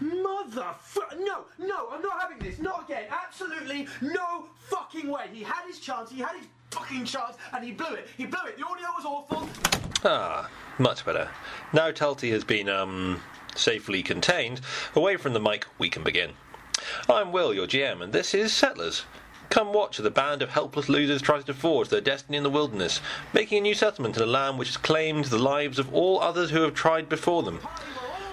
What the fuck? No, no, I'm not having this. Not again. Absolutely no fucking way. He had his chance. He had his fucking chance, and he blew it. He blew it. The audio was awful. Ah, much better. Now Talty has been um, safely contained, away from the mic, we can begin. I'm Will, your GM, and this is Settlers. Come watch as a band of helpless losers tries to forge their destiny in the wilderness, making a new settlement in a land which has claimed the lives of all others who have tried before them.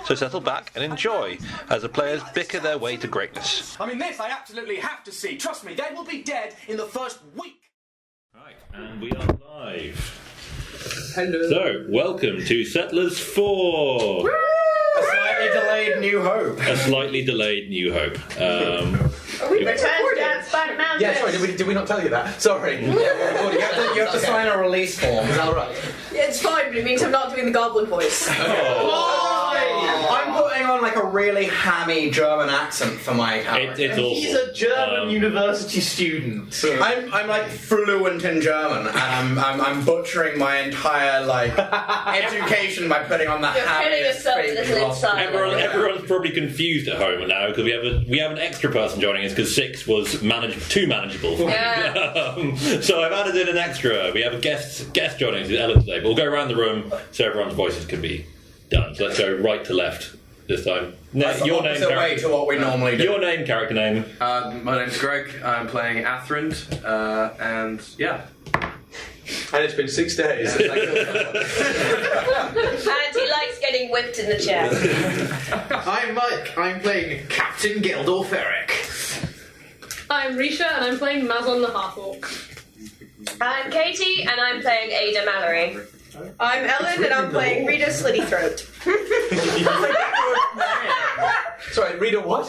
So settle back and enjoy as the players bicker their way to greatness. I mean, this I absolutely have to see. Trust me, they will be dead in the first week. Right, and we are live. Hello. So, welcome to Settlers 4, A slightly delayed New Hope. a slightly delayed New Hope. Um, Return to Dance by Mountains. Yeah, sorry, did we, did we not tell you that? Sorry. Yeah, we're recording. You have to, you have to sign a release form, is that right? Yeah, it's fine, but it means I'm not doing the goblin voice. I'm putting on like a really hammy German accent for my it, character. it's awful. He's a German Um, university student. So I'm, I'm like fluent in German, and I'm, I'm, I'm butchering my entire like education by putting on the You're killing hammiest yourself fake with this gloss. inside. Everyone, everyone's probably confused at home now because we have a, we have an extra person joining us because six was manage, too manageable. Yeah. Um, so I've added in an extra. We have a guest guest joining us, Ellen today. But we'll go around the room so everyone's voices can be done. So let's go right to left this time. Now, That's the your name, opposite way character, to what we normally do. your name, character name. Uh, my name's Greg. I'm playing Athrend, uh, and yeah. and it's been six days. and he likes getting whipped in the chest. I'm Mike. I'm playing Captain Gildor Ferric. I'm Risha and I'm playing Mazon the Half Orc. I'm Katie, and I'm playing Ada Mallory. I'm Ellen, and I'm playing Rita Slittythroat. Sorry, read a what?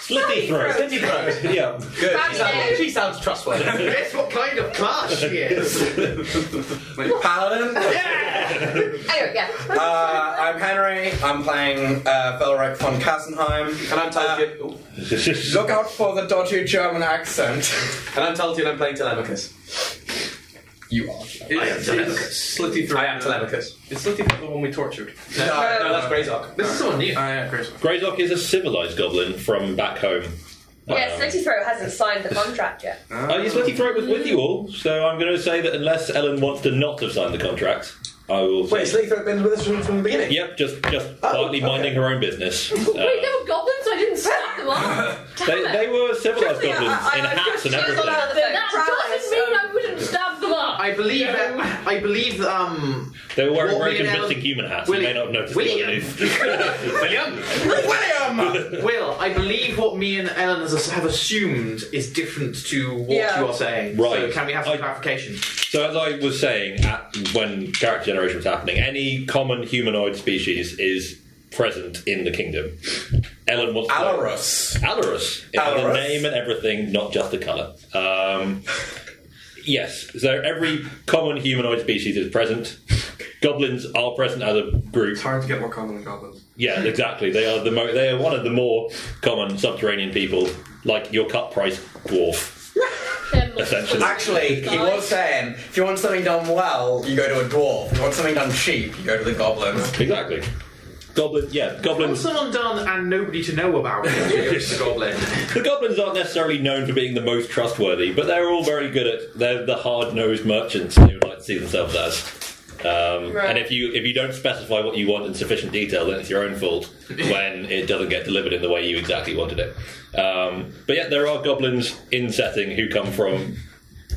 Slithy throat. Yeah. Good. She Back sounds, there. she sounds trustworthy. Guess what kind of class she is? Paladin. Anyway, yeah. Uh, I'm Henry. I'm playing uh, Belric von Kassenheim. and I'm Uh, Talty. ooh. look out for the dodgy German accent. and I'm Talty, and I'm playing Telemachus. You are. Is, is Slitty Throat. uh, I am Telemachus. Is Slitty Throat the one we tortured? No, no, that's Greyzark. This is someone new. I am Chris. Greylock is a civilized goblin from back home. Yeah, Slittythroat hasn't signed the contract yet. Uh, your Slithy throat was with you all, so I'm going to say that unless Ellen wants to not have signed the contract, I will. say- Wait, Slytherin been with us from, from the beginning? Yep, just just partly minding her own business. Wait, they Uh, were goblins, I didn't stop them off. Damn they, it. they were civilized Truly, I- goblins I- in I- hats and she was everything. allowed the But third that trial, doesn't mean I wouldn't stab them up. I believe. Uh, I believe. Um. They were wearing What very we now- convincing human hats. William- You may not have noticed William. the William. William. Will, I believe what me and Ellen has- have assumed is different to what Yeah. you are saying. Right. So can we have some I- clarification? So as I was saying, at, when character generation was happening, any common humanoid species is present in the kingdom. Ellen wants to know- Alarus. Alarus. It had a Alarus. name and everything, not just a colour. Um, yes, so every common humanoid species is present. Goblins are present as a group. Hard to get more common than goblins. Yeah, exactly. They are the mo- they are one of the more common subterranean people, like your cut price dwarf, They're monsters. essentially. Actually, he was saying, if you want something done well, you go to a dwarf. If you want something done cheap, you go to the goblins. Exactly. Goblins, yeah, What's goblins. someone done and nobody to know about? the goblin. The goblins aren't necessarily known for being the most trustworthy, but they're all very good at. They're the hard-nosed merchants who like to see themselves as. Um, Right. And if you if you don't specify what you want in sufficient detail, then it's your own fault when it doesn't get delivered in the way you exactly wanted it. Um, but yeah, there are goblins in setting who come from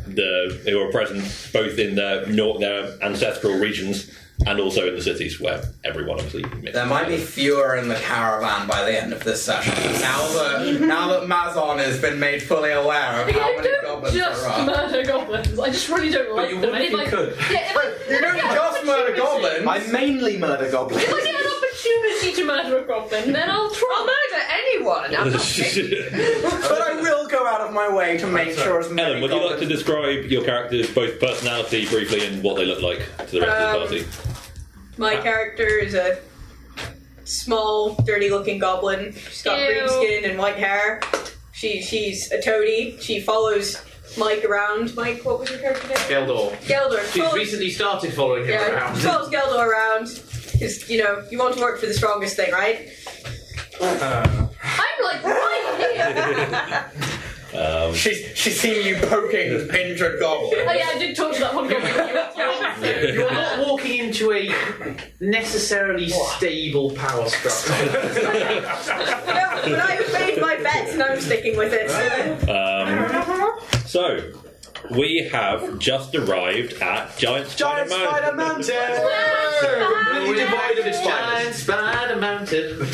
the who are present both in their nor- their ancestral regions and also in the cities where everyone obviously mixes There might be fewer in the caravan by the end of this session. Now that now that Mazon has been made fully aware of Like, how I many don't goblins just there are. murder goblins. I just really don't like you them. would if And you I- could. Yeah, if I- You if I don't get an just murder opportunity- goblins. I mainly murder goblins. If I get an opportunity to murder a goblin, then I'll I'll try. murder anyone. I'm not But I will go out of my way to make sure as many Ellen, would you like to describe your characters, both personality briefly and what they look like to the rest Um, of the party? My character is a small, dirty-looking goblin. She's got Ew. green skin and white hair. She she's a toady. She follows Mike around. Mike, what was your character name? Geldor. Geldor. She's Follows- recently started following him yeah, around. follows Geldor around. Because you know you want to work for the strongest thing, right? I'm like right here. She's she's seen you poking this injured goblin. oh yeah, I did talk to that one guy. You're not walking into a necessarily stable power structure. But I, but I've made my bets and I'm sticking with it. uh, So. Um, So, we have just arrived at Giant Giant Spider Spider Mountain. Mountain! We're devoid of its Giant spider mountain.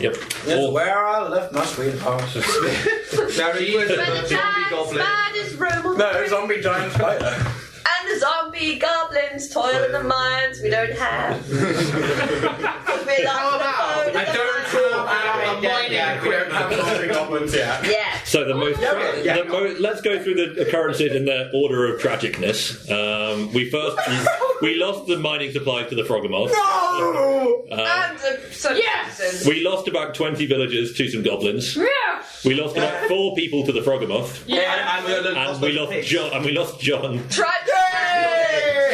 Yep. Or- Where I left my sweetheart. Very But the zombie giant goblin. spiders roam No, through, zombie giant spider. and the zombie goblins toil in the mines we don't have. we How about I don't draw uh, out a mining equipment. zombie goblins, yeah. Yeah. so the most, okay, yeah. the mo- let's go through the occurrences in their order of tragicness. Um, we first we lost the mining supply to the Frogamoth. No! and the some Yes! citizens. We lost about twenty villagers to some goblins. Yeah. We lost about four people to the Frogamoth, Yeah. and we lost John. And we lost John. Tried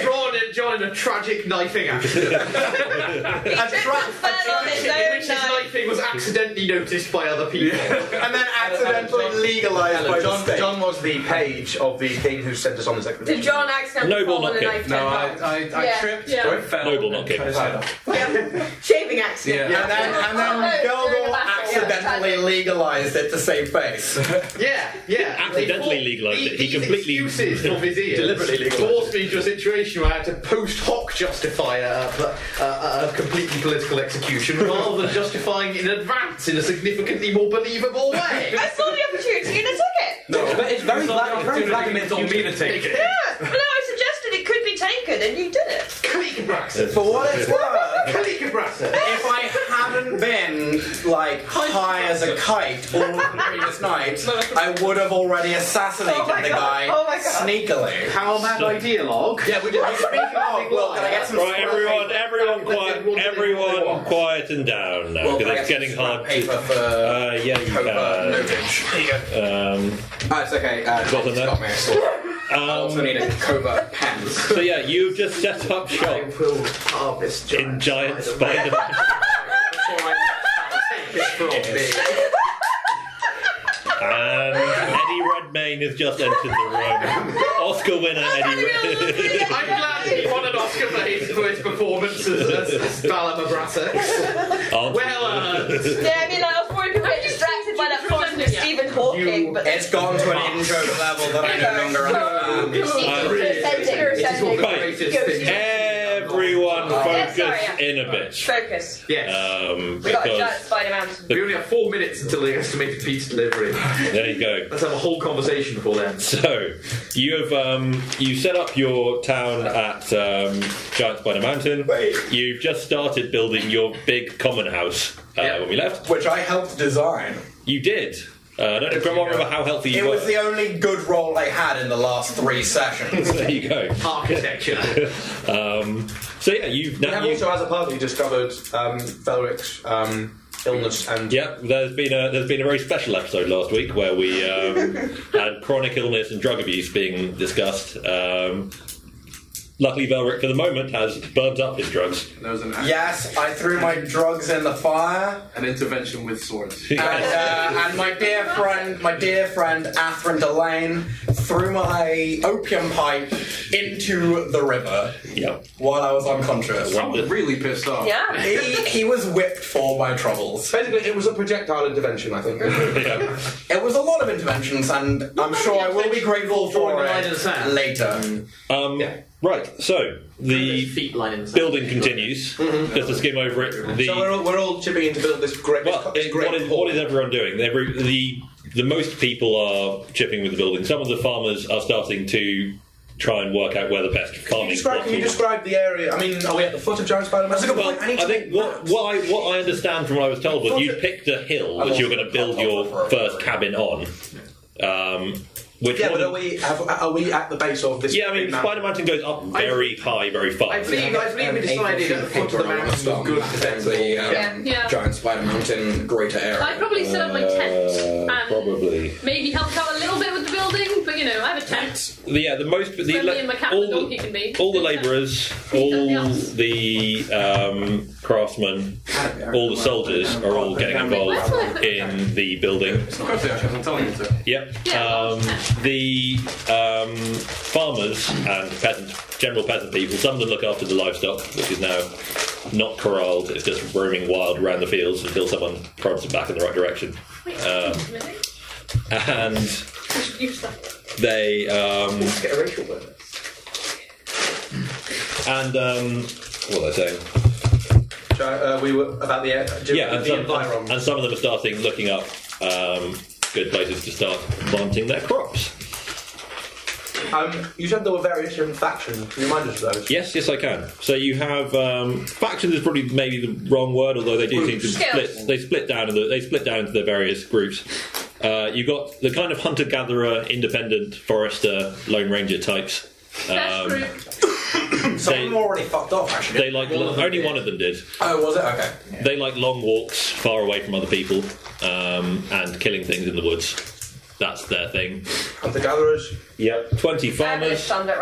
Drawn in, drawn in a tragic knifing action. to he took the fur on his Which own his knife. knifing was accidentally noticed by other people. And then accidentally legalized by John, John was the page of the king who sent us on this Did expedition. John accidentally Noble fall on a knocking. knife? No, ten I, times? I, I Yeah. tripped. Yeah. I fell. Noble not good. Shaving accident. Yeah. And then, and then Gildor accidentally legalized it to save face. Yeah, yeah. Accidentally They- legalised it. He these completely- excuses from his ears Deliberately legalised forced me into a situation where I had to post hoc justify a, a, a, a completely political execution rather than justifying in advance in a significantly more believable way. I saw the opportunity and I took it. No, But it's very the black- very opportunity black and was on me to take it. Yeah. But no, I suggested it could be taken and you did it. Clique Braxton. For what it's worth, Clique Braxton. if I hadn't been like high as a kite all the previous night, I would have already assassinated Oh my the God. guy Oh my God. sneakily. How mad idea log. Yeah, we did. Speaking of, well, can I get some Right, scrap everyone, paper? everyone, quiet, everyone, quiet and down now Well, because can I it's get getting some scrap hard. Paper To, for uh, yeah, you can. covert notage. There you go. Um, Oh, it's okay. Uh, Got them it's there. got me. I saw it. I also need a covert pen. um, So yeah, you've just set up I shop will harvest giant in Giant Spider. and Eddie Redmayne has just entered the room. Oscar winner Eddie. Redmayne. I'm glad he won an Oscar for his, for his performance as, as Bala Mabratta. Well, uh, Yeah, I mean, like, I was worried we were distracted by that plot from Stephen Hawking, but It's gone to an intro level that I no longer understand. Everyone, Yeah, focus sorry, yeah. in a bit. focus. yes. Um, We got a giant because spider mountain. We only have four minutes until the estimated pizza delivery. there you go. Let's have a whole conversation before then. So you have um, you set up your town at um, Giant Spider Mountain. Wait. You've just started building your big common house uh, Yeah. when we left. Which I helped design. You did. Uh, I don't know, Grandma, remember how healthy you It were. was the only good role I had in the last three sessions. there you go. Architecture. Um, so yeah, you've now. you- as a party, discovered um, Felric's um, illness and. Yeah, there's been a there's been a very special episode last week where we um, had chronic illness and drug abuse being discussed. Um, luckily, Velric for the moment has burnt up his drugs. There was an, Yes, I threw my drugs in the fire, an intervention with swords. and, uh, and my dear friend, my dear friend Athrun Delane, threw my opium pipe into the river yeah, while I was unconscious. I was really pissed off. Yeah. He, he was whipped for my troubles. Basically, it was a projectile intervention, I think. yeah. It was a lot of interventions, and I'm sure I will be grateful Drawing for the line in the it sand. later. Um, Right, so the feet line in the building continues. Just to skim over it, the Mm-hmm. so we're all, we're all chipping in to build this great. well, this it- great what, is, what is everyone doing? Every, the the most people are chipping with the building. Some of the farmers are starting to try and work out where the best Can you farming describe, can you plots are. describe the area? I mean, are we at the foot of Giant Spider That's a good Well, I think what, what I what I understand from what I was told was you picked a hill that you were going to build your first cabin on, um, Which yeah, one- but are we have, are we at the base of this? Yeah, I mean, Spider Mountain goes up very high, very I fast. believe, I believe we decided at the foot of the mountain was good for them. the um, Yeah. Yeah. giant spider mountain greater area. I'd probably set up my tent and Uh, Probably. maybe help out a little bit with the building, but you know, I have a tent. The- Yeah, the most. The, Friendly la- and my cat all and the- donkey can be. all the labourers, all the um, craftsmen, all the soldiers are all getting involved in the building. I'm telling you so. Yep. Um, the um, farmers and peasant, general peasant people, some of them look after the livestock, which is now not corralled, it's just roaming wild around the fields until someone prods it back in the right direction. Um, and I should use that. they um, and um, what was I saying? Uh, we were about the uh, yeah, and the some, environment. and some of them are starting looking up um, good places to start planting their crops. Um, you said there were various different factions. Can you remind us of those? Yes, yes, I can. So you have um, factions is probably maybe the wrong word, although they do seem to Groups. split. They split down into they split down into their various groups. Uh, you've got the kind of hunter gatherer, independent forester, lone ranger types. That's Um, true. Some of they- them were already fucked off, actually. they like only one of them did. oh, was it? Okay. They like long walks far away from other people um, and killing things in the woods. That's their thing. And the gatherers. Yep. 20 farmers. Fun, don't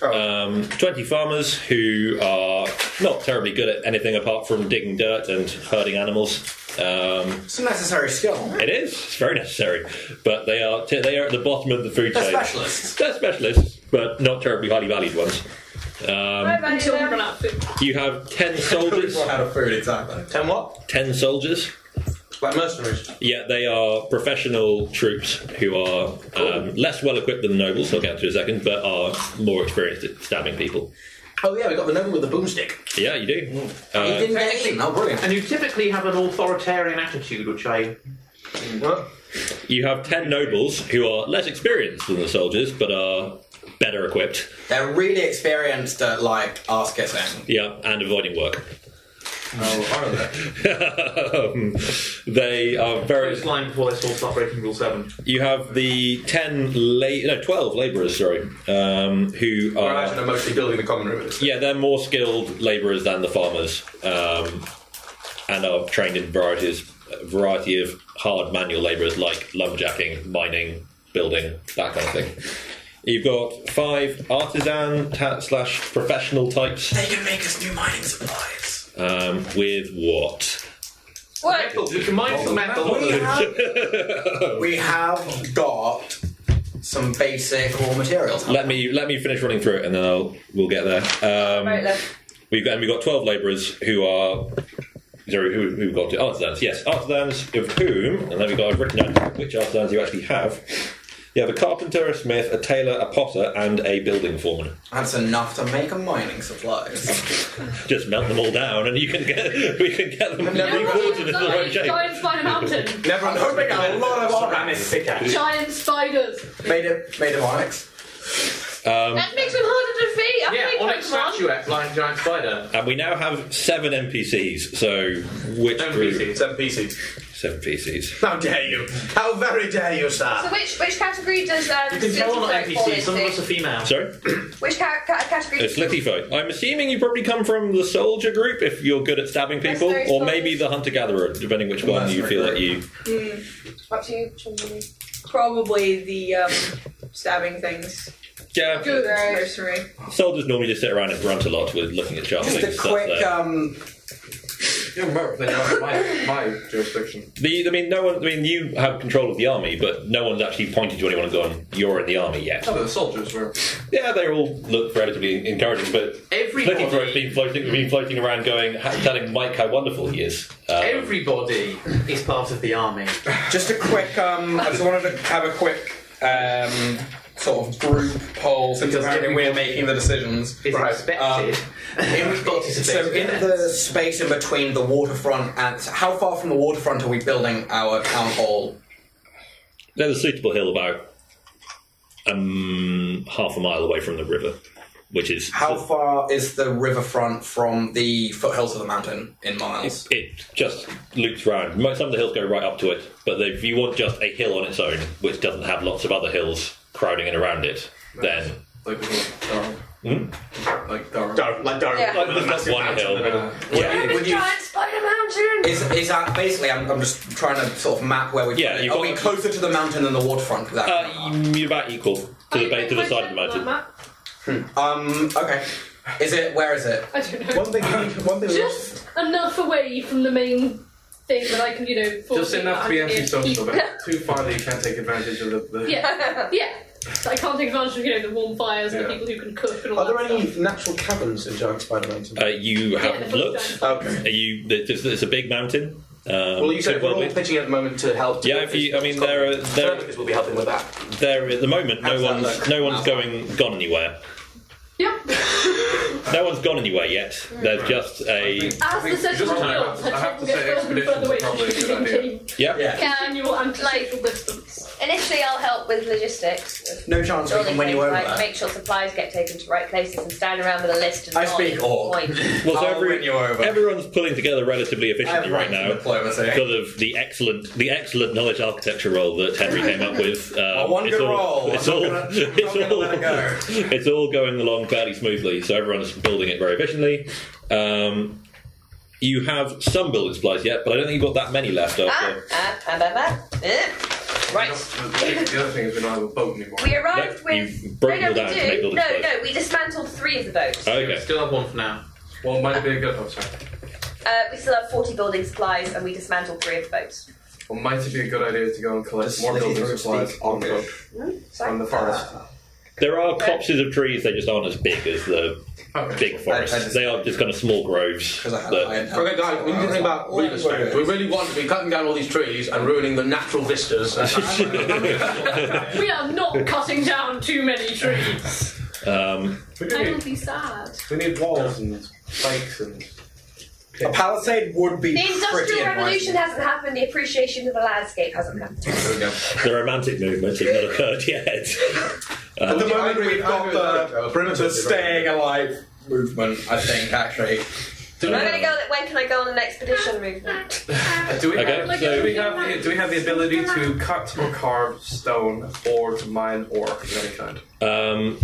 worry. Um, 20 farmers who are not terribly good at anything apart from digging dirt and herding animals. Um, It's a necessary skill. it is. It's very necessary. But they are, t- they are at the bottom of the food They're chain. specialists. They're specialists, but not terribly highly valued ones. Um, Until we run out of food. you have 10 soldiers. out of food, exactly. Ten what? 10 soldiers. Like mercenaries. Yeah, they are professional troops who are um, less well equipped than the nobles, I'll get to in a second, but are more experienced at stabbing people. Oh yeah, we got the number with the boomstick. Yeah, you do. He Uh, didn't get anything. Oh, brilliant. And you typically have an authoritarian attitude, which I. What? you have 10 nobles who are less experienced than the soldiers, but are better equipped. They're really experienced at like ass kissing. Yeah, and avoiding work. Oh, are they? Um, they are very. First line before this all start breaking rule 7. You have the 10, la- no, 12 labourers, sorry, um, who Well, I are. imagine I'm mostly building the common room. at this. Yeah, they're more skilled labourers than the farmers, um, and are trained in varieties, a variety of hard manual labourers like lumberjacking, mining, building, that kind of thing. You've got five artisan ta- slash professional types They can make us new mining supplies. um, with what? What? You can mine some metal. We have, Oh. we have got some basic raw materials. Let me let me finish running through it, and then I'll we'll get there. Um, Right, left. We've got, and we've got 12 labourers who are. Sorry, who, who got to artisans? Yes, artisans of whom, and then we've got I've written down which artisans you actually have. You have a carpenter, a smith, a tailor, a potter, and a building foreman. That's enough to make a mining supplies. Just melt them all down, and you can get we can get them You know what? reforged into the right shape. Giant spider mountain. Never. I'm hoping a lot of onyx. Giant spiders. Made it made of onyx. Um, That makes them harder to defeat. I Yeah, think onyx Pokemon. statuette, like giant spider. And we now have seven NPCs. So which Seven group? NPCs. Seven PCs. Seven PCs. How dare you? How very dare you, So sir? which which category does um, You can tell we're not Slithy Folk fall NPCs, some of us are into? female. Sorry, Which ca- ca- category? it's Litty folk. I'm assuming you probably come from the soldier group if you're good at stabbing people, Mercenary or maybe soldiers. the hunter gatherer, depending which one you Mercenary feel that group. you Up to you, Chumley. Probably the um, stabbing things. Yeah, Good. Mercenary. soldiers normally just sit around and grunt a lot with looking at sharp Just things. a That's quick their- um. my, my jurisdiction. the, I mean, no one. I mean, you have control of the army, but no one's actually pointed to anyone and gone, "You're in the army yet." Oh, the soldiers were. Yeah, they all look relatively encouraging, but looking for it, Everybody, been floating, been floating around, going, ha- telling Mike how wonderful he is. Um, everybody is part of the army. Just a quick um. I just wanted to have a quick um sort of group poll since Because apparently we're everybody making the decisions. um, Is Right, um, respected. Everybody's So in the space in between the waterfront and how far from the waterfront are we building our town hall? there's a suitable hill about um, half a mile away from the river. which is How far is the riverfront from the foothills of the mountain in miles? it just loops round. Mo- Some of the hills go right up to it, but if you want just a hill on its own, which doesn't have lots of other hills crowding in around it, then Like Durham. Like Durham. Durham, like Durham. Yeah. Like the massive one mountain. hill. Would you- It's giant spider mountain. Is, is that uh, basically? I'm, I'm just trying to sort of map where we. Yeah, you've are got- we closer to the mountain than the waterfront? Without Uh, you're about equal to the ba- to the side of the mountain. um. Okay. Is it? Where is it? I don't know. One thing, one thing. Just enough away from the main thing that I can, you know, fall Just enough to be back in. antisocial, but too far that you can't take advantage of the. the Yeah, yeah. So I can't take advantage of, you know, the warm fires and the Yeah. people who can cook and all Are there that any stuff. natural caverns in Giant Spider Mountain? Uh, you Yeah, the haven't full looked. giant- okay. Are you? It's, it's a big mountain. Um, Well, you said could we're well all be. pitching at the moment to help. Yeah, if you- I mean, there are- there- Because we'll be helping with that. there at the moment. No How's that one's look? no one's How's going gone anywhere. Yep. No one's gone anywhere yet. There's just a As the session just- builds, I have to say expedition's probably a good idea. yeah. Yeah. Continual antisocial Like- distance. Initially, I'll help with logistics. No chance we can win you over. like make sure supplies get taken to right places and stand around with a list. And I not speak all. point. Well, so I'll every- win you over. everyone's pulling together relatively I have efficiently right right now Diplomacy. because of the excellent the excellent knowledge architecture role that Henry came up with. Um, Oh, one it's good all, roll. It's I'm all, not gonna- I'm it's, not gonna all let it go. it's all going along fairly smoothly. So everyone's building it very efficiently. Um, you have some building supplies yet, but I don't think you've got that many left Ah, after. ah, ah, bah, bah. Eh. Right. The, the- the other thing is we don't have a boat anymore. We arrived No, with. you've broken no, all no, down we to make do. buildings No, close. no, we dismantled three of the Ah! boats. Okay. Still have one for now. Well, might be a good. Oh, sorry. Uh, we still have 40 building supplies and we dismantled three of the boats. Well, might it be a good idea to go and collect Just more let it building grow supplies steep. on the boat from Sorry. the forest? There are copses of trees, they just aren't as big as the big Oh, I- I just- forests. They are just kind of small groves. Because I had. that- I had Okay, guys, we need to think about real estate. We really want to be cutting down all these trees and ruining the natural vistas. We are not cutting down too many trees. um, We, do I will need, be sad. we need walls and spikes and. A palisade would be The pretty Industrial and Revolution wise. hasn't happened, the appreciation of the landscape hasn't happened. There we go. the romantic movement has not occurred yet. At the Yeah, I moment, agree- we've I got agree with that. Uh, the, perimeter the is staying alive movement, I think, actually. Um, I'm gonna go, when can I go on an expedition movement? Uh, Do we, Okay, have, so- do, we have the, do we have the ability to cut or carve stone or to mine ore of any kind? Um,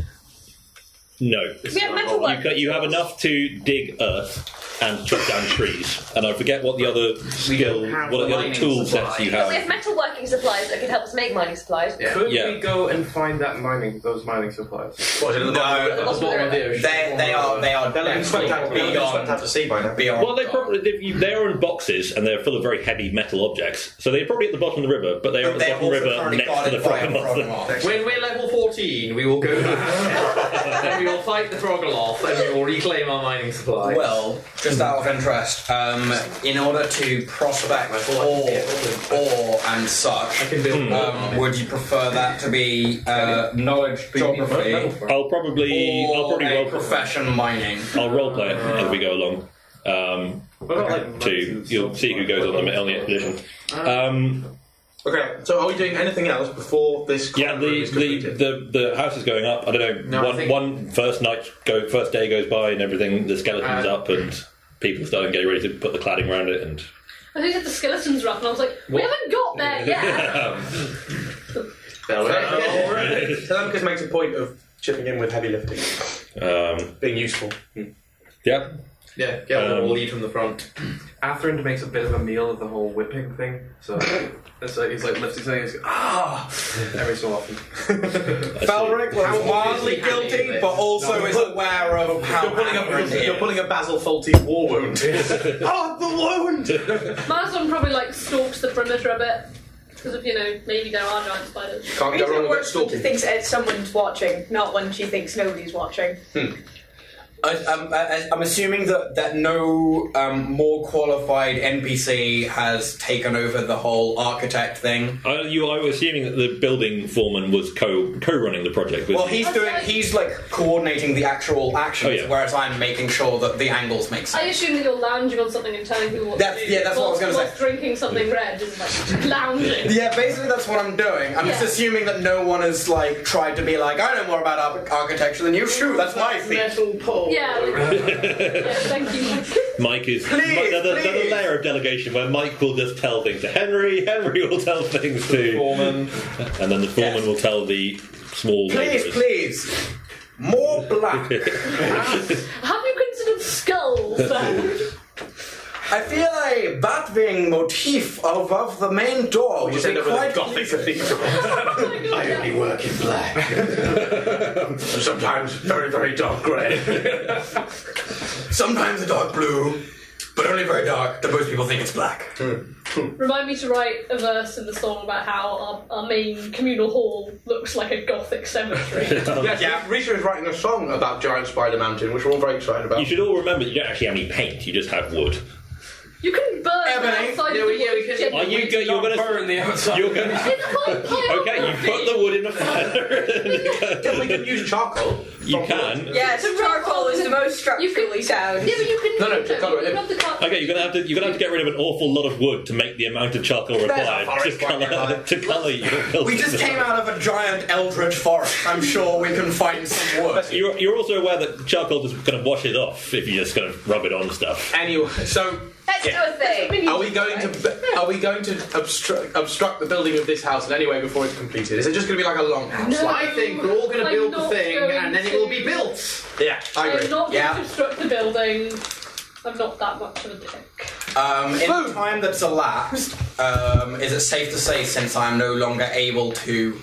no. we have metal You, ca- you have enough to dig earth and chop down trees. And I forget what the other skill, have what the the other mining tool supplies. sets you We have have. metalworking supplies that could help us make mining supplies. Could Yeah. we go and find that mining, those mining supplies? No, they, they are they are They're like swept out, they're like swept out beyond to sea by now. beyond. Well, they probably they- you- they're in boxes and they're full of very heavy metal objects. So they're probably at the bottom of the river, but they are But at the they're bottom of the also river currently next to the guarded by a frog. Frogmoth. When we're level 14, we will go back and we will fight the Frogoloth and we will reclaim our mining supplies. Well, just out of interest, um, in order to prospect ore, ore and such, can Hmm. build um, would you prefer that to be uh, knowledge, geography, I'll probably, I'll or probably a roll, profession mining? I'll roleplay it as we go along. Um, What about, like, to mountains? you'll see who goes on the on the expedition. Ah. Um, Okay, so are we doing anything else before this? yeah, corner the, is the, completed? the, the house is going up. I don't No, know. I one think- one first night go first day goes by and everything. The skeletons Uh, up and people starting getting ready to put the cladding around it. And I think that the skeletons were up, and I was like, we haven't got there yet. Telemachus makes a point of chipping in with heavy lifting, um, being useful. yeah, yeah, yeah, Um, we'll lead from the front. Athrend makes a bit of a meal of the whole whipping thing, so it's like, he's like lifting something, he's like, ah, every so often. I see. Felric was mildly obviously handy guilty, it is. but also is aware of how You're pulling, accurate a, it you're is. pulling a Basil faulty war wound. oh, the wound! Mazon probably like stalks the perimeter a bit. Because of, you know, maybe there are giant spiders. Can't go Rita wrong with works when she stalking. thinks that someone's watching, not when she thinks nobody's watching. I, I'm, I, I'm assuming that, that no um, more qualified NPC has taken over the whole architect thing. I, you, I was assuming that the building foreman was co co running the project. With Well, he's doing. He's like coordinating the actual actions, Oh, yeah. whereas I'm making sure that the angles make sense. I assume that you're lounging on something and telling people what That's- to do. yeah, that's what I was gonna whilst- whilst drinking something red and like lounging. Yeah, basically that's what I'm doing. I'm just Yeah. assuming that no one has like tried to be like, I know more about ar- architecture than you. Shoo, that's my thing. Metal pole. Yeah, like- yeah, thank you. Mike is Please, another, another please. layer of delegation where Mike will just tell things to Henry, Henry will tell things to foreman, and then the foreman will tell the small Please, labourers. please, more black. Have you considered skulls? then? I feel a batwing motif above the main door would Just be end up with a quite. gothic cathedral. Oh I only work in black. Sometimes very, very dark grey. Sometimes a dark blue, but only very dark. That most people think it's black. Remind me to write a verse in the song about how our, our main communal hall looks like a gothic cemetery. yes, Yeah. yeah. Rita is writing a song about Giant Spider Mountain, which we're all very excited about. You should all remember you don't actually have any paint; you just have wood. you can burn Ebony. outside Yeah, of we- the yeah, we can- Are you? go- You're going to burn the outside. You're going to. It's quite high Okay, you put the wood in a fire. we can use charcoal. you can. Yes, charcoal is the most structurally sound. Yeah, but you can. No, no, you can colour it in. rub the car- Okay, you're gonna have to you're gonna have to get rid of an awful lot of wood to make the amount of charcoal required to forest fire colour nearby. to colour your building. We just came out of a giant eldritch forest. I'm sure we can find some wood. You're, you're also aware that charcoal just kind of washes off if you're just going to rub it on Eh. stuff. Anyway, so Let's Yeah. do a thing. are we going to are we going to obstruct obstruct the building of this house in any way before it's completed? Is it just going to be like a long house? No. I think we're all going to I'm build the not thing going and then it to- will be built. Yeah, I I'm agree. not Yeah. going to construct the building. I'm not that much of a dick. Um, in the time that's elapsed, um, is it safe to say, since I'm no longer able to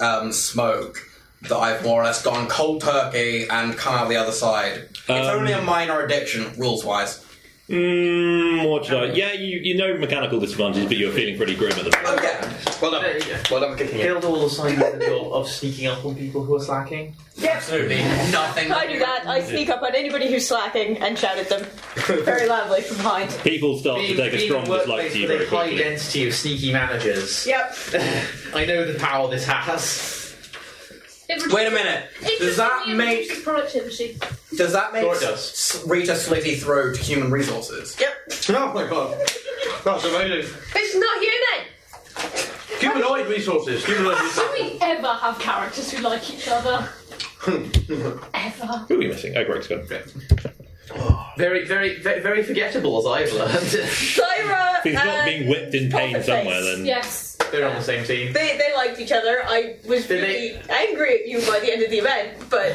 um, smoke, that I've more or less gone cold turkey and come out the other side? it's only Um, a minor addiction, rules wise. Mm, what should I? Yeah, you, you know mechanical disadvantage, but you're feeling pretty grim at the moment. Oh, yeah. Well done. Well done for kicking it. Build all the signs of sneaking up on people who are slacking. Absolutely nothing. I do that. I sneak up on anybody who's slacking and shout at them very loudly from behind. People start to take a strong dislike workplace to you with very a high quickly. density of sneaky managers. Yep. I know the power this has. It reduces- Wait a minute. it Does that really make- reduces productivity? Does that make Sure it does. S- Rita Slitty throw to human resources? Yep. Oh my god, that's amazing. It's not human. Humanoid resources. Humanoid resources. Do we ever have characters who like each other? ever? Who are we missing? Oh, Greg's gone. Very, very, very, very forgettable, as I've learned. Syra If he's not and- being whipped in pain Pocket somewhere, Uh, face. then Yes. They're on the same team. They, they liked each other. I was Did really angry at you by the end of the event, but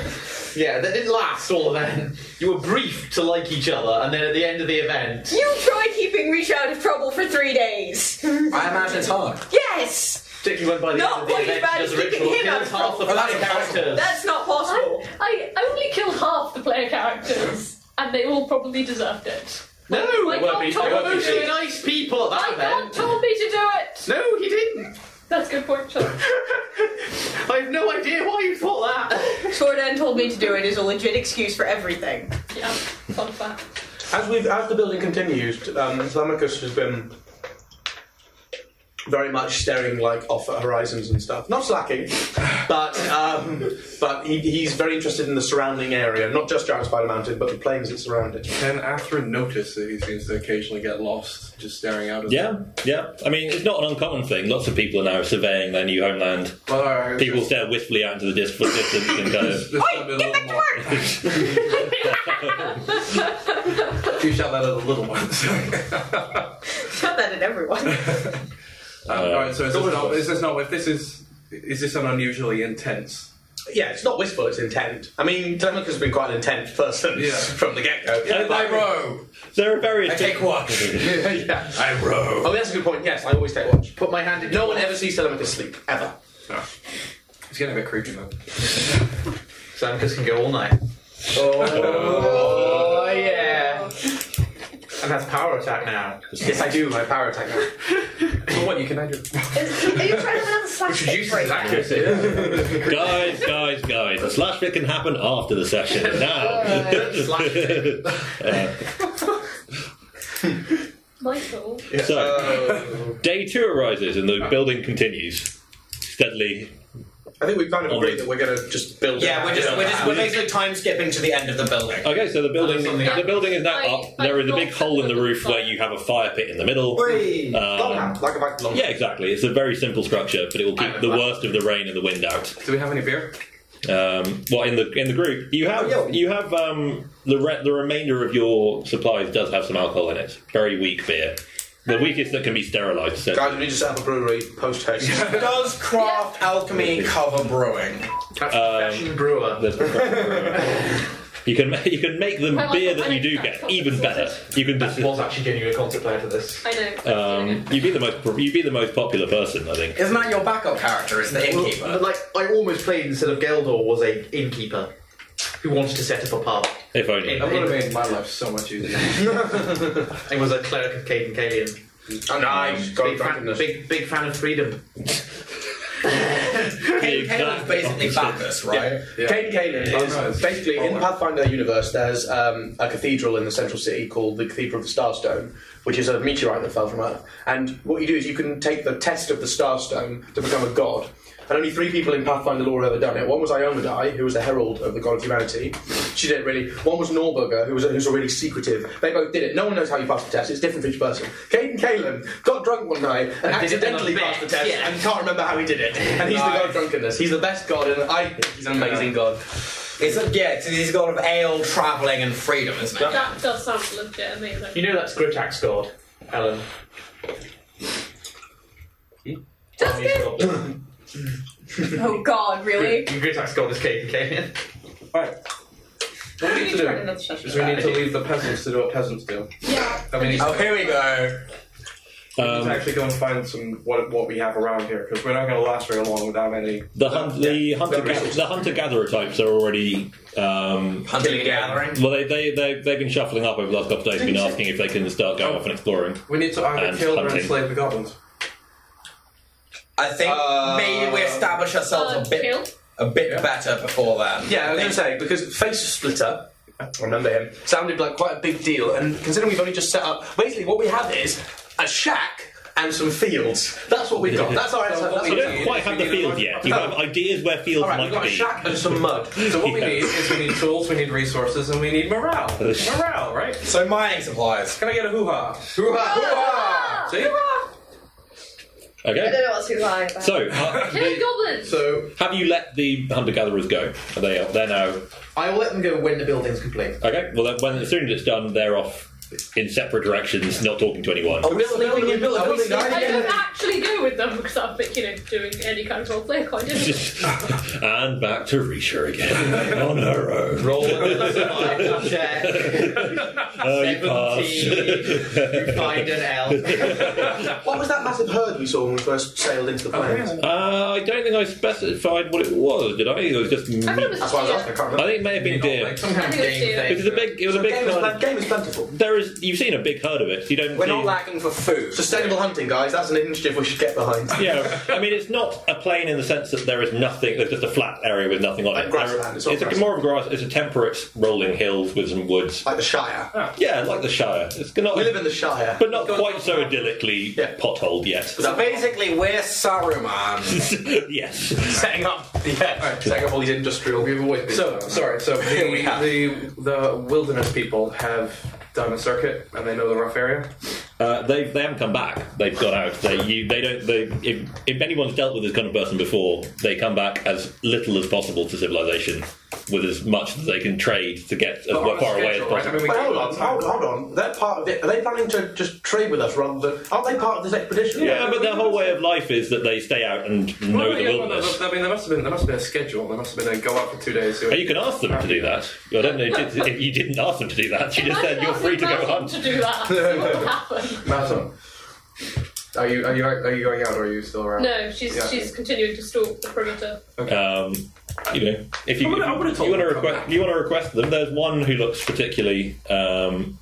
Yeah, that didn't last all event. You were briefed to like each other, and then at the end of the event, you tried keeping Reach out of trouble for three days. I imagine it's hard. yes! particularly when by the Not end of the quite as event, bad she does as a kicking ritual, him out kills of half the trouble. Well, player that's impossible. characters. That's not I, possible. I only kill half the player characters, and they all probably deserved it. No, I they were can't be- talk they were about mostly it. nice people at I that God event. told me to do it! No, he didn't. That's a good point, Sean. I have no idea why you thought that. Sordan told me to do it is a legit excuse for everything. Yeah, fun fact. As we've as the building continues, um, Telemachus has been very much staring like off at horizons and stuff. Not slacking, but um, but he, he's very interested in the surrounding area, not just Giant Spider Mountain, but the plains that surround it. Can Atherin notice that he seems to occasionally get lost just staring out at yeah, yeah. I mean, it's not an uncommon thing. Lots of people are now surveying their new homeland. Well, all right, People stare wistfully out into the dis- distance and kind of. This time a little more. you shout that at the little ones. Uh, Shut that at everyone. uh, Alright, so is this, not, is this not if this is is this an unusually intense Yeah, it's not wistful; it's intent. I mean, Telemachus has been quite an intent person Yeah. from the get go. Yeah, I row. There are various. I take watch. yeah. I row. Oh, that's a good point. Yes, I always take watch. Put my hand in. No one ever sees Telemachus sleep ever. It's getting a bit creepy man. Samkus can go all night. Oh yeah. And has power attack now. Yes, I do. My power attack. now. what you can measure. Is, are you trying to have another slash hit break? guys, guys, guys, the slash fit can happen after the session. Now. Uh, Michael. uh, so, day two arises and the building continues steadily. I think we've kind of agreed that we're going to just build. Yeah, up. we're just we're just we're basically time skipping to the end of the building. Okay, so the building the building is now I- up. There is a big hole in the roof where you have a fire pit in the middle. Uh, Long Um, hand, like a back long. yeah, exactly. It's a very simple structure, but it will keep the worst of the rain and the wind out. Do we have any beer? Um, well, in the in the group, you have you have um, the re- the remainder of your supplies does have some alcohol in it. Very weak beer, the weakest that can be sterilised. So Guys, we need to set up a brewery post haste. Does craft alchemy cover brewing? Fashion brewer. there's you can ma- you can make the I like beer the that you do funny get stuff. even better. You can just Was actually genuinely a concert player to this. I know. um, you be the most you be the most popular person, I think. Isn't that your backup character? Is the Well, innkeeper? like I almost played instead of Geldor was a innkeeper who wanted to set up a pub. If only. That would have made my life so much easier. He was a cleric of Caden Kalian. Oh, nice. God, Big fan, drunkenness. big, big fan of freedom. Caden Caden's exact basically opposite. Bacchus, right? Yeah. Caden Caden Oh, is no, it's- basically in Pathfinder universe. There's um, a cathedral in the central city called the Cathedral of the Starstone, which is a meteorite that fell from Earth. And what you do is you can take the test of the Starstone to become a god. And only three people in Pathfinder lore have ever done it. One was Iomadai, who was a herald of the god of humanity. She didn't really. One was Norburger, who was a, who's a really secretive. They both did it. No one knows how you pass the test. It's different for each person. Caden Caleb got drunk one night and, did it on accidentally a passed the bet. test Yeah. and can't remember how he did it. And he's the god of drunkenness. He's the best god, and I think he's an amazing god. It's a, yeah, it's, he's got of ale, travelling, and freedom, isn't it? That does sound legit, amazing. You know that's Gritax God, Alan. That's He's good. God. Oh god, really? Gritax God is Caden Kalian. Right. What do we need to do? Is we need to leave the peasants to do what peasants do. Yeah. I mean, Oh, here we go. Um, let's actually go and find some what what we have around here because we're not going to last very long without any. the hunt, the hunter the resources. the hunter gatherer types are already um, Hunting and gathering. Well, they, they, they, they've been shuffling up over the last couple of days, been asking if they can start going off and exploring. We need to either And kill or hunting. enslave the goblins. I think Uh, maybe we establish ourselves Uh, a bit kill? a bit better before then. Yeah, I was going to say because Face Splitter, I remember him, sounded like quite a big deal. And considering we've only just set up, Uh, basically what we have is a shack and some fields. That's what we've got. That's our. So what that's our we You do don't quite have the We need a field large- yet. You have ideas where fields all right, we've might got a be. shack and some mud. So what we Yeah. need is we need tools, we need resources, and we need morale. morale, right? So mining supplies. Can I get a hoo ha? Ah! See? I Okay. don't know what's too high about. So, uh, Kill the- goblins! So have you let the hunter gatherers go? Are they out there now? I will let them go when the building's complete. Okay. Well, then, when, as soon as it's done, they're off in separate directions, not talking to anyone. Are we sleeping in building? Are we sleeping I in don't actually go with them because I'm, you know, doing any kind of roleplay quite different. and back to Risha again on her own. Oh, Roll another check. Oh, you passed. Seventeen. You find an L. What was that massive herd we saw when we first sailed into the Oh, plains? Uh, I don't think I specified what it was, did I? It was just. I thought it was That's why I was asking. I deer. can't remember. I think it may have been deer. Some kind of I think it's game you. It was a thing. big. It was a big. Game is, herd. plen- game is plentiful. There is. You've seen a big herd of it. You don't. We're see, not lacking for food. Sustainable hunting, guys. That's an initiative we should get behind. Yeah, I mean, it's not a plain in the sense that there is nothing. There's just a flat area with nothing on it. grassland, There- it's all a, grassland. more of a grass. It's a temperate, rolling hills with some woods. Like the Shire. Oh. Yeah, like the Shire. It's not, We live in the Shire. but not quite so idyllically Yeah. potholed yet. So basically, we're Saruman. yes. setting up. Yeah, setting up all these industrial. We've always been. So, sorry. So the, we have. the the wilderness people have done a circuit and they know the rough area. Uh, they've they haven't come back. They've gone out. They you they don't. They if, if anyone's dealt with this kind of person before, they come back as little as possible to civilization, with as much as they can trade to get as But on far a away as schedule, right? possible. I mean, we Wait, got a hold lot on, of hold, time. hold on. They're part of it. Are they planning to just trade with us rather than? Aren't they part of this expedition? Yeah, but their whole way of life is that they stay out and know Well, the yeah, well, wilderness. there- I mean, there must have been there must have been a schedule. There must have been a go out for two days. do But it. you can ask them to do that. I don't know if you didn't ask them to do that. You just Imagine said you're asking free to go Malcolm hunt. To do that, what would happen? Madam, are you are you are you going out or are you still around? No, she's Yeah. she's continuing to stalk the perimeter. Um, you know, if you, I would've- I would've if told you want to them to come request, back. you want to request them. There's one who looks particularly um,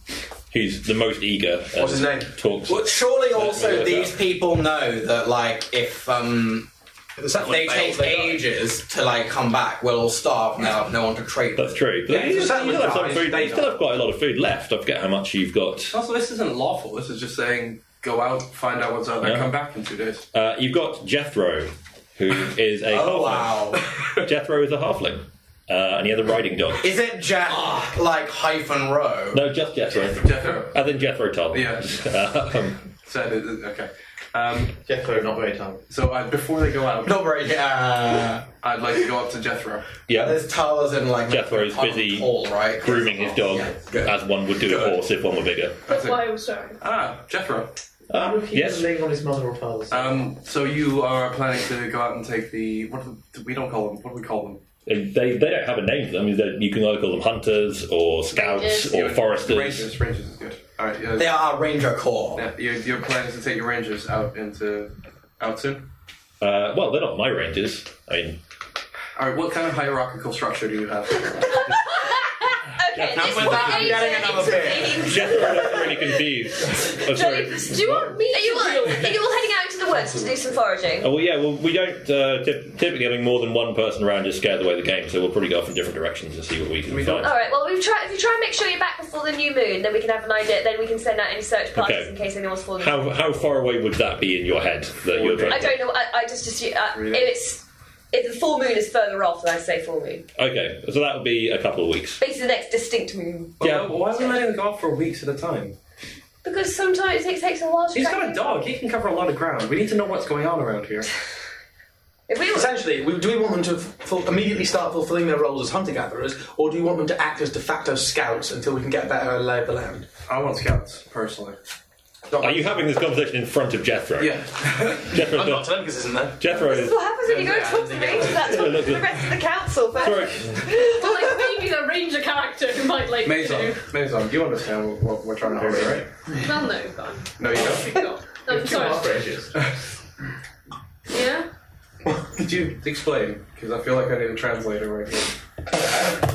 who's the most eager. and What's his name? Talks. Well, surely also Yeah. these people know that like if um that one they fails, take ages to like come back, we'll all starve and they'll have no one to trade. That's true. But Yeah, you, it's still a you still have some sacrifice. food, They you still have quite a lot of food left. I forget how much you've got. Oh. Also, this isn't lawful. This is just saying go out, find out what's out there, come back in two days. Uh, you've got Jethro, who is a Oh, halfling. Jethro is a halfling, uh, and he has a riding dog. Is it Jack like hyphen row? No, just Jethro. Jethro. And then Jethro Tull. Yeah. Um, So, th- th- okay. Um, Jethro, not very tall. So uh, before they go out, not very. Uh, I'd like to go up to Jethro. yeah. There's towers and like Jethro is busy tall, right? grooming his dog, as one would do a horse if one were bigger. That's why I was sorry. Ah, Jethro. Um, yes. Laying on his mother or father's. Um, so you are planning to go out and take the what? Do we- we don't call them. What do we call them? And They, they don't have a name for them. I mean, they- You can either call them hunters or scouts Rangers. or foresters. Rangers. Rangers is good. All right. Yeah. They are Ranger Corps. yeah your, your plan is to take your rangers out into out soon. Uh, well, they're not my rangers. I mean, All right. What kind of hierarchical structure do you have? Okay, this with that, I'm getting another is Jeff is really confused. Oh, sorry. Do you want me Are you, all, to are you all heading out into the woods to do some foraging? Oh, well, yeah, well, we don't uh, typ- typically having more than one person around just scares away the game, so we'll probably go off in different directions and see what we can find. All right. Well, we try. If you try and make sure you're back before the new moon, then we can have an idea. Then we will send out any search parties Okay. in case anyone's fallen. How, how far away would that be in your head that you're I trying don't know. I, I just assume uh, Really? if it's if the full moon is further off, then I say full moon. Okay, so that would be a couple of weeks. Basically, the next distinct moon. Yeah. Why are we letting them go off for weeks at a time? Because sometimes it takes a while to. He's track got a it. dog. He can cover a lot of ground. We need to know what's going on around here. If we were Essentially, we, do we want them to ful- immediately start fulfilling their roles as hunter gatherers, or do you want them to act as de facto scouts until we can get a better lay of the land? I want scouts personally. Are you having this conversation in front of Jethro? Yeah. Jethro's not. telling because isn't there. Jethro This is. is what happens when you go and talk to the rangers. That's what look, the look. rest of the council. But Sorry. Well, like maybe the ranger character who might like Maison, to. Maison, you understand what- what we're trying to do, right? Well, no, fine. No, you don't. God. I'm sorry. Yeah. Could you explain? Because I feel like I need a translator right here.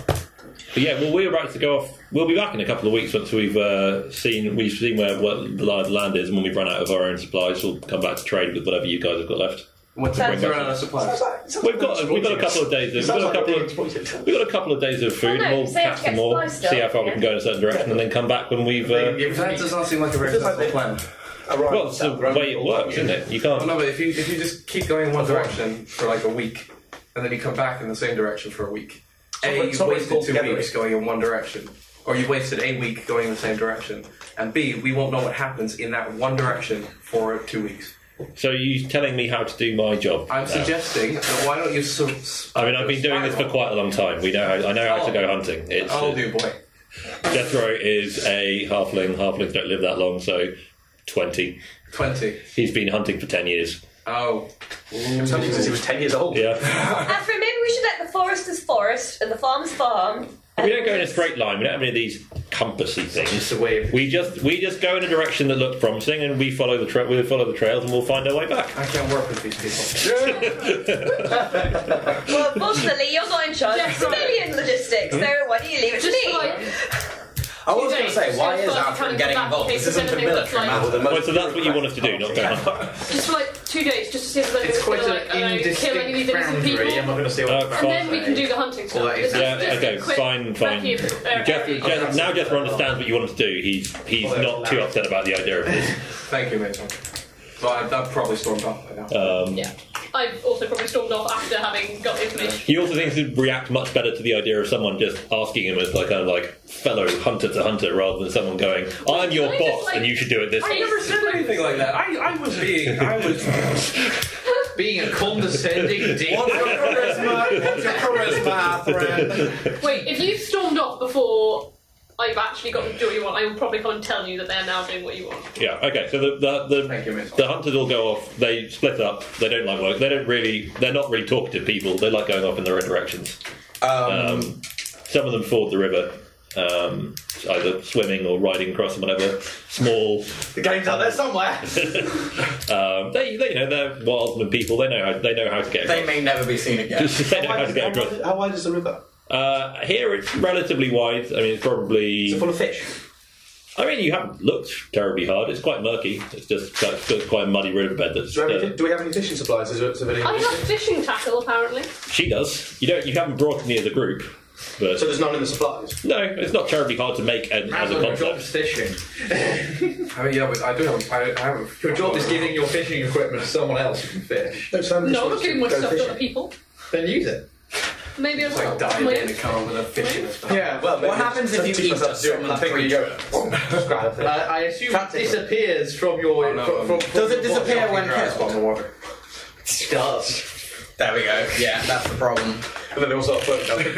But yeah, well, we're about to go off. We'll be back in a couple of weeks once we've uh, seen we've seen where what the lie of the land is, and when we've run out of our own supplies, we'll come back to trade with whatever you guys have got left. What's Sounds the run out of supplies? We've got we've got a couple of days. Of, we've got a couple of we've got a couple of days of food, Well, Oh, no, and we'll say catch it gets them all, nice see how far we stuff, can go in a certain direction, and then come back when we've. Uh, That does not seem like a very sensible plan. well, it's the way it works, isn't it? You can't. Well, Oh, no, but if you if you just keep going in one direction for like a week, and then you come back in the same direction for a week, a Someone- you someone's wasted pulled two together. weeks going in one direction, or you wasted a week going in the same direction, and b we won't know what happens in that one direction for two weeks. So you're telling me how to do my job? I'm now. suggesting that why don't you? Sur- I mean, I've been doing this for quite a long time. We know. How, I know how to go hunting. It's, Oh, do boy. Jethro is a halfling. Halflings don't live that long, so twenty. Twenty. He's been hunting for ten years. Oh. Something since he was 10 years old. Yeah, Afro, maybe we should let the foresters forest and the farmers farm. we don't go in a straight line. We don't have any of these compassy things. It's a way of. We just we just go in a direction that looked promising, and we follow the tra- we follow the trails, and we'll find our way back. I can't work with these people. Well, fortunately, you're not in charge of Yes, right. civilian logistics, so why don't you leave it to Just me? like I was going Okay, to say, so why it's is like Alfred coming getting back involved? in This case isn't a there's anything military like- matter. the Well, so that's what you want us to do, not go hunting. just for like two days, just to see if there's It's anything quite gonna, like I an don't know, kill any of indistinct these innocent boundary. I'm not people. going to say Uh, what And then we can do the hunting stuff. that is- This is Yeah, just a okay, quick fine, fine. recce of- uh, Jeff, recce. Jeff, now Jethro understands what you want him to do. He's he's not too upset about the idea of this. Thank you, Mason. But I, that probably stormed off by now. Um, Yeah. I've also probably stormed off after having got the information. he also thinks he'd react much better to the idea of someone just asking him as like kind of like fellow hunter to hunter rather than someone going, "I'm your Can I just, boss like- and you should do it this I way." never said anything like that. I, I was being, I was. Being a condescending dick. What's your charisma? What's your charisma, friend? Wait, if you've stormed off before I've actually gotten to do what you want, I will probably come and tell you that they're now doing what you want. Yeah. Okay. So the the Thank you, the, Miss. the hunters all go off. They split up. They don't like work. They don't really. They're not really talkative people. They like going off in their own directions. Um, Some of them ford the river, um, either swimming or riding across and whatever. Small. The game's out there somewhere. Um, they, they you know they're wildman people. They know how they know how to get. they Across. may never be seen again. They know how to get across. How wide is the river? Uh, here it's relatively wide. I mean, it's probably Is it full of fish? I mean, you haven't looked terribly hard. It's quite murky. It's just it's quite a muddy riverbed. That's, Do, we have any, do we have any fishing supplies as a civilian? I have fishing tackle apparently. She does. You don't. You haven't brought any as a group. But So there's none in the supplies. no, it's not terribly hard to make an, as a concept. fishing. I mean, yeah, but I do have. I, I have a, Your job is giving your fishing equipment to someone else who can fish. No, Sam just No, I'm wants not to giving my go stuff to fishing. other people. Then use it. Maybe I It's like will. diving in Maybe. and come up with a fish in a stuff. Yeah, well, What happens if you eat a certain grab I, I assume it Practically. disappears from your. Oh, no, from, from, Does from it your disappear body. when Grass on killed? the water. It does. There we go. Yeah, that's the problem. And then they all start floating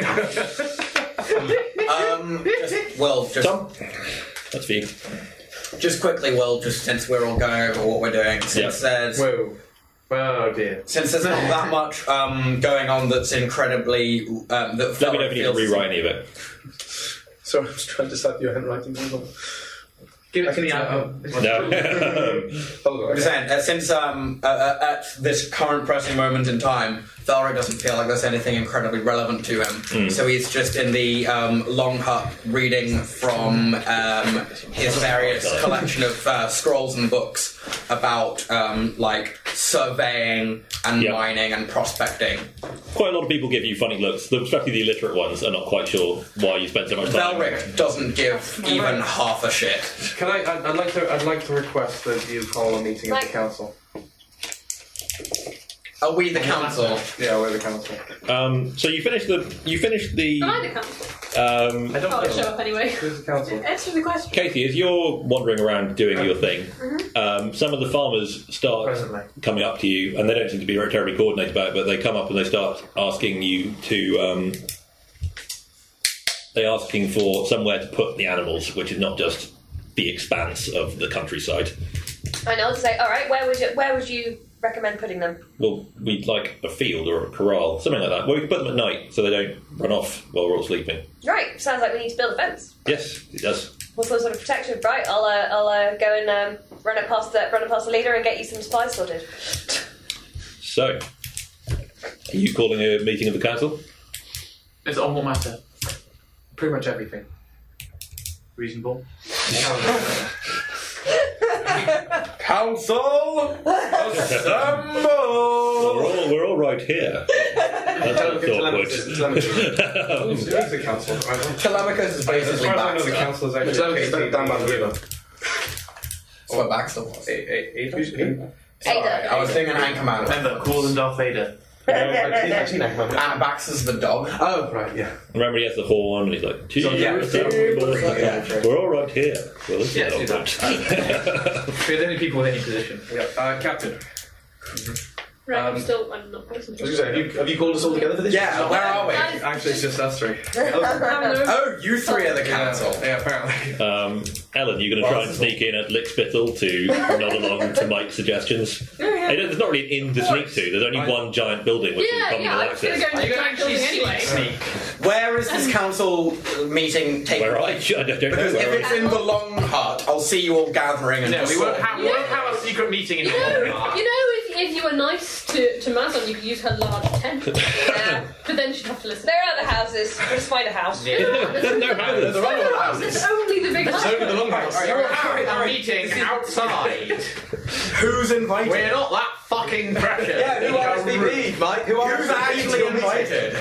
down. Um, just, well, just Tom, that's for you. just quickly, well, just since we're all going over what we're doing, since there's Whoa. Oh dear. since there's not that much um, going on that's incredibly um, that Let me know if you need to feels- rewrite any of it. Sorry, I was trying to decide your handwriting. Hold on. Give it to me. I- I, um, I, No. Hold on. I'm just saying, uh, since um, uh, uh, at this current pressing moment in time, Thalric doesn't feel like there's anything incredibly relevant to him. Hmm. So he's just in the um, long hut reading from um, his various collection of uh, scrolls and books about um, like surveying and Yeah. mining and prospecting. quite a lot of people give you funny looks, the- especially the illiterate ones, are not quite sure why you spend so much time. Thalric doesn't give even half a shit. Can I? I'd, I'd like to. I'd like to request that you call a meeting of the Right. council. Are we the council? Yeah, we're the council. Um, so you finish the you finish the Am I the council? um, I don't Oh, know. they show up anyway. Who's the council? Answer the question. Katie, as you're wandering around doing your thing, um, some of the farmers start Presently. coming up to you, and they don't seem to be very terribly coordinated about it, but they come up and they start asking you to. Um, they're asking for somewhere to put the animals, which is not just the expanse of the countryside. And I'll just say, all right, where would you where would you recommend putting them? Well, we'd like a field or a corral, something like that, where we can put them at night so they don't run off while we're all sleeping. Right, sounds like we need to build a fence. Yes, it does. Well, some sort of protection, right? I'll uh, I'll uh, go and um, run it past the run it past the leader and get you some supplies sorted. So, are you calling a meeting of the council? It's on what matter. Pretty much everything. Reasonable. Council We're assemble! all, we're all right here. That's how I thought Who would. is the council? I don't- Telemachus is As basically far as I know, the Baxter. council is actually. down, down by the river. That's what Baxter was. Ada. Sorry, I was thinking Hank Commando. Remember, cool and Darth Vader. I've seen that come up. And Baxter's the dog. Oh, right, yeah. Remember, he has the horn and he's like, yeah, "Cheers, it's a- everybody." We're all right here. Well, this Yeah, is do awkward. We're the only people with any position. Yeah, uh, Captain. Right, Um, I'm still. I'm not I was concentrating. going to say, have you, have you called us all together for this? Yeah, where are we? Guys, Actually, it's just us three. Hello. Oh, you three are the council. Yeah, apparently. um, Ellen, you're going to try and sneak in at Lickspittle to nod along to Mike's suggestions. I don't- There's not really an inn to sneak to. There's only one giant building with Yeah, common yeah, I was access. going to go Are into you the gonna giant actually building anyway. sneak? Where is this council meeting taking Where I, I place? don't know. Because if Where it's in the long hut, I'll see you all gathering and No, just we won't sort- have, we won't have a secret meeting in You the know, you know, hall. if, if you were nice to, to Mazon, you could use her large tent. Yeah. But then she'd have to listen. There are other houses. We'll just find a house. there's no houses. The running around It's only the big Only the longhouse. Alright, You're alright, having alright, a alright. meeting outside. Who's invited? We're not that fucking precious. Yeah, who You're rude. RSVP'd, Mike? Who Who's actually invited?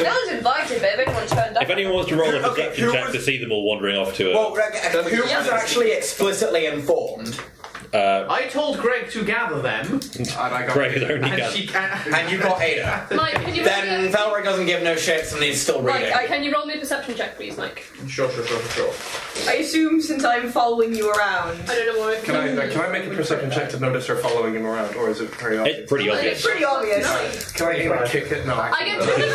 No one's invited, but if anyone turned up, If anyone wants to roll a Okay, perception who check was- to see them all wandering off to a, Well, okay, who was actually explicitly informed? uh, I told Greg to gather them, And I got. Greg has only and gun. she can. And you got Ada. Mike, can you roll me Then a, Valric doesn't give no shits and he's still reading. Mike, uh, can you roll me a perception check, please, Mike? Sure, sure, sure, sure. I assume since I'm following you around. I don't know why. Can I, uh, can I make a perception check to notice her following him around, or is it very It's obvious? pretty It's obvious. Pretty obvious. Can I aim and kick it? No, I actually. get twenty.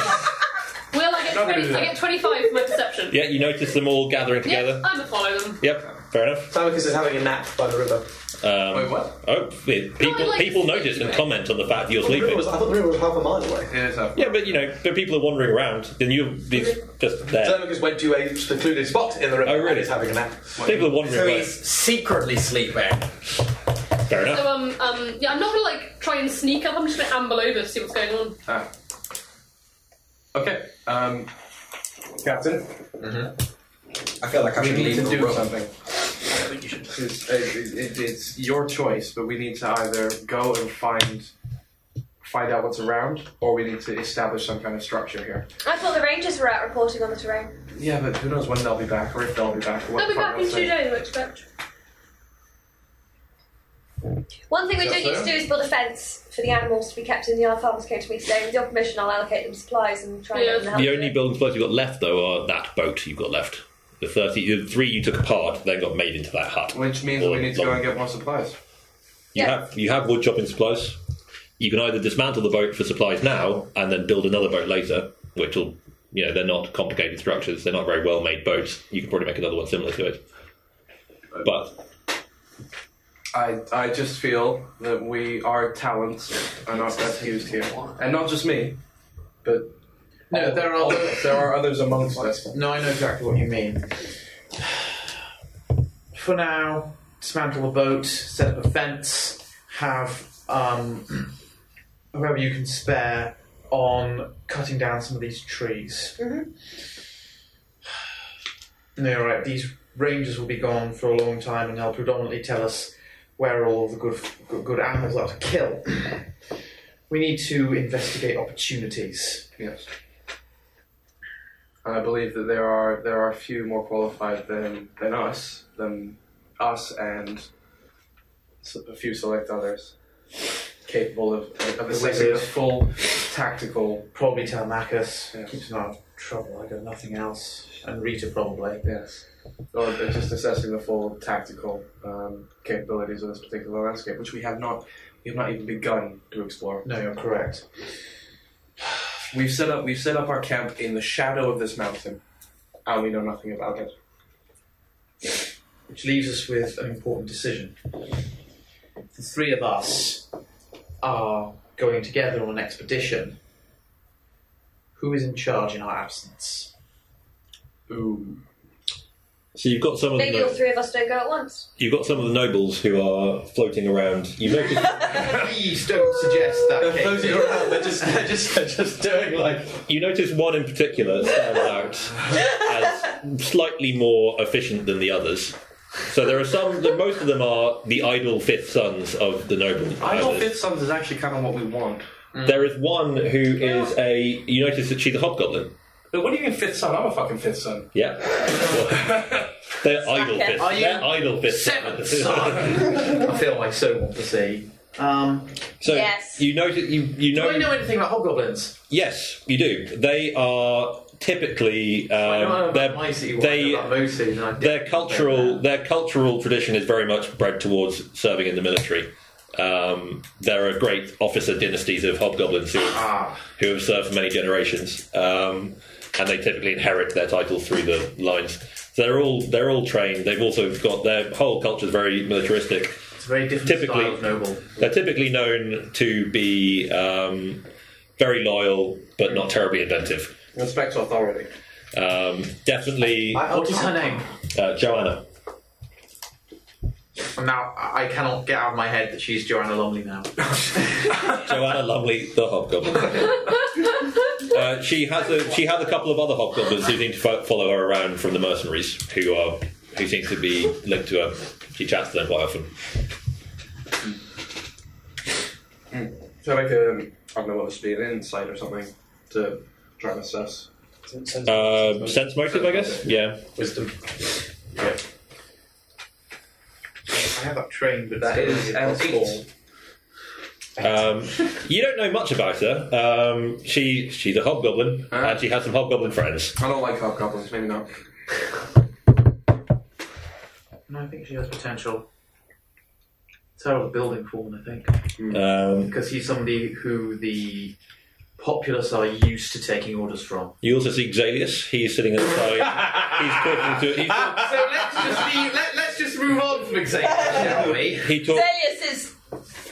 Will I get Not gonna twenty? do I that. get twenty-five for my perception. Yeah, you notice them all gathering Yep, together. I'm gonna follow them. Yep, fair enough. Telemachus is having a nap by the river. Um, Wait, what? Oh, yeah, people like people to see notice you, and eh? comment on the fact that Oh, you're The river sleeping. was, I thought the river was half a mile away. It is up. Yeah, but you know, but people are wandering around, then you're it's just there. Telemachus went to a secluded spot in the river Oh, really? and is having a nap. People are wandering so around. he's secretly sleeping. Fair So enough. um um yeah, I'm not gonna like try and sneak up. I'm just gonna amble over to see what's going on. Ah. Okay. Um, Captain. Mm-hmm. I feel like I we should need leave to the do room. something. I think you should. It's, it, it, it's your choice, but we need to either go and find find out what's around, or we need to establish some kind of structure here. I thought the Rangers were out reporting on the terrain. Yeah, but who knows when they'll be back, or if they'll be back. or what They'll be the fuck back in they'll two say. days, I expect. One thing we Yes, do need sir. to do is build a fence for the animals to be kept in. The other farmers came to me today. With your permission, I'll allocate them supplies and try and get them help. The only building supplies you've got left, though, are that boat you've got left. The thirty, the three you took apart, then got made into that hut. Which means we need to go and get more supplies. You have you have wood chopping supplies. You can either dismantle the boat for supplies now and then build another boat later, which will you know they're not complicated structures. They're not very well made boats. You can probably make another one similar to it. But I, I just feel that we our talents are not best used here, and not just me, but No, there are Oh. there are others amongst us. No, I know exactly what you mean. For now, dismantle the boat, set up a fence, have um, whoever you can spare on cutting down some of these trees. No, you're right. These rangers will be gone for a long time, and they'll predominantly tell us where all the good good, good animals are to kill. we need to investigate opportunities. Yes. And I believe that there are there are a few more qualified than than us, than us and s- a few select others, capable of of assessing the full tactical. Probably Telemachus keeps him out of trouble. I got nothing else, and Rita probably. Yes. Or just assessing the full tactical um, capabilities of this particular landscape, which we have not we have not even begun to explore. No, you're correct. We've set up we've set up our camp in the shadow of this mountain, and we know nothing about it. Which leaves us with an important decision. The three of us are going together on an expedition. Who is in charge in our absence? Ooh. so you've got some of Maybe all the, three of us don't go at once. you've got some of the nobles who are floating around. You notice Please don't suggest that. Kate. They're just, they're just, they're just doing like. You notice one in particular stands out as slightly more efficient than the others. So there are some. the- Most of them are the idle fifth sons of the noble. Idle others. Fifth Sons is actually kind of what we want. There is one who is a. You notice that she's a hobgoblin. But what do you mean Fifth Son? I'm a fucking Fifth Son. Yeah. Well, they're idle it. fifth. Are you They're idle fifth. Seventh son. I feel I so want to see. Um, so you notice you you do know. I know anything about hobgoblins? Yes, you do. They are typically. I know Um, about they're my city, they- I know about most cities, and I their cultural their cultural tradition is very much bred towards serving in the military. Um, there are great officer dynasties of hobgoblins who have, Ah. who have served for many generations, um, and they typically inherit their title through the lines. So they're all they're all trained. They've also got their whole culture is very militaristic. It's a very different Typically- style of noble. They're typically known to be um, very loyal, but not terribly inventive. Respect authority. Um, definitely, What is her name? uh, Joanna. Now I I cannot get out of my head that she's Joanna Lumley now. Joanna Lumley, the hobgoblin. Uh, she has a she has a couple of other hobgoblins who seem to fo- follow her around from the mercenaries, who are who seems to be linked to her. She chats to them quite often. So like a, I don't know what this should be, an insight or something to try and assess. Uh, sense motive, I guess. Yeah, Wisdom. Yeah. I have that trained, but That is an eight. um, you don't know much about her. Um, she she's a hobgoblin, and she has some hobgoblin friends. I don't like hobgoblins, maybe not. No, I think she has potential. Terrible building form, I think, Um, because he's somebody who the populace are used to taking orders from. you also see Xalius. He is sitting at the side. he's talking to. He's, So let's just be, let, let's just move on from example, shall we? he talks. Zelius is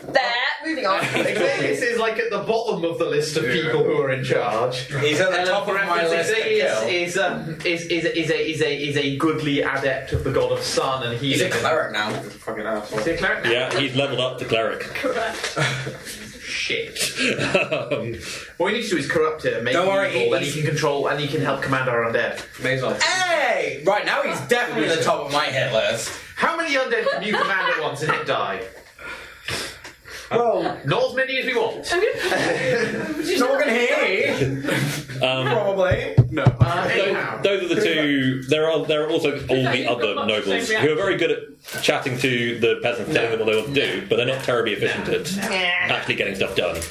there, moving moving on. Xavius is like at the bottom of the list of people who are in charge. He's at the top of my list to kill. Is, um, is, is, is, a, is, a, is a goodly adept of the god of sun and healing. He's a cleric now. fucking asshole. Is he a cleric now? Yeah, he's leveled up to cleric. Correct. Shit. um, what we need to do is corrupt him, make Don't him worry, evil, he- then he can control and he can help command our undead. May as well. Hey! Right now he's definitely at the top of my hit list. How many undead can you command at once and hit die? Well, Not as many as we want. It's not gonna hear. Um, Probably. No. Uh, anyhow. those are the two. There are there are also all the you've got other much the nobles same who are very good at chatting to the peasants, telling them what they want to do, but they're not terribly efficient at actually getting stuff done.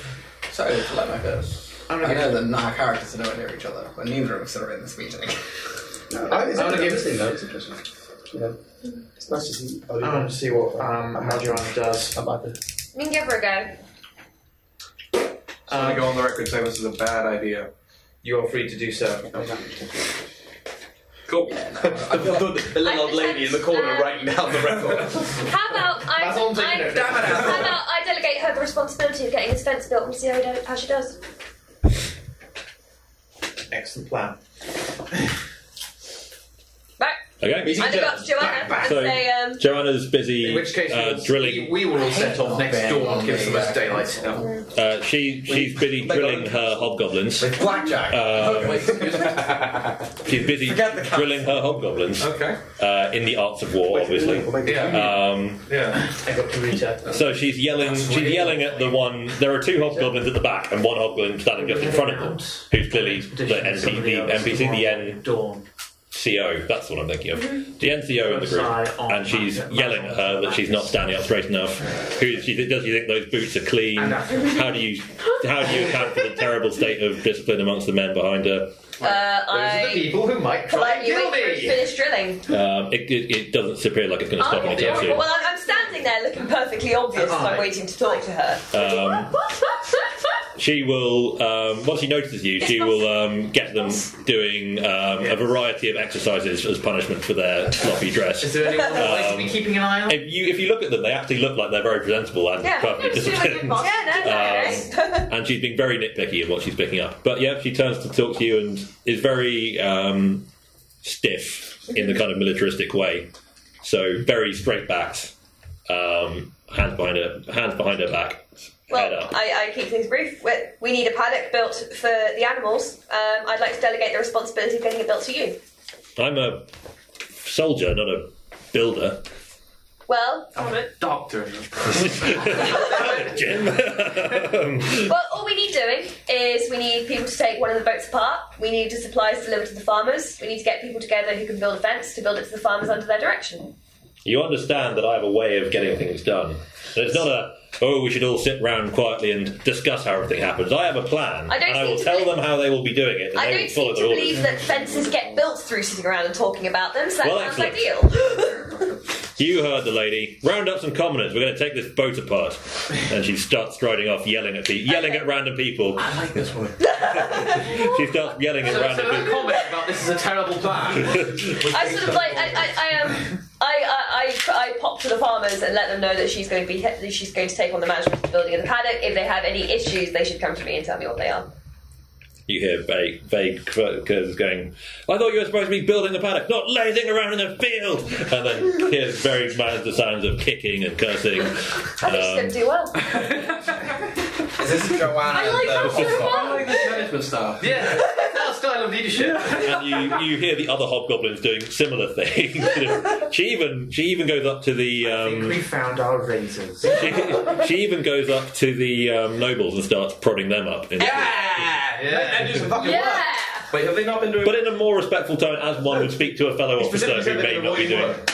So, let my goes. I know that our characters are nowhere near each other, but neither of us are in this meeting. I, it's I wanna interesting, give- though. It's interesting. Yeah. It's nice to see. Oh, I want to see what um, Hadron does. I'm happy. We can give her a go. So I'm gonna Uh, go on the record saying this is a bad idea. You are free to do so. Cool. I feel good. The I little old just lady in the had- corner uh, writing down the record. How about I? That's on I- Tinder. Damn it, how Adam. about I delegate her the responsibility of getting this fence built and see how, do- how she does? Excellent plan. Right. Okay. I look up to Joanna and So- say, uh, um, Joanna's busy In which case, uh, we'll, drilling. We, we will all set off next Ben door on and give us the the, most uh, daylight. Uh, she she's busy drilling her hobgoblins. Uh, With blackjack. She's busy Forget the cast. drilling her hobgoblins Okay. uh, in the arts of war, obviously. Yeah. Um, Yeah. I got to reach out. so she's yelling. She's yelling at the one. There are two hobgoblins at the back and one hobgoblin standing just in front of them, who's clearly the NPC, Somebody the else NPC, the tomorrow N Dawn. CO, that's what I'm thinking of. The NCO in the Side group, on and she's Matt- yelling at her that she's not standing up straight enough. Who she th- does she think those boots are clean? How do you how do you account for the terrible state of discipline amongst the men behind her? uh, Those are the I people who might try and politely kill wait for her to me. finish drilling. Um, it, it, it doesn't appear like it's going to stop Oh, anytime soon. well, I'm, I'm standing there looking perfectly obvious as Uh-huh. I'm waiting to talk to her. Um, she will um, once she notices you, she will um, get them doing um, a variety of exercises as punishment for their sloppy dress. Is there anyone else Um, to be keeping an eye on? If you if you look at them, they actually look like they're very presentable and Yeah. perfectly Yeah, she looks like a disciplined. boss. yeah, no, no, no. and she's being very nitpicky in what she's picking up. But yeah, she turns to talk to you and is very um, stiff in the kind of militaristic way. So very straight backed, um, hands behind her, hands behind her back, head Well, up. I, I keep things brief. We- We need a paddock built for the animals. Um, I'd like to delegate the responsibility of getting it built to you. I'm a soldier, not a builder. Well, Doctor. Jim. well, all we need doing is we need people to take one of the boats apart. We need the supplies delivered to the farmers. We need to get people together who can build a fence to build it to the farmers under their direction. you understand that I have a way of getting things done. And it's not a oh we should all sit round quietly and discuss how everything happens. I have a plan, I don't and I seem will to tell believe- them how they will be doing it, and I they don't will follow seem to their orders. believe that fences get built through sitting around and talking about them, so that Well, sounds excellent. ideal. You heard the lady. Round up some commoners. We're going to take this boat apart. And she starts striding off, yelling at pe- yelling at random people. I like this one. She starts yelling at So, so random that people. comment about this is a terrible plan. I sort of like I I, I um I, I I I pop to the farmers and let them know that she's going to be that she's going to take on the management of the building and the paddock. If they have any issues, they should come to me and tell me what they are. You hear vague, vague quirkers going, I thought you were supposed to be building the paddock, not lazing around in the field. And then here's very mad the sounds of kicking and cursing. I think she's Um, going to do well. Is this Joanna? I like the- that so I like well. this management stuff. yeah, that's our style of leadership. and you, you hear the other hobgoblins doing similar things. You know, she even she even goes up to the um, we found our razors. she, she even goes up to the um, nobles and starts prodding them up. In- Yeah. do some fucking Yeah. Wait, have they not been doing? But in a more respectful tone, as one would speak to a fellow officer specifically who may said that not be they're doing, avoiding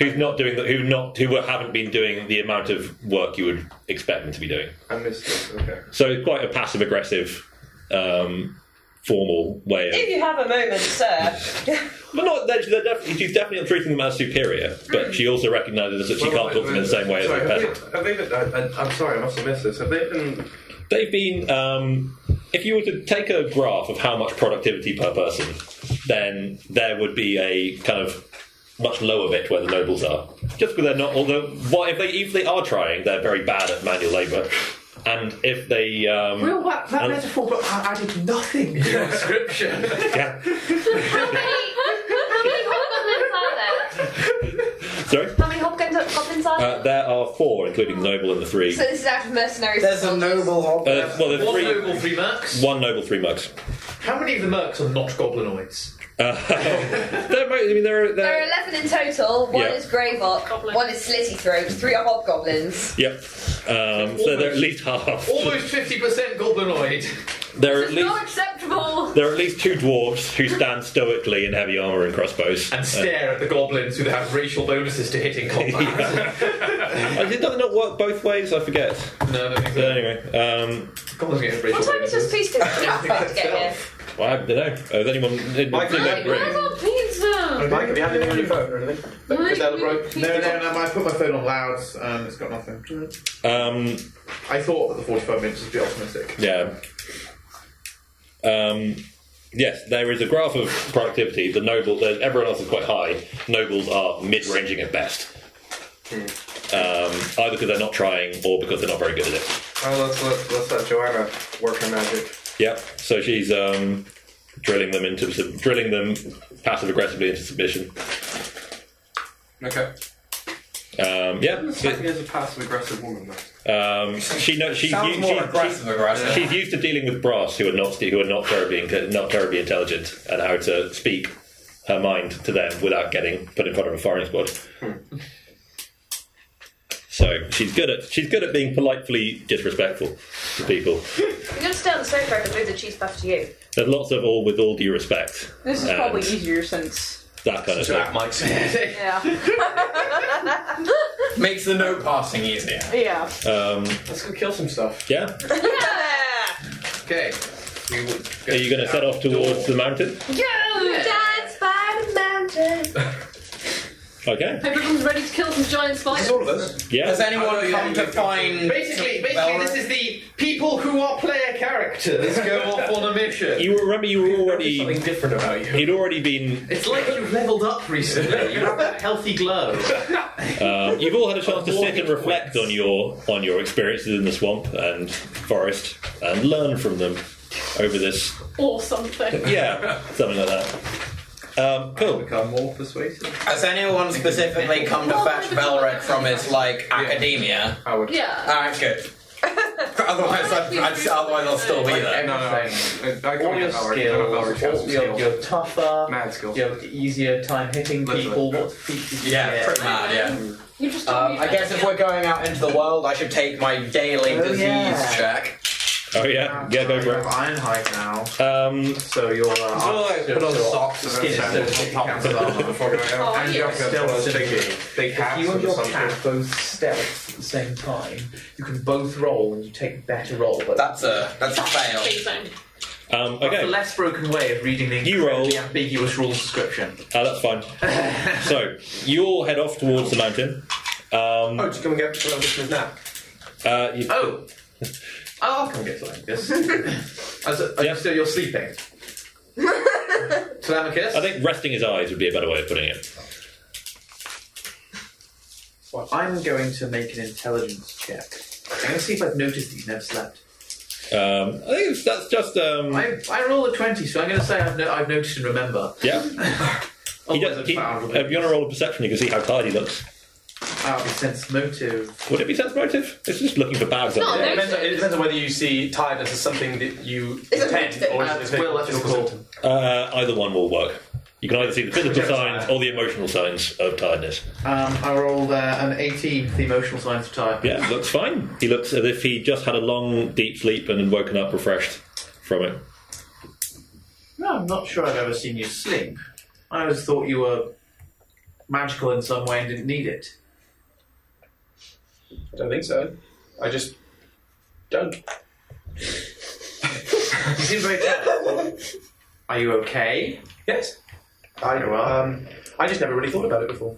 who's not doing that, who not who haven't been doing the amount of work you would expect them to be doing. I missed this. Okay. So it's quite a passive aggressive, um, formal way of. If you have a moment, sir. But not they're, they're definitely, she's definitely treating them as superior, but she also recognises that she can't talk to them in the same way as Mm. sorry, a have peasant. they- Have they been, I, I, I'm sorry, I must have missed this. Have they been? They've been, um, if you were to take a graph of how much productivity per person, then there would be a kind of much lower bit where the nobles are. Just because they're not, although, what if they if they are trying, they're very bad at manual labour. and if they um, Real that, that and- metaphor, but I added nothing. Yeah. Description. yeah. How many, how many hobgoblins are there? Sorry. How many hobgoblins are there? Uh, there are four, including the noble and the three. so this is out of mercenaries. a noble hobbit. Uh, well, there's One three. noble, three mercs. One noble, three mugs. How many of the mercs are not goblinoids? Uh, there might- I mean, there are. There are There, eleven in total. One Yeah. is Greyvok, one is Slitty Throat, three are hobgoblins. yep. Um, so they're at least half. Almost 50% goblinoid. There are at least. Not acceptable. There are at least two dwarves who stand stoically in heavy armour and crossbows. And stare at the goblins who have racial bonuses to hitting combat. Uh, did that not work both ways? I forget. no, I don't But think so. anyway, um, Goblins get racial What time is bonuses. this piece to to get here? well, I don't know. Has anyone? Did, Mike, did Mike, that I ring? got pizza. Mike, have you had anything on your phone or anything? Hmm. Because they'll break- No, no, no. I put my phone on loud. Um, it's got nothing. Um, I thought that the 45 minutes would be optimistic. Yeah. Um, yes, there is a graph of productivity. The noble, the, everyone else is quite high. Nobles are mid-ranging at best, um, either because they're not trying or because they're not very good at it. Well, Oh, let's, let let's let Joanna work her magic. Yep. So she's um, drilling them into sub- drilling them passive aggressively into submission. Okay. Um, yeah. I think there's a passive aggressive woman though. Um, she knows. She's, Sounds u- more she- aggressive, she- aggressive. she's used to dealing with brass who are not who are not terribly inc- not terribly intelligent and how to speak her mind to them without getting put in front of a firing squad. Hmm. So she's good at she's good at being politely disrespectful to people. You're gonna stay on the sofa and move the cheese puff to you. There's lots of all with all due respect. This is and probably easier since. that kind of So thing. that Mike's Yeah. makes the note passing easier. Yeah. Um, Let's go kill some stuff. yeah. Okay. We will go Are you going to set off towards the mountain? Dance by the mountain. Okay. Hope everyone's ready to kill some giant spiders. All of us. Has Yeah. anyone come to find? Basically, basically, this is the people who are player characters go off on a mission. You remember you were already something different about you. you'd already been It's like you've leveled up recently. You have that healthy glow. Um, you've all had a chance to sit and reflect on your on your experiences in the swamp and forest and learn from them over this. Or something. Yeah, something like that. Um, cool. Become more persuasive. Has anyone specifically come to fetch Belric from his like academia? I would. Yeah. All right, good. otherwise, I'd, I'd, otherwise I'll still be there. No, no, no. I, I All can't your get Valric. I don't have Valric's skills, council all your, skills. your tougher, Mad skills. your easier time hitting Literally. people. What feats did you Yeah, get? pretty mad. Yeah. You just told Um, me I guess if we're going out into the world, I should take my daily disease yeah. check. Oh yeah, yeah, go You for have Ironhide now, it. Um, so you're. Uh, Put on socks So that's skin is sandals, still top kicking sandals before going out. Oh, And you have to Still have those sitting. big, big If hats you and or your something. cat both stealth at the same time, you can both roll and you take a better roll. But That's a that's a fail. amazing. um, that's a okay, uh, less broken way of reading the You incredibly roll. ambiguous rules description. Ah, that's fine. So you all head off towards the mountain. Um, Oh, just come and get some of now. uh, you, Oh! I'll Oh, come get something. Yes. Oh, As a, Yeah. So you're sleeping. Telemachus? I think resting his eyes would be a better way of putting it. Well, I'm going to make an intelligence check. I'm going to see if I've noticed that you've never slept. Um, I think it's, that's just um, I, I roll a 20, so I'm going to say I've, no, I've noticed and remember. yeah. He Otherwise, does, he, I'd found if you want to roll a perception, you can see how tired he looks. That would be sense motive. Would it be sense motive? It's just looking for bags. It's up not there. a It depends, on, it depends on whether you see tiredness as something that you It's a intend symptom. or is Uh, it just well, that's just a your call. symptom. Uh, either one will work. You can either see the physical signs or the emotional signs of tiredness. Um, I rolled uh, an 18 for the emotional signs of type. Yeah, looks fine. He looks as if he just had a long, deep sleep and had woken up refreshed from it. No, I'm not sure I've ever seen you sleep. I always thought you were magical in some way and didn't need it. I don't think so. I just don't. You seem very tired. Are you okay? Yes. I Very well. um, I just never really thought about it before.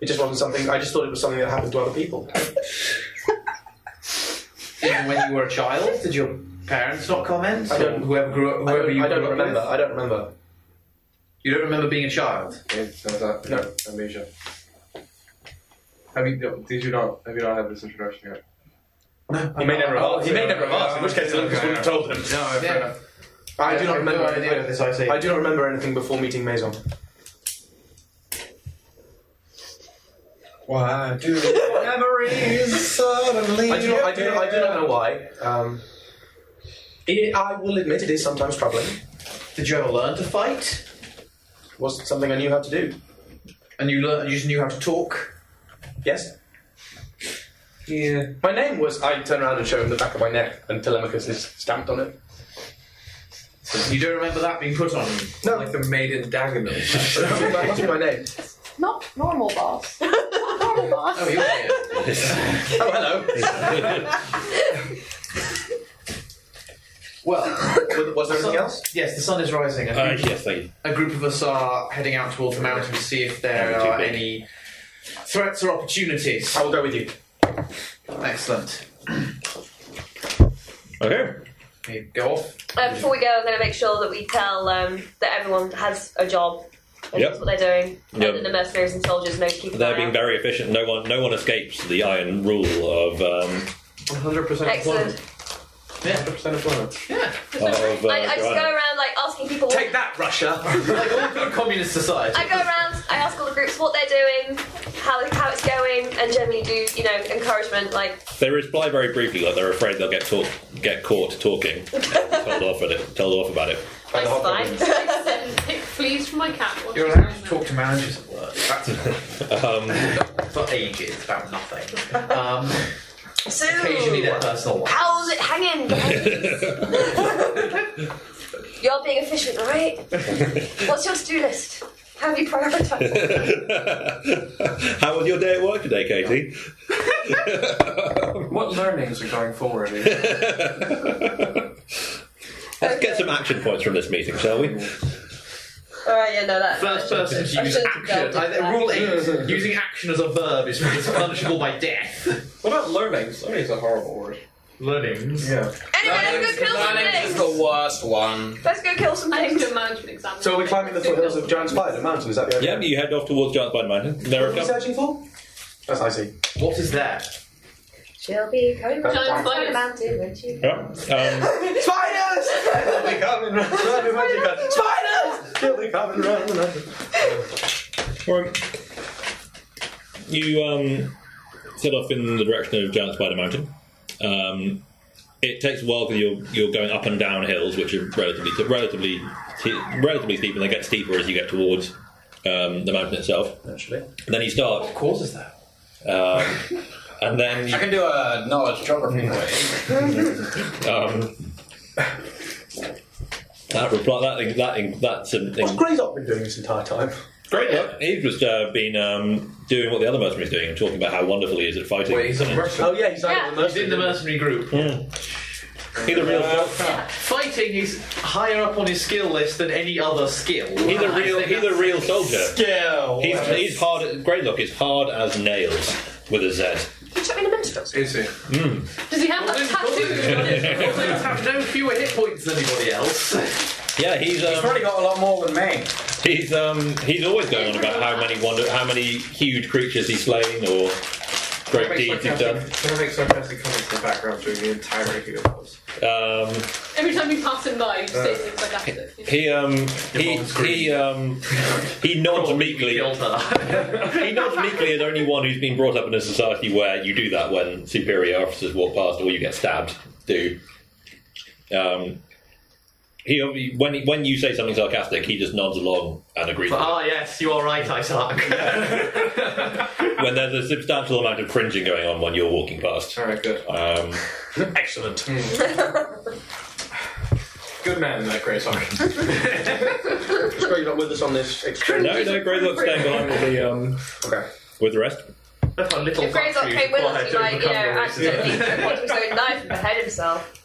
It just wasn't something. I just thought it was something that happened to other people. Even when you were a child, did your parents not comment? I don't- Or whoever grew up, I whoever don't, you I don't grew up remember. with? I don't remember. You don't remember being a child. It sounds like No. amnesia. Have you, no, did you not, have you not had this introduction yet? He may never have asked. Oh, He may never have asked, in which case uh, Olympus wouldn't have told him. No, fair enough. I Yeah, do not I've no remember idea of this, I, I see. do not remember anything before meeting Maison. Why do memories suddenly? I do not, I do not, I do not know why. Um, it, I will admit it is sometimes troubling. Did you ever learn to fight? Was it something I knew how to do? And you learned, you just knew how to talk. Yes. Yeah. My name was. I turn around and show him the back of my neck, and Telemachus is stamped on it. You don't remember that being put on you? No. Like the maiden dagger mill. that must be my name. Not normal boss. Not normal boss. Oh, you're here. oh, hello. Well, was, was there anything else? Yes, the sun is rising. and Uh, yes, thank you. A group of us are heading out towards the mountain to see if there are any threats or opportunities. I will go with you. Excellent. Okay. Okay, go off. Uh, before we go, I'm going to make sure that we tell um, that everyone has a job and Yep. knows what they're doing, Yep. and that the mercenaries and soldiers know to keep an They're eye being out. very efficient. No one, no one escapes the iron rule of um, 100% Excellent. Yeah, 100% employment. of uh, I, I just go Joanna. around like asking people. Take that, Russia. like all good communist society. I go around, I ask all the groups what they're doing, how, how it's going, and generally do, you know, encouragement. Like, They reply very briefly, like they're afraid they'll get talk, get caught talking. and told off at it. Told off about it. That's fine. I send pick fleas from my cat. You're allowed to talk to managers at work. That's Um. for ages about nothing. Um, so, occasionally their personal life. how's it hanging? guys?" You're being efficient, all right? What's your to-do list? How have you prioritised? How was your day at work today, Katie? What learnings are going forward? Is Let's get some action points from this meeting, shall we? all right, yeah, no, that. First person to use action. I, think rule eight: using action as a verb is is punishable by death. what about learnings? Learnings is a horrible word. Learnings. Yeah. Anyway, let's go kill some Learnings things. is the worst one. Let's go kill some I need things. to do a management exam. So are we climbing the foothills of Giant Spider Mountain? Is that the idea? Yeah, you head off towards Giant Spider Mountain. There are What are a we couple. searching for? That's I see. What is there? She'll be coming back Giant down the spiders. mountain, won't you? Yeah. Um, Spiders! They'll be coming round. They'll be magic guns. Spiders! They'll be coming round. alright. you um, set off in the direction of Giant Spider Mountain. Um, it takes a while because you're you're going up and down hills, which are relatively relatively relatively steep, and they get steeper as you get towards um, the mountain itself. Actually, And then you start, What causes that? um, and then you I can do a knowledge geography quiz. Um, that reply, that thing, that thing, that's a what's thing. Greylock been doing this entire time? Great look. He's just uh, been um, doing what the other mercenary's doing and talking about how wonderful he is at fighting. Wait, he's a merchant. Oh yeah, he's like Yeah. the He's in the mercenary group. He's a real, Fighting is higher up on his skill list than any other skill. he's a I real, think he's a that's- real soldier. Skill. He's, he's hard. Great look. He's hard as nails with a Z. You chuck me in a minstrel's. Is he? Does he have that tattoo? on his- Also, you have no fewer hit points than anybody else. Yeah, he's He's um, already got a lot more than me. he's um, he's always going on about how many wonder, how many huge creatures he's slain or great deeds he's done. Can I make sarcastic comments in the background during the entire video pause? Um, Every time you pass him by, you say things like that. He um he he um he nods meekly. Killed her. He nods meekly as only one who's been brought up in a society where you do that when superior officers walk past or you get stabbed. Do. Um, he obvi- when he- when you say something sarcastic, he just nods along and agrees. with it. ah, yes, you are right, I suck. When there's a substantial amount of cringing going on when you're walking past. Alright, good. Um, Excellent. Good man in that grey sock. Is Greylock with us on this exchange? no, no, Grey looks staying behind with the um, Okay. with the rest. That's a little If Grey's not factory came with us, required he to might, you know, overcome the accidentally racism. take his own knife and behead himself.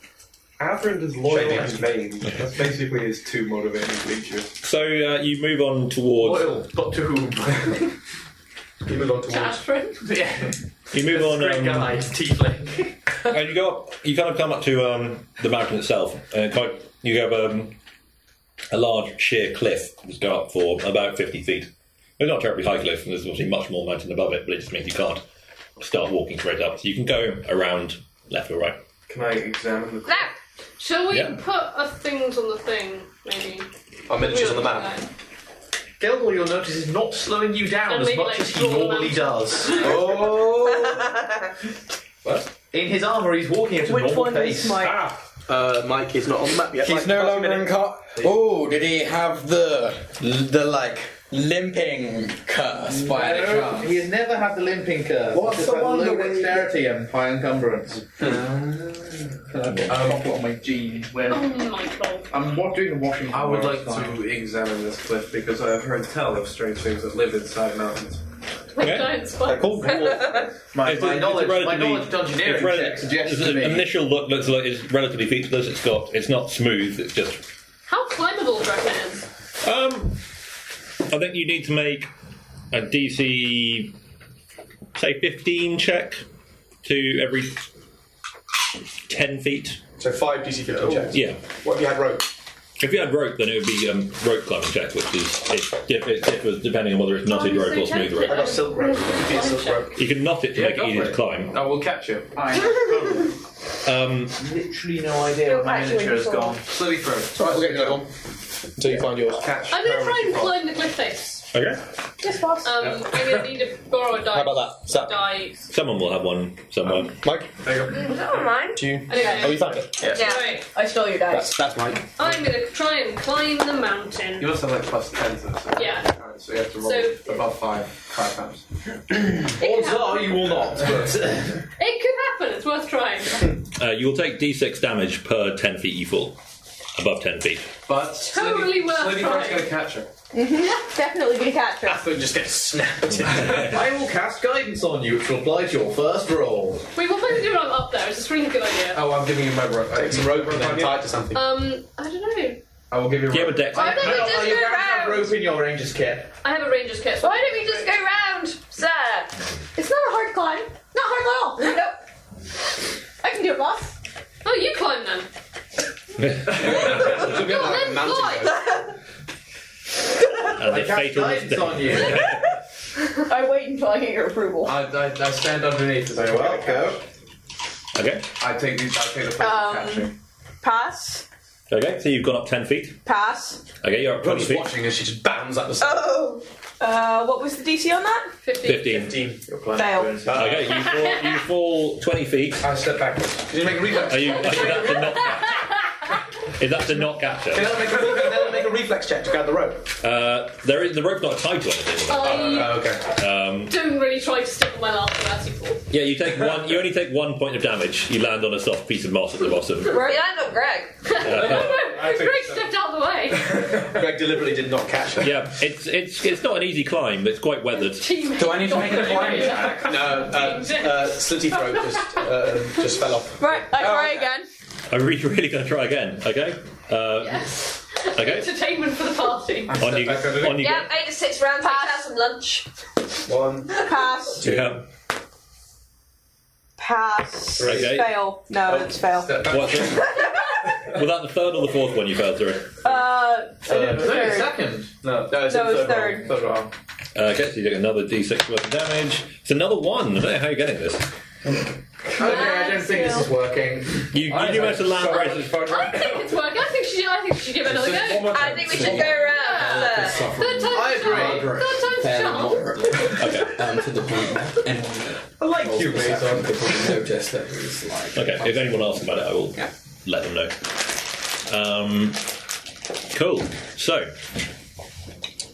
Averand is loyal Shady. and vain. That's basically his two motivating features. So uh, you move on towards Loyal, but to whom? You move on To towards. Ashford. yeah. you move on Great um, guy, tiefling. and you go up, you kind of come up to um, the mountain itself, and quite, you have um, a large sheer cliff that's gone up for about 50 feet. It's not a terribly high cliff, and there's obviously much more mountain above it, but it just means you can't start walking straight up. So you can go around left or right. Can I examine the? Now, shall we Yeah. put uh, things on the thing, maybe? Our miniatures on the map. Gilmore, you'll notice, is not slowing you down And as maybe, much like, as he draw them normally out. does. Oh. What? In his armour, he's walking at a normal pace. Ah. Uh, Mike is not on the map yet. He's Mike, no last longer minute. in car. Oh, did he have the the like limping curse by any No, chance? he has never had the limping curve. What's He's the had one low that we- dexterity and high encumbrance. Can I put chocolate on my jeans? When Oh my god. I'm wa- doing the washing. I would like tomorrow, to examine this cliff because I have heard tell of strange things that live inside mountains. Giant spikes. My, It's- my it's knowledge, my relatively- knowledge dungeoneering it's rel- check suggests the to me. initial look looks like it's relatively featureless. It's got it's not smooth. It's just How climbable do you reckon it is? Um, I think you need to make a DC, say, 15 check to every 10 feet. So five DC Oh. 15 checks. Yeah. What have you had rope? If you had rope, then it would be um, rope climbing check, which is it, diff- it differs depending on whether it's knotted rope or smooth rope. silk rope. silk rope. You can knot it to make it easier to climb. I will catch you. Um, Literally no idea where my Actually, miniature has before. gone. Slowly through. All right, we'll get another one. Until you find yours. Catch. I'm gonna try Priority and climb the cliff face. okay. Just fast. Um, I'm gonna need to borrow a die. How about that? Is that Die. Someone will have one somewhere. Um. Mike? Is that on mine? Do you? Anyway. Oh, you found it. Yes. Yeah. Right, I stole your dice. That's, that's Mike. I'm gonna try and climb the You mountain. must have like plus ten to this. right? Yeah. Alright, so you have to roll So- above five five times. Odds are you will not. But It could happen, it's worth trying. Uh, you will take d6 damage per 10 feet you fall. Above 10 feet. But slowly, Totally worth slowly Frank's trying. gonna catch her. Definitely gonna catch her. Athlon just gets snapped. I will cast guidance on you, which will apply to your first roll. Wait, what am I do when I'm up there? Is this really a good idea? Oh, I'm giving you my rope. Take some rope and then tie it to something. Um, I don't know. I will give you. Do you have rope. a dex? Why don't we Hang on, just are you go going to have round? rope in your ranger's kit? I have a ranger's kit. So Why don't we just go round, sir? It's not a hard climb. Not hard at all. Nope. I can do it, boss. Oh, you climb then. Go on, then fly. And Uh, the I cast fatal guidance mistake. on you. I wait until I get your approval. I, I, I stand underneath. As Very well, go. Okay. I take the I take the place Um, of catching. Pass. Okay, so you've gone up 10 feet. Pass. Okay, you're up I'm 20 just feet. watching as she just bounds up the side. Oh. Uh, what was the DC on that? 15. 15. Your plan Fail. burns. Okay, you fall, you fall 20 feet. I step backwards. Did you make a reflex? Are you, is that to not, is that to not capture? Can I make a reflex? Then I'll make a reflex check to grab the rope. Uh, there is, the rope's not tied to anything. I Oh, Uh, okay. Um, don't really try to stick with my last vertical. yeah, you take one. You only take one point of damage. You land on a soft piece of moss at the bottom. We land on Greg. I think Greg so. stepped out of the way. Greg deliberately did not catch her. Yeah, it's it's it's not an easy climb. It's quite weathered. Team. Do I need to make a climb check? No, uh, uh, slitty throat just uh, just fell off. Right, I try okay. again. Are we really going to try again? Okay. Uh, Yes. okay. Entertainment for the party. On you. On you. Yeah, Go. eight to six rounds. Let's have some lunch. One, Pass. Yeah. Pass. Okay. Fail. No, it's fail. Step back. What's it? Was that the third or the fourth one you fell through? Uh, third. No, Third. second. No. No, it's No, in it's third. third. roll. That's wrong. Uh, okay, so you take another d6 worth of damage. It's another one. I don't know how you're getting this. Okay, I don't think this is working. You, you do manage to land right. I think it's working. I think she. I think she should give it another Just one go. more I time. think we should go Uh, round, sir. Third time's I the charm. agree. Third time's the Uh, Fairly charm. moderately. Okay. Um, to the point and I like you, some people noticed that it was like Okay, if anyone asks about it, I will Yeah. let them know. Um, cool. So,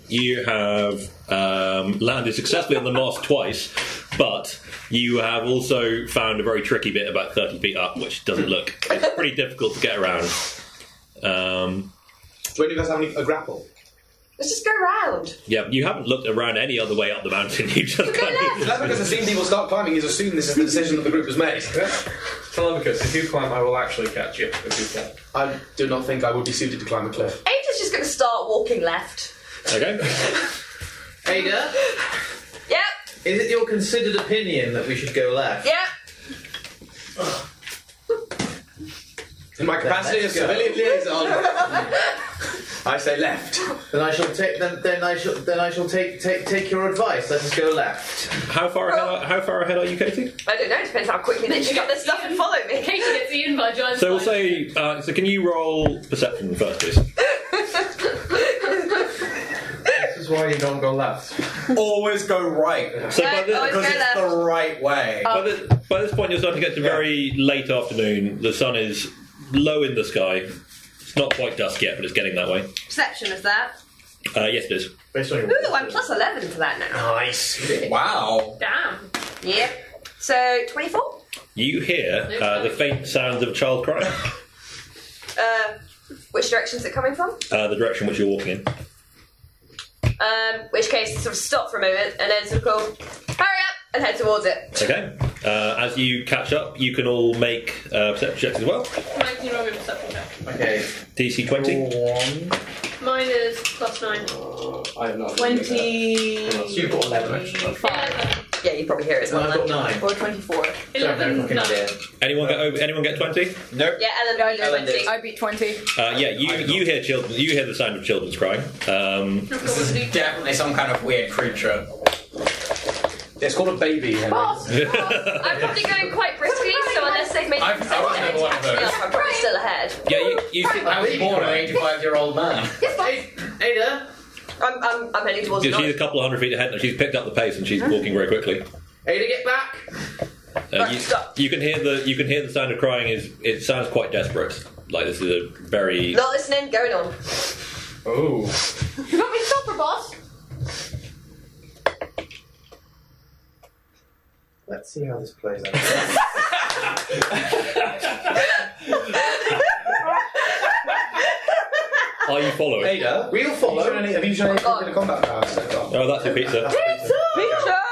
you have um, landed successfully on the moss twice, but you have also found a very tricky bit about 30 feet up, which doesn't look. It's pretty difficult to get around. Um, Do any of us have any, a grapple? Let's just go round. yeah, you haven't looked around any other way up the mountain. You just Go kind of. left. That's because I've seen people start climbing. He's assumed this is the decision that the group has made. Telemachus, if you climb, I will actually catch you. If you climb. I do not think I would be suited to climb a cliff. Eight is just going to start walking left. Okay. Ada, Yep. is it your considered opinion that we should go left? Yep. In my capacity as let's go. civilian liaison, I say left. Then I shall take. Then, then I shall. Then I shall take take take your advice. Let us go left. How far ahead? Are, how far ahead are you, Katie? I don't know. It depends how quickly they pick up their stuff and follow me. Katie gets eaten by giant So we'll say. Uh, so can you roll perception first, please? This is why you don't go left. Always go right. So by this, Because it's the right way. Oh. by, this, by this point, you're starting to get to very late afternoon. The sun is low in the sky. It's not quite dusk yet, but it's getting that way. Perception is that. Uh, yes, it is. Based on Ooh, I'm plus 11 to that now. Nice. Wow. Damn. Yep. So, 24? You hear uh, the faint sounds of a child crying, Uh, which direction is it coming from? uh, the direction which you're walking in. Um, which case, sort of stop for a moment and then sort of go, hurry up and head towards it. Okay. Uh, as you catch up, you can all make uh, perception checks as well. Mine can roll me a perception check. Okay. DC 20. Mine is plus 9. I have not. Twenty. you got eleven. Actually. Yeah, you probably hear it as well. I've got nine. Or twenty-four. Anyone get over? Anyone get twenty? Nope. Yeah, Ellen, I Ellen 20. I beat twenty. Uh, yeah, you you hear children. You hear the sound of children's crying. Um, This is definitely some kind of weird creature. It's called a baby. Boss! Oh, I'm probably going quite briskly, so unless they've made a I've- I was perception never one of check to catch me those. up, I'm probably still ahead. yeah, you, you I was born an 85 year old man. Ada. I'm, I'm, I'm heading towards the she's door. a couple of hundred feet ahead, and she's picked up the pace, and Mm-hmm. she's walking very quickly. Ada, get back. Uh, you, you can hear the you can hear the sound of crying. Is it sounds quite desperate. Like this is a very Not listening, going on. oh. You got me to stop her, boss. Let's see how this plays out. Are you following? Ada, we'll follow. Have you shown any, have you shown Oh, any bit of combat power so far? Oh, that's your pizza.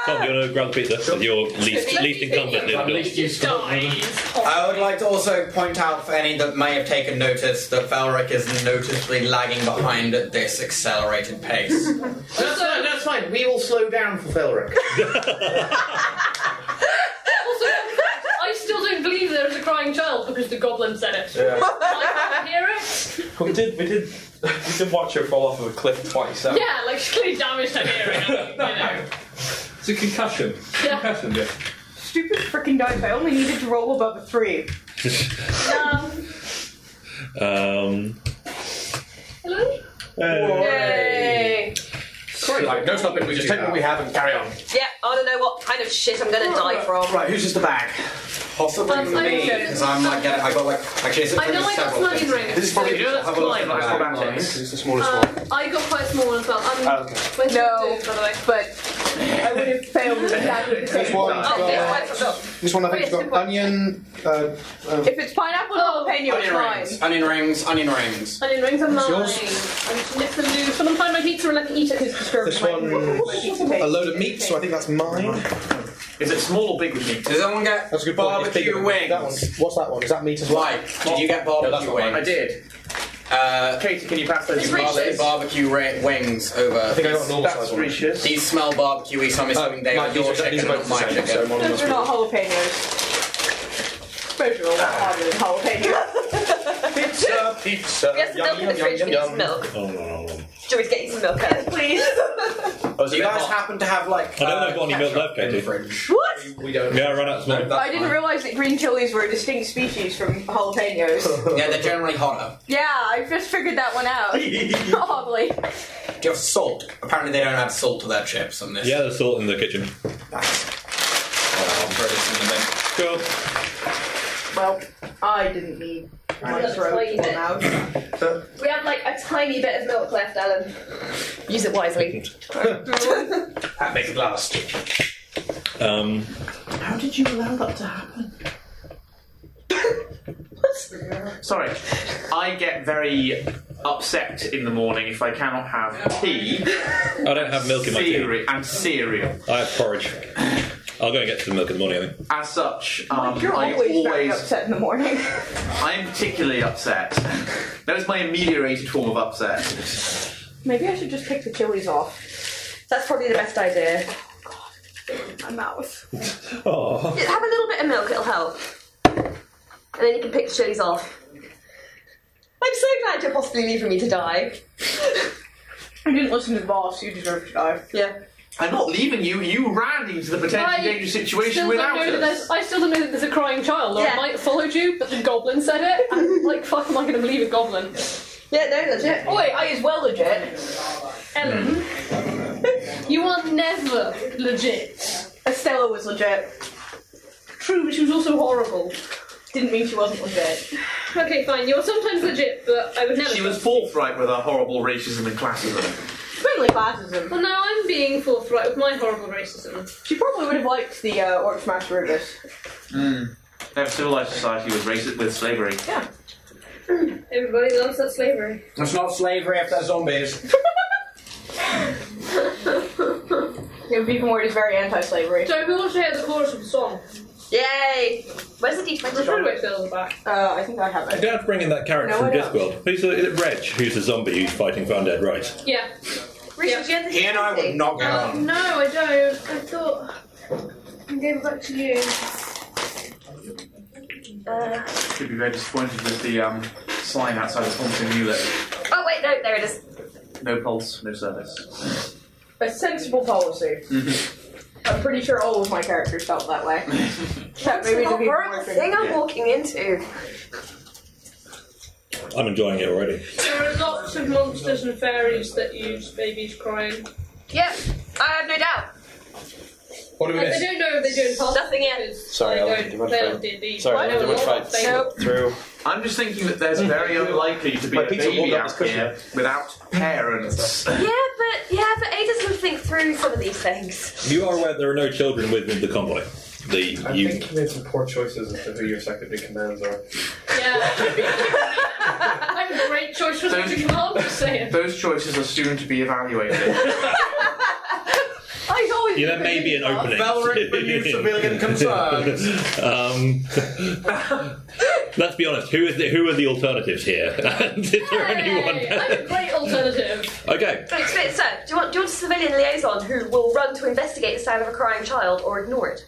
Tom, do you want to grab the pizza? Your least least incumbent. individual. I would like to also point out for any that may have taken notice that Valric is noticeably lagging behind at this accelerated pace. That's fine. That's fine. We will slow down for Felric. Also, I still don't believe there is a crying child because the goblin said it. Yeah. I can't hear it. we did. We did. We did watch her fall off of a cliff twice. haven't we? Yeah, like she's clearly damaged her hearing. You know. It's a concussion. Concussion. Yeah. Stupid freaking dice. I only needed to roll above a three. Um, Um, hello? Yay! Sorry, like, no stopping, we just take what we have and carry on. Yeah, I don't know what kind of shit I'm gonna die from. Right, who's just the bag? Possibly Um, I me, don't know. because I'm like, getting, I got like, actually, it's I know I got several slime things. ring. This is probably You know that's have a look climb, at the that's bag. climb. It's the smallest one. Oh, Um, I got quite small as well. Um, okay. where's No. your dude, by the way? But I would have failed exactly the This same. one's Oh, yeah, I got, forgot. this one I think's Wait, it's got onion, uh, uh, If it's pineapple or jalapeno, it's Onion rings, mine. onion rings, onion rings. Oh, Onion rings are mine. I'm yours? just nip them loose. Someone find my pizza and let me eat it because disturbed this my- one, my pizza a taste. load of meat, so I think that's mine. Is it small or big with meat? Does anyone get That's a good point. it's bigger barbecue than- wings? That one's, what's that one? Is that meat as well? Mike, did you get barbecue wings? I did. Uh, Katie, can you pass those? you to me? barbe- barbecue ra- wings over. I think I got an all That's size one. Reaches. These smell barbecue so I'm assuming they are Mike, these your are- chicken, these are not both the my same, so chicken. mine Those must are be- not jalapenos. Those are all Ah. harder than jalapenos. Pizza, pizza. Yes, the yum, milk in the yum, fridge. yum, We need some yum. milk. oh, no, no, no. Do we get you some milk? Ellen? Please. Oh, is Do it you guys hot? happen to have like? I don't know if uh, I've got any milk ketchup left, in the Katie. fridge? What? We don't. Yeah, I ran out of smoke. I didn't realise that green chilies were a distinct species from jalapenos. Yeah, they're generally hotter. yeah, I just figured that one out. Oh, Probably. Do you have salt? Apparently, they don't add salt to their chips on this. Yeah, there's salt in the kitchen. Oh, I'll throw this in the bin. Cool. Well, I didn't need my That's throat why you full did. now. We have like a tiny bit of milk left, Alan. Use it wisely. That makes it last. Um, How did you allow that to happen? Sorry, I get very upset in the morning if I cannot have tea, I don't have milk in my tea. cere- and cereal. I have porridge. I'll go and get some milk in the morning. I think. As such, um, You're I always, very always upset in the morning. I am particularly upset. That is my ameliorated form of upset. Maybe I should just take the chilies off. Oh, That's probably the best idea. My mouth. Oh, Just have a little bit of milk, it'll help. And then you can pick the chilies off. I'm so glad you're possibly leaving me to die. I didn't listen to the boss. You deserve to die. Yeah. I'm not leaving you. You ran into the potentially I dangerous still situation don't without know that us. there's- I still don't know that there's a crying child, or Yeah. it might have followed you, but the goblin said it. And, like, fuck, am I going to believe a goblin? Yeah, no, that's it. Oh, wait, I is well legit. Ellen, you are never legit. Estella was legit. True, but she was also horrible. Didn't mean she wasn't legit. Okay, fine. You're sometimes legit, but I would never. She was forthright with her horrible racism and classism. Friendly classism. Well, now I'm being forthright with my horrible racism. She probably would have liked the uh, Orc Smash Rubus. Their civilized society was racist with slavery. Everybody loves that slavery. That's not slavery if they're zombies. Yeah, Beacon Ward is very anti-slavery. So we want to hear the chorus of the song. Yay! Where's the The d20 freeway fills are back. Uh, I think I have I it. do have to bring in that character No, from I don't. Discworld. Who's the, is it Reg, who's the zombie who's fighting for undead rights? Yeah. Richard, do you have the He and I would not get Uh, on. no, I don't. I thought I gave it back to you. Uh, Should be very disappointed with the um, slime outside the Thornton Mulet. oh, wait, no, there it is. No pulse, no service. A sensible policy. Mm-hmm. I'm pretty sure all of my characters felt that way. Except maybe the What Beacon horrible Ward thing thing. I'm walking into. I'm enjoying it already. There are lots of monsters and fairies that use babies crying. Yep, I have no doubt. What do we Like, they miss? don't know if they're doing half. Nothing in. Sorry, I they went too don't. much They further. don't do these. Sorry, I I know went too much a lot of further. things. Through. I'm just thinking that there's very unlikely to be My a pizza baby walnut out is cushion. here without parents. Yeah, but yeah, but A doesn't think through some of these things. You are aware there are no children with the convoy. The I you think you made some poor choices as to who your secondary commands are. Yeah. I'm a great choice for such a mom. Just saying. Those choices are soon to be evaluated. I always Yeah, that may be an opening. Valeric, for you civilian concerns. um, let's be honest. Who is the, who are the alternatives here? And is there Hey, I'm a anyone? great alternative. okay. Right, so, so do you want do you want a civilian liaison who will run to investigate the sound of a crying child or ignore it?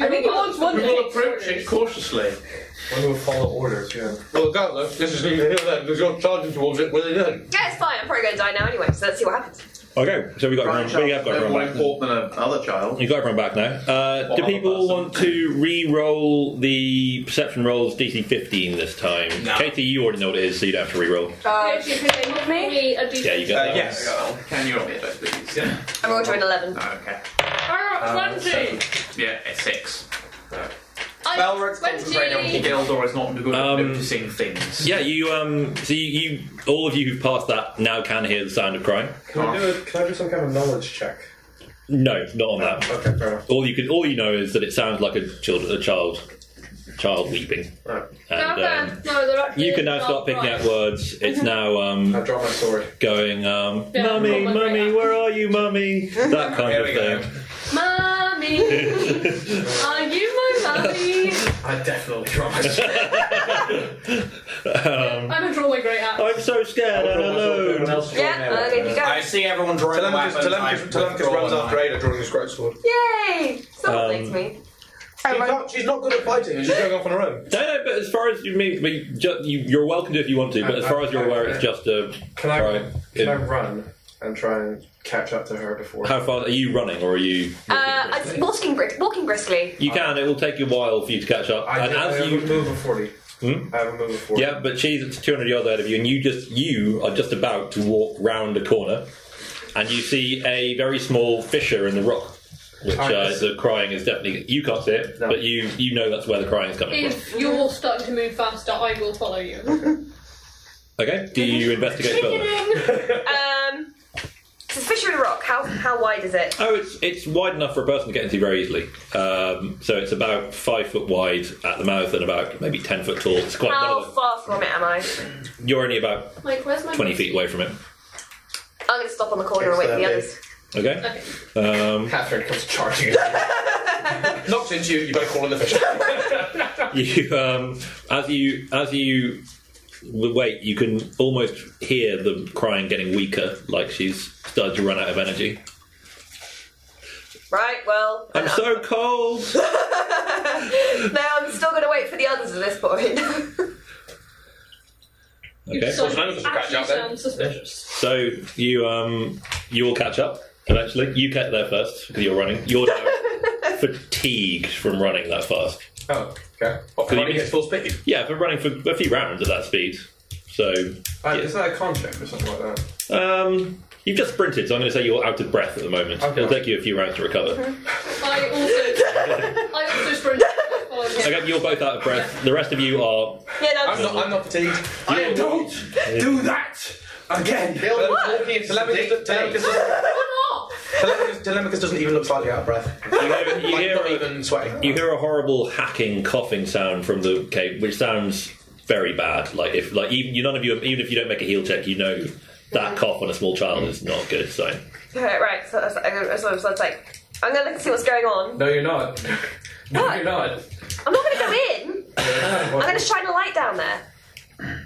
I think you want one We will day. approach it cautiously. One who will follow orders, yeah. Well, regardless, this is neither here nor there because you're charging towards it with a gun. Yeah, it's fine. I'm probably going to die now anyway. So let's see what happens. Okay. So we got Right, everyone, we have got no everyone more back. important than another uh, child. You got everyone back now. Uh, Well, do I'm a people person. want to re-roll the perception rolls DC 15 this time? No. Katie, you already know what it is, so you don't have to re-roll. Uh, If you could make me a Yeah, you decent. got Uh, that. yes. Can you roll me a dice, please? Yeah. I rolled to an eleven. Uh, Okay. I got 20. Yeah, it's six. I Valric's got concentrating on 20. Gildor is not good Um, at noticing things. Yeah, you. Um, so you, you, all of you who passed that now can hear the sound of crying. Can I do a, can I do some kind of knowledge check? No, not on that. Okay, fair enough. All you could, all you know is that it sounds like a child, a child, child weeping. Right. And um, no, they're actually you can now start picking out words. It's now I um, drop my sword. going, um, Yeah, mummy, I'm not like mummy, that. where are you, mummy? That kind Here of we thing. go. Mummy, are you my mummy? I definitely promise. I'm a draw my great hat. Um, I'm so scared and alone. Yeah, uh, there you go. I see everyone drawing the Telemachus, weapons. I've Telemachus, Telemachus withdrawn runs after mine. Ada drawing his greatsword. Yay! Someone thanks Um, me. She's not, she's not good at fighting, and she's going off on her own. No, no, but as far as you mean, I mean, ju- you, you're welcome to if you want to, but as far as you're aware, it's just a. Can I- Right. Can I run and try and catch up to her before? How far are you running, or are you? Uh, I, walking, brisk, walking briskly. You can. It will take you a while for you to catch up. I, and do- I as have you a move of forty. Hmm? I have a move of forty. Yeah, but she's 200 yards ahead of you, and you just you are just about to walk round a corner, and you see a very small fissure in the rock, which Oh, uh, yes. the crying is definitely. You can't see it, No. but you you know that's where the crying is coming from. If you're starting to move faster, I will follow you. Okay, do you investigate further? Um, it's a fissure in a rock. How how wide is it? Oh, it's it's wide enough for a person to get into very easily. Um, so it's about five foot wide at the mouth and about maybe ten foot tall. It's quite How one of far from it am I? the, You're only about Like, where's my twenty feet away from it. I'm going to stop on the corner and wait for the others. Okay. Okay. Um, Catherine comes charging at you. Knocks into you, you better call in the fish. you um, as you as you wait you can almost hear the crying getting weaker like she's started to run out of energy Right. Well, i'm so cold now I'm still going to wait for the others at this point. Okay. So actually sound suspicious. So you um you will catch up eventually. You get there first because you're running. You're now fatigued from running that fast. Oh, okay. What, So you running can- at full speed? Yeah, for running for a few rounds at that speed. So Uh, Is that a contract or something like that? um you've just sprinted, so I'm going to say you're out of breath at the moment. It'll take you a few rounds to recover. I also, I also sprinted. Okay, you're both out of breath. The rest of you are. Yeah, I'm not. I'm not fatigued. I don't do that again. Telemachus, Telemachus, Telemachus, Telemachus, Telemachus doesn't even look slightly out of breath. You hear, you hear a, sweating. You hear a horrible hacking, coughing sound from the cave, which sounds very bad. Like if, like even you, none of you, even if you don't make a heal check, you know that cough on a small child is not a good sign. Okay, right, so that's, I go- so it's like, I'm gonna look and see what's going on. No, you're not. No, you're not. I'm not gonna go in. I'm gonna shine a light down there.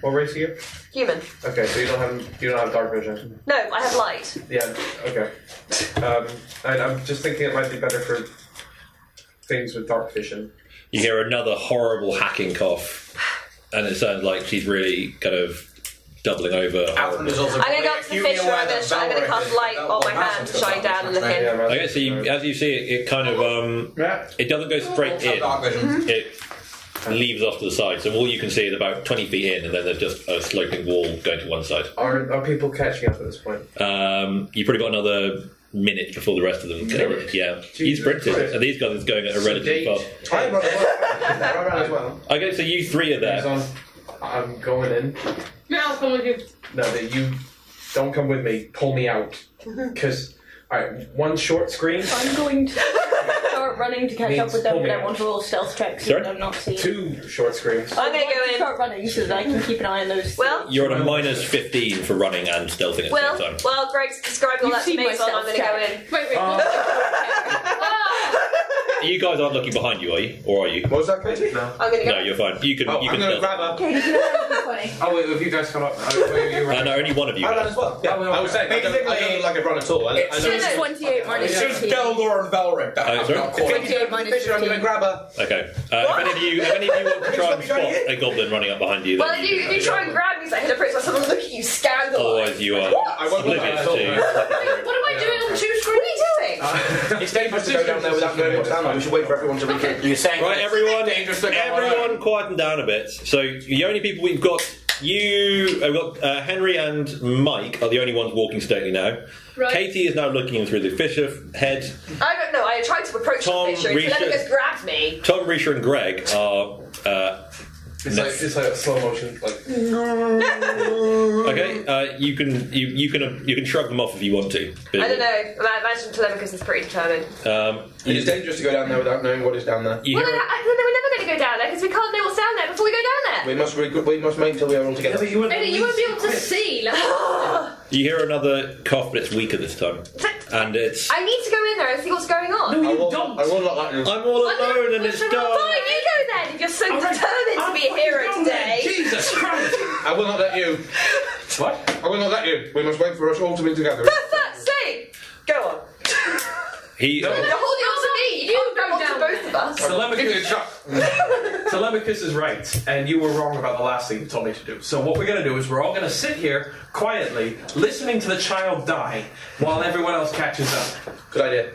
What race are you? Human. Okay, so you don't have you don't have dark vision. No, I have light. Yeah. Okay. Um, and I'm just thinking it might be better for things with dark vision. You hear another horrible hacking cough, and it sounds like she's really kind of doubling over. I'm gonna go up to the fish and I'm gonna, sh- I'm gonna cast light on my hand to shine down and look in. Okay, so you, Uh, as you see it, it kind of um, it doesn't go straight in. It leaves off to the side, so all you can see is about twenty feet in, and then there's just a sloping wall going to one side. Are are people catching up at this point? Um, you probably got another minute before the rest of them. Minute? Yeah, he's sprinted, and these guys are going at a relatively fast. I run as well. Okay, so you three are there. I'm going in. Now I'll come with you. No, that you don't come with me. Pull me out. Because all right, one short screen. I'm going to start running to catch up with them, but I Means want to roll stealth checks so Sorry? that I'm not seen. Two short screens. I'm going to go in. Start running so that I can keep an eye on those. Well, You're on a minus fifteen for running and stealthing at the same Well, time. well, Greg's describing all You've that to seen me, my so I'm gonna go in. self-check. Wait, Ah. wait, You guys aren't looking behind you, are you? Or are you? What was that, Katie? No. I'm gonna No, you're fine. You can. Oh, you I'm can gonna stealth. grab her. Okay, you know, funny. Oh wait, if you guys come up, oh, wait, you Uh, no, only one of you. I ran as well. Yeah, I was saying, I don't, I don't look like a run at all. I, I It's just 28 minus It's just 15. Delgor and Valric that Oh, have sorry? got caught. 28 minus Fisher, I'm 15. going to grab her. Okay. Uh, if any of you, if any of you want to try and spot a goblin running up behind you, then Well, if you, can if you do try and grab me, so I hit a prick, so someone look at you, that. scandal. Otherwise, you are What? I won't oblivious look to. What am I doing on two screens? What are you doing? Um, It's dangerous to go down there without knowing what's down there. We should wait for everyone to regroup. You're saying Right, everyone, to go on everyone, quieten down a bit. So the only people we've got, you, I've got uh, Henry and Mike are the only ones walking steadily now. Right. Katie is now looking in through the fisher head. I don't know. I tried to approach Tom the picture, and Reacher- Telemachus grabbed me. Tom, Risha, and Greg are. Uh, It's like it's like slow motion. Like okay, Mm-hmm. uh, you can you, you can uh, you can shrug them off if you want to. but- I don't know. I imagine Telemachus is pretty determined. Um, It is dangerous to go down there without knowing what is down there. you well, hear then, a- I, then we're never going to go down there because we can't know what's down there before we go down there. We must regroup. We must wait until we are all together. you Maybe you won't be able to see. Like, You hear another cough, but it's weaker this time, and it's. I need to go in there and see what's going on. I will, don't. I will not like you. I'm all I'm gonna- alone and it's Well, dark. Fine, you go then. If you're so determined to be a hero today. Jesus Christ! I will not let you. what? I will not let you. We must wait for us all to be together. For fuck's sake! Go on. He. You're holding on to me. You can't hold on to both of us. Telemachus, Telemachus is right, and you were wrong about the last thing you told me to do. So what we're going to do is we're all going to sit here quietly, listening to the child die, while everyone else catches up. Good idea.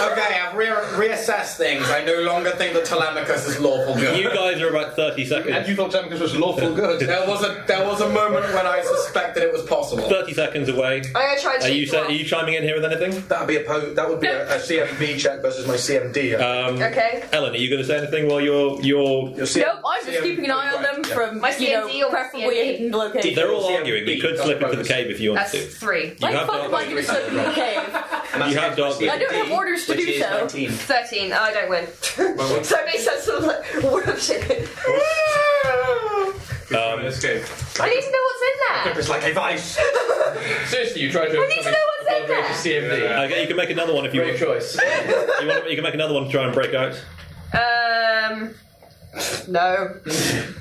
Okay, I've re- reassessed things. I no longer think that Telemachus is lawful good. You guys are about thirty seconds. And you thought Telemachus was lawful good. There was a there was a moment when I suspected it was possible. 30 seconds away. I'm gonna try and Are you, shake sa- you are off. you chiming in here with anything? That'd be a po- that would be a, a CMB check versus my CMD. Um, Okay. Ellen, are you going to say anything while you're. you're Your CM Nope, I'm just keeping an eye on them from, My you CND know, or my preferably a CND? hidden location. they're all arguing, but you could slip into the cave if you want That's to. three. You Why the have fuck am I dark going to slip into the cave? You have dark I don't have orders to do so. 13. Oh, I don't win. Well, so it makes sense to like, what if shit. Um, escape. I need to know what's in there. It's like a vice. Seriously, you tried to I need to know what's in upgrade to there. CMD. Okay, you can make another one if you Great want. choice. You, want to, you can make another one to try and break out. Um, no,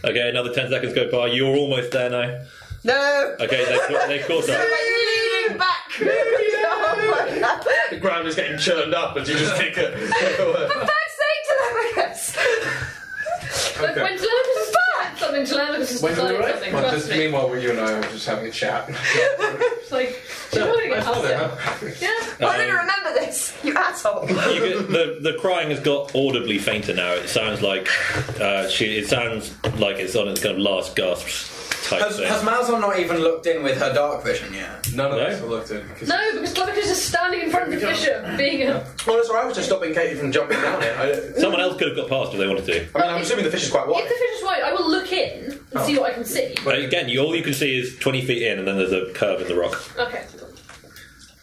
Okay, another 10 seconds go by. You're almost there now. no. Okay, they've, got- they've caught up. I'm like leaning back. oh my god! For The ground is getting churned up as you just kick it. fuck's sake, Telemachus! When Telemachus Fuck! something telepathy is deciding something. Well, Trust just me. meanwhile, you and I are just having a chat. It's like, she's holding it up. Um, I don't remember this, you asshole. You get, the the crying has got audibly fainter now. It sounds like uh, she. It sounds like it's on its kind of last gasp type Has, thing. has Malzahn not even looked in with her dark vision yet? None of us have looked in. No, because Glovica's just standing in front of the bishop, being a. Well, that's all right. I was just stopping Katie from jumping down it. I, Someone else could have got past if they wanted to. I mean, I'm assuming the fish is quite If the fish is wide, I will look in and see what I can see. But again, you, all you can see is twenty feet in, and then there's a curve in the rock. Okay.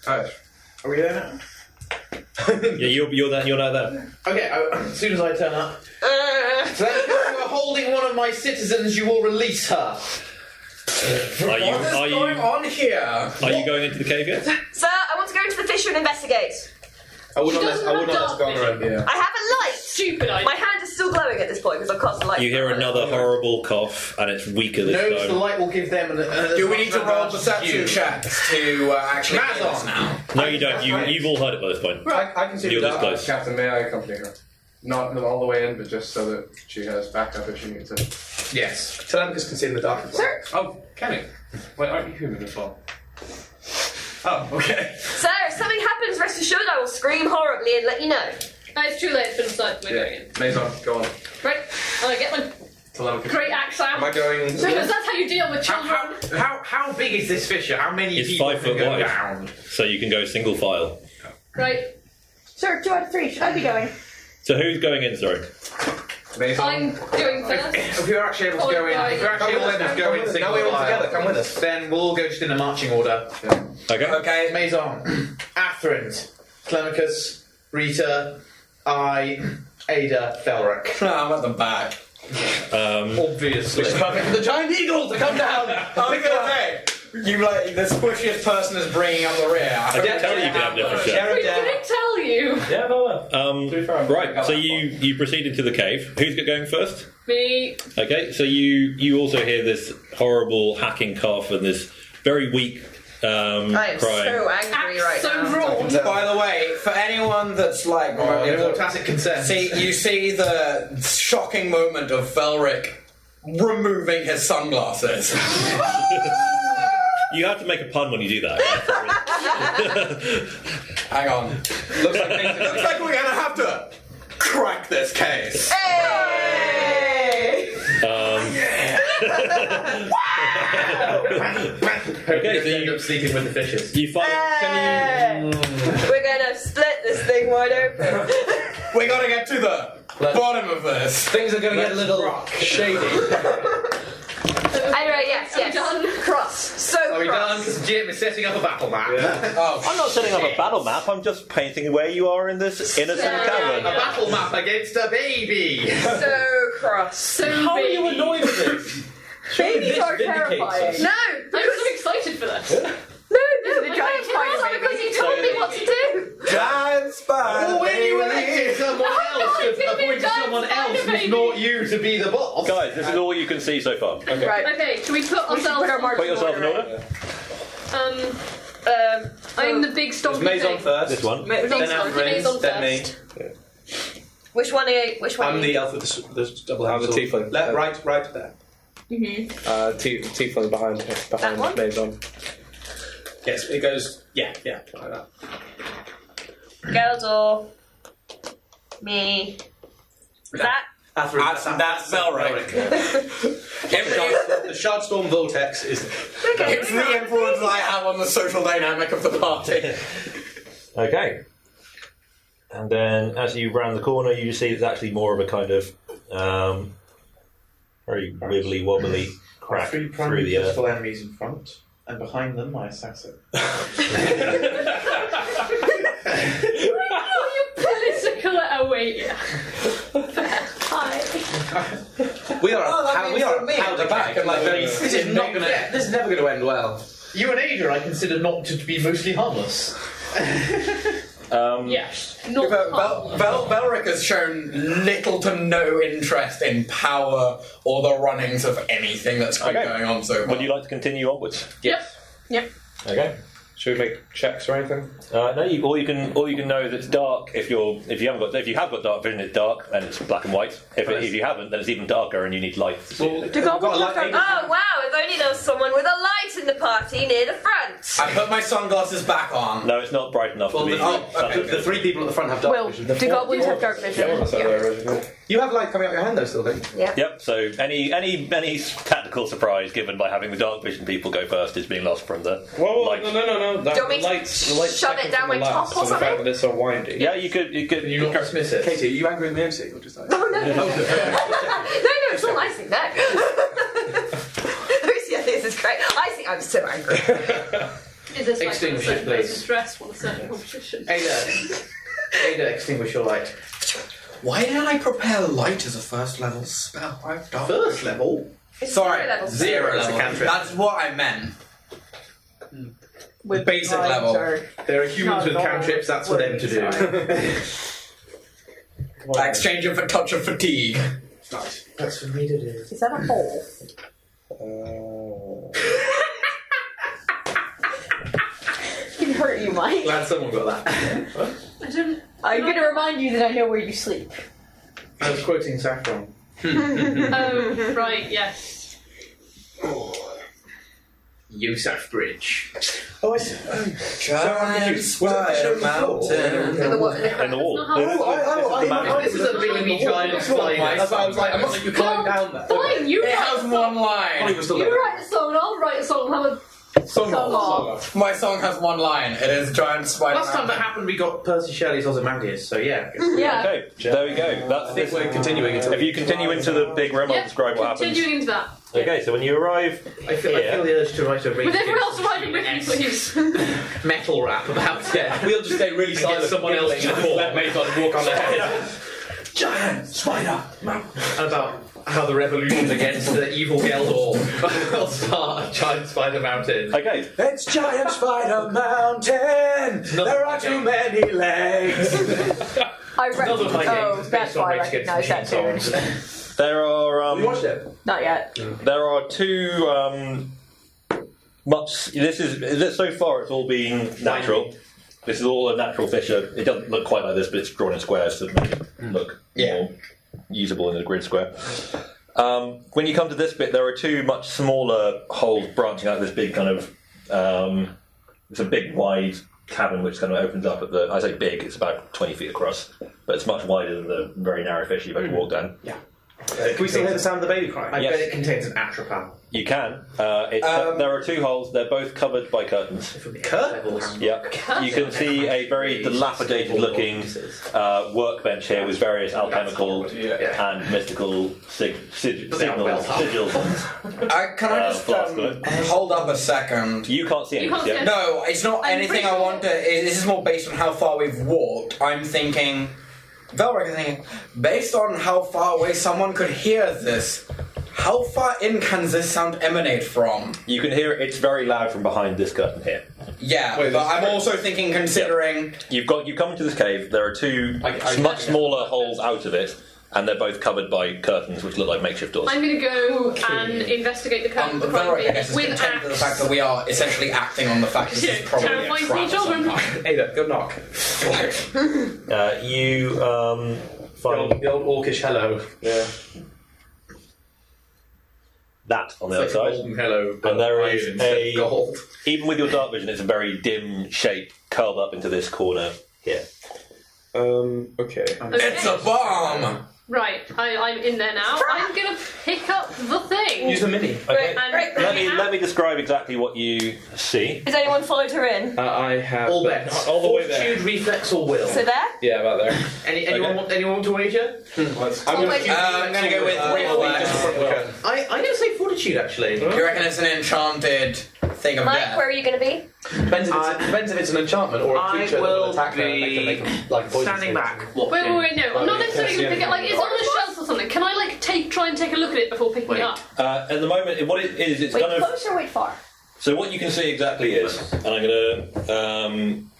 Alright. Are we there now? yeah, you're you're that you're not there. Okay, I, as soon as I turn up. Uh. So you are holding one of my citizens, you will release her. Are you are you on here? are you going into the cave yet? Sir, I want to go into the fissure and investigate. I would She not let- doesn't I would have not let go on her own. I have a light. Stupid idea. My hand is still glowing at this point because I've cast the light. You hear another horrible cough, and it's weaker this Notice time. the light will give them an. Uh, Do we need to roll perception you. checks to uh, actually Maz heal us now? No, you don't. You, you've all heard it by this point. I, I can see You're the this dark. close. Captain, may I accompany her? Not all the way in, but just so that she has backup if she needs it. Yes. Telemachus can see in the dark. Sir? Oh, can it? Wait, aren't you human as well? Oh, okay. Sir, if something happens, rest assured I will scream horribly and let you know. No, it's too late. It's been decided. We're doing it. Maison, go on. Right. Oh, I get my Telemachus. great axe out. Am I going- So that's how you deal with children. How how big is this fissure? How many It's people five can foot go wide, down? so you can go single file. Right. Sir, two out of three. Should I be going? So who's going in? Sorry. I'm doing first. If you're actually able to Oh, go in, right. if you're actually Come able with to us, come go in with us. single Now we're all file, together, come with us. Then we'll all go just in a marching order. Okay. Okay. Maison, Athrend, Telemachus, Rita, I, Ada, Felric. I'm at the back. Um, Obviously. the giant eagle to come down. I was gonna say. You like the squishiest person is bringing up the rear. I didn't tell you you could have different shit. Sheriff We Dan. didn't tell you. Yeah, no, Um, right. So you you proceed into the cave. Who's going first? Me. Okay. So you you also hear this horrible hacking cough and this very weak um, I am crying. so angry right so now. Drawn. By the way, for anyone that's like no tacit consent. See, you see the shocking moment of Velric removing his sunglasses. you have to make a pun when you do that. Hang on. Looks like, looks like we're gonna have to crack this case. Um, Okay, so you end up sleeping with the fishes. You find. Uh, Hey! We're gonna split this thing wide open. We gotta get to the bottom of this. Things are gonna get a little shady. anyway, yes, yes. Cross. So Are we cross. done? Because Jim is setting up a battle map. Oh, I'm not setting up a battle map. I'm just painting where you are in this innocent Yeah, cavern. A battle map against a baby. So cross. So How baby. are you annoyed with this? Babies are terrifying. No, I'm so excited for this. no, no. The I'm giant going to spider because you told me what to do. Giant spider. Well, when you elected someone I else, thought you've it'd be appointed giant someone spider else who's baby. not you to be the boss. Guys, this is all you can see so far. Okay. Right. Okay, should we put We should ourselves put our marching Put yourself in order. Um, um, I'm the big stompy thing. This one. Ma- Then Maison Alfred, first. then me. oh. Which one are you? Which one? I'm are the you? elf with the, s- the s- double I'm the sword. tiefling. Left, right, right there. Mm-hmm. Mhm. Uh, T- Tiefling's behind That one? behind Maison. Yes, it goes. Yeah, yeah, like that. Geldor. Me. That. Athrun, That's, that's Velric. the Shardstorm Vortex is. Okay. It's the influence I have on the social dynamic of the party. Okay. And then as you round the corner, you see it's actually more of a kind of um, very wibbly wobbly crack Three through primary the earth. physical enemies in front, and behind them my assassin. Oh, you political Oh, away. Hi. We are. Oh, that pow- means we are for me at powder the back, keg, like, like, this is no not gonna. death. This is never going to end well. You and Ada, I consider not to be mostly harmless. Um, Yes. Not Vel- hot. Vel- Vel- Velric has shown little to no interest in power or the runnings of anything that's been Okay. going on so far. Would you like to continue onwards? Yep. Yep. Okay. Should we make checks or anything? Uh, no, you, all you can all you can know is it's dark. If you're if you haven't got if you have got dark vision, it's dark and it's black and white. If, it, if you haven't, then it's even darker and you need light. To see it. Oh wow! If only there was someone with a light in the party near the front. I put my sunglasses back on. No, it's not bright enough well, to be. then- oh, okay, the three people at the front have dark Will, vision. do goblins have dark Yeah, vision? that's You have light coming out your hand though, still, don't you? Yeah. Yep. So any any any tactical surprise given by having the dark vision people go first is being lost from the light. No, no, no, no. That Do you want the me to lights, the lights shove second it down my from the last, top or so the fact something? that it's so windy. Yeah, you could. You could. You not dismiss it. Katie, are you angry with me MC or just? No, no, no, no, it's all icing now. Lucy, I think this is great. Icing, I'm so angry. Is this Extinguish like it, please. Stress for the certain competition. Ada, Ada, extinguish your light. Why didn't I prepare light as a first level spell? I've done First level. Sorry, zero level. zero It's a level. cantrip. That's what I meant. With basic level. There are Not humans with at all. cantrips. That's for them to do. I exchange it for touch of fatigue. Nice. That's for me to do. Is that a hole? Uh. It can hurt you, Mike. Glad someone got that. I didn't. I'm going to remind you that I know where you sleep. I was quoting Saffron. oh right, yes. Yusuf Bridge. Oh, I see. Oh, Giant spider mountain. In the wa- In the wall. Oh, I, I, I, I, This is a really giant spider. That's why I was like, I'm not like you climb down there. Fine, you It write has the one song. line. You write the song, and I'll write a song. And have Song Song off. My song has one line. It is giant spider. Last time that happened, we got Percy Shelley's Ozymandias. So yeah. a yeah. Okay, there we go. That's I think we're continuing. If you continue into the big room, I'll Yeah, describe what happens. Continuing into that. Okay, so when you arrive, I feel, I feel the urge to write a With really everyone else riding with me, please. metal rap about it. We'll just stay really And silent. Get someone else to Yelling. let Mason walk on their head. Giant spider. about how the revolution against the evil Geldor will start a giant spider mountain. Okay. It's Giant Spider Mountain. There are too many legs. I rec- Another of my games Oh, is that's based on why I Rage recognise Against the that Machine tune. songs. There are. Um, Not yet. There are two. Um, much. This is this, so far. It's all been natural. This is all a natural fissure. It doesn't look quite like this, but it's drawn in squares to make it look more usable in a grid square. Um, when you come to this bit, there are two much smaller holes branching out of this big kind of. Um, it's a big wide cabin which kind of opens up at the. I say big. It's about twenty feet across, but it's much wider than the very narrow fissure you've had to walk down. Yeah. Can we still hear the sound of the baby crying? I Yes. bet it contains an atropine. You can. Uh, it's, Um, there are two holes. They're both covered by curtains. Curtains. Yep. You can see a very dilapidated-looking uh, workbench here with various alchemical and mystical sig- sig- signals, sigils. Uh, can I Oh, Uh, just flask, um, hold up a second? You can't see it. You can't anything, see yeah. it. No, it's not I'm anything I pretty want to. it- This is more based on how far we've walked. I'm thinking, Velric is thinking, based on how far away someone could hear this, how far in can this sound emanate from? You can hear it. It's very loud from behind this curtain here. Yeah, but I'm also thinking, considering You've got. You come into this cave. There are two much smaller holes out of it, and they're both covered by curtains, which look like makeshift doors. I'm going to go and investigate the Um, curtain for crime Velric, I guess, being is with content with the fact that we are essentially acting on the fact that this is probably a terrifying trap. teenage children. Ada, good knock. Uh, you um, find the old, orcish hello. Yeah. That on the It's other like a side. golden hello, but and there iron is instead a of gold. even with your dark vision, it's a very dim shape curled up into this corner here. Um. Okay. It's a bomb. Um, Right, I, I'm in there now. I'm going to pick up the thing. mini. Okay. Right, and Let me let me describe exactly what you see. Has anyone followed her in? Uh, I have All bets. all the way there. Fortitude, reflex, or will. So there. Yeah, about there. Any, anyone, want, anyone want to wager? I'm gonna- Uh, I'm gonna go with real life. I, I'm going to say fortitude, actually. You reckon it's an enchanted thing of Mike, death? where are you going to be? Depends if, it's, depends if it's an enchantment or a I creature that will will attack them and make them, make them like poison things. standing back. Wait, wait, wait, no. I'm not necessarily going to Yes, pick it. Like, it's on a shelf or something. Can I, like, take try and take a look at it before picking it up? Uh, at the moment, what it is, it's Wait, kind of close or wait far? So what you can see exactly is, and I'm gonna, um,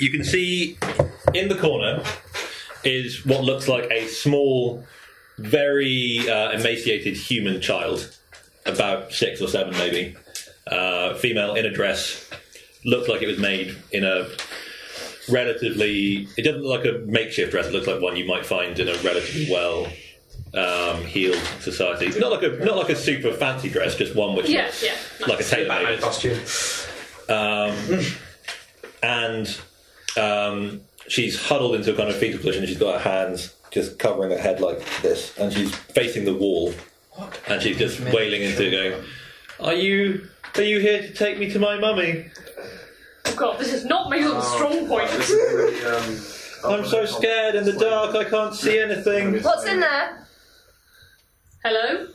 you can see in the corner is what looks like a small, very uh, emaciated human child, about six or seven maybe, uh, female in a dress, looks like it was made in a relatively. It doesn't look like a makeshift dress. It looks like one you might find in a relatively well um, heeled society. Not like a not like a super fancy dress, just one which Yeah, looks yeah. like a tailor made costume. Um, and um, she's huddled into a kind of fetal position. She's got her hands just covering her head like this, and she's facing the wall. And she's just wailing into it, going, "Are you are you here to take me to my mummy? Oh god, this is not my little Oh, strong point. I'm so scared in the dark. I can't see anything." What's in there? Hello?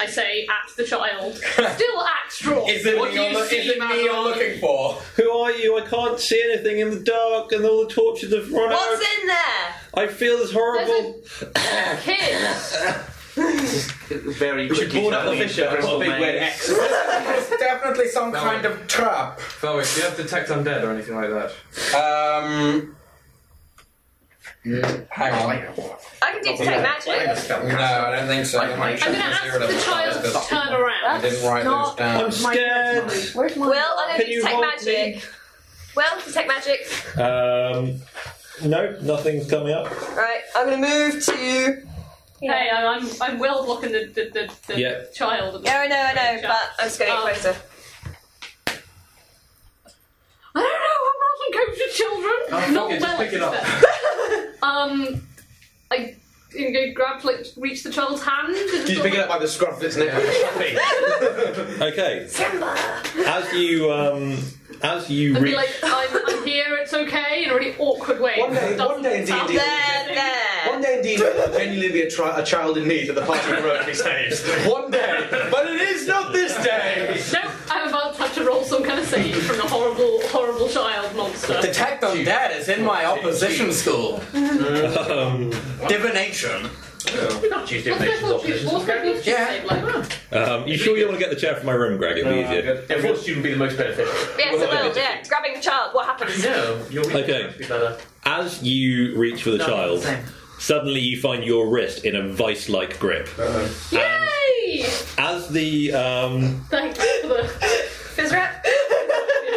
I say at the child. Still at straw. Is it What me do you're you look- see, is it me you're looking for? Who are you? I can't see anything in the dark, and all the torches have run out. What's in there? I feel this horrible. Kids. Very We should board up the fissure and put a big red X. It's definitely some kind of trap. Felwick, do you have detect undead or anything like that? Um. Hang on. I can do detect magic. No, I don't think so. I'm going I'm gonna ask the child to turn around. I didn't write That's those down. not my scared. Where's my Well, I'm Can going to you detect hold magic. Well, detect magic. Um, no, nothing's coming up. Right, I'm going to move to. Hey, I'm, I'm, I'm well blocking the, the, the, the Yeah. child. Yeah, I know, I know, but I'm just going Um, closer. I don't know, I'm Oh, not coach with children. not fuck it, just well pick it equipped. um, I you know, grab, like, reach the child's hand. And Did you pick it up by the scruff of its neck? Okay. As you um, as you and reach, be like, I'm, I'm here, it's okay, in a really awkward way. One day- one day in D&D. There, there. One day indeed there will genuinely be a, tri- a child in need that the party will heroically saves. One day, but it is not this day. Nope, I'm about to have to roll some kind of save from the horrible, horrible child monster. Detect undead is in my opposition school. um, Divination. We're not choose divination's opposition. Yeah. um, you sure you want to get the chair from my room, Greg? It'd be easier. Every student would be the most beneficial. Yes, it will, yeah. Grabbing the child, what happens? Okay. As you reach for the No, child, same. suddenly you find your wrist in a vice-like grip. um, Yay! As the um, Thanks for the fizz wrap.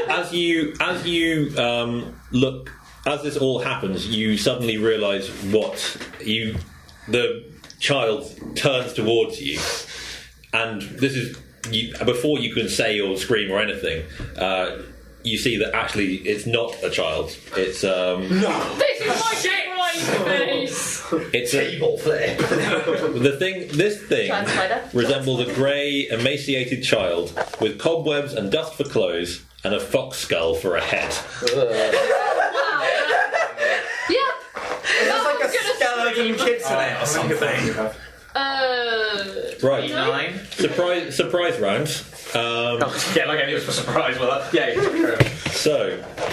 as you as you um, look as this all happens, you suddenly realise what you the child turns towards you, and this is you, before you can say or scream or anything. Uh, you see that actually it's not a child. It's um, no. This is my shit right face. It's table flip. the thing, this thing Transpider. resembles a grey, emaciated child with cobwebs and dust for clothes and a fox skull for a head. Yeah. It's Oh, like a goodness. skeleton kid today Oh, or something. Uh, Right. you know? Surprise! Surprise rounds. Um, yeah, like I knew it was for surprise. Well, yeah. So, uh,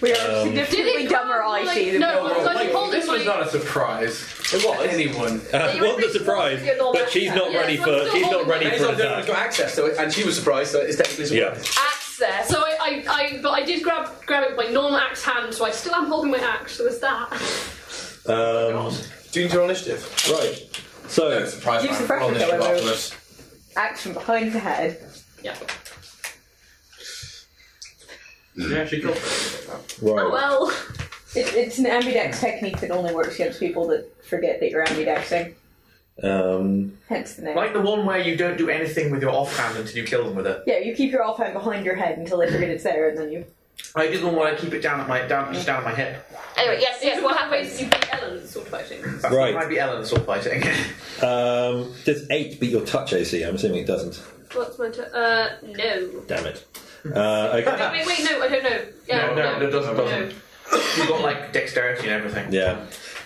We are Um, significantly dumber I see than no, we it was were. like- Hold this it, was wait. not a surprise. It was anyone. uh, wasn't a surprise, you're not but she's not Yeah, ready so I'm for still she's not holding ready it. for Hazel didn't attack. have access to it, and she was surprised, so it's technically surprise. Access. So I, I, I, but I did grab grab it with my non-axe hand, so I still am holding my axe. So there's that. Oh, Um, Do you need your initiative? Right. So surprise Use the pressure colour, though. Action behind the head. Yeah. Oh, Right. Oh, Well, it, it's an ambidex technique that only works against people that forget that you're ambidexing. Um, Hence the name. like the one where you don't do anything with your offhand until you kill them with it. Yeah, you keep your offhand behind your head until they forget it's there, and then you. I did the one where I keep it down at my down just down at my hip. Anyway, yes, yes, what happens? You beat Ellen at sword fighting. That Right. might be Ellen sword fighting. um, does eight beat your touch AC? I'm assuming it doesn't. What's my turn? Uh, no. Damn it. Uh, Wait, okay. wait, wait, no, I don't know. Yeah, No, no, no, doesn't, No. doesn't. You've got like dexterity and everything. Yeah.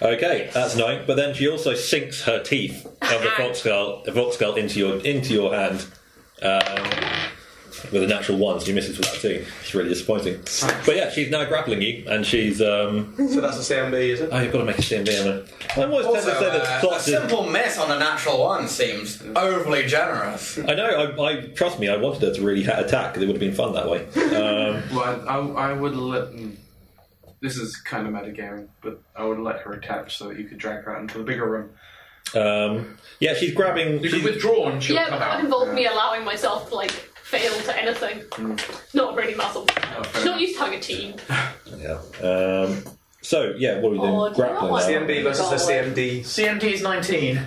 Okay, that's nine. But then she also sinks her teeth of the fox skull, the fox skull into your into your hand um, with a natural one. So you miss it with that too. It's really disappointing. But yeah, she's now grappling you, and she's. Um, so that's a CMB, is it? Oh, you've got to make a CMB. haven't you? I'm always tempted Also, to say that uh, a plots is- simple miss on a natural one seems overly generous. I know. I, I trust me. I wanted her to really ha- attack. 'cause It would have been fun that way. Um, Well, I, I, I would let. mm, This is kind of metagaming, but I would let her attach so that you could drag her out into the bigger room. um, yeah, she's grabbing. She's withdrawn. Yeah, but that would involve me allowing myself to like failed to anything. Not really muzzled. She's not used to having a team. Yeah. Um, so yeah, what are we doing? Oh, do you Grappling. know what? aren't we? CMB versus the CMD. CMD is 19.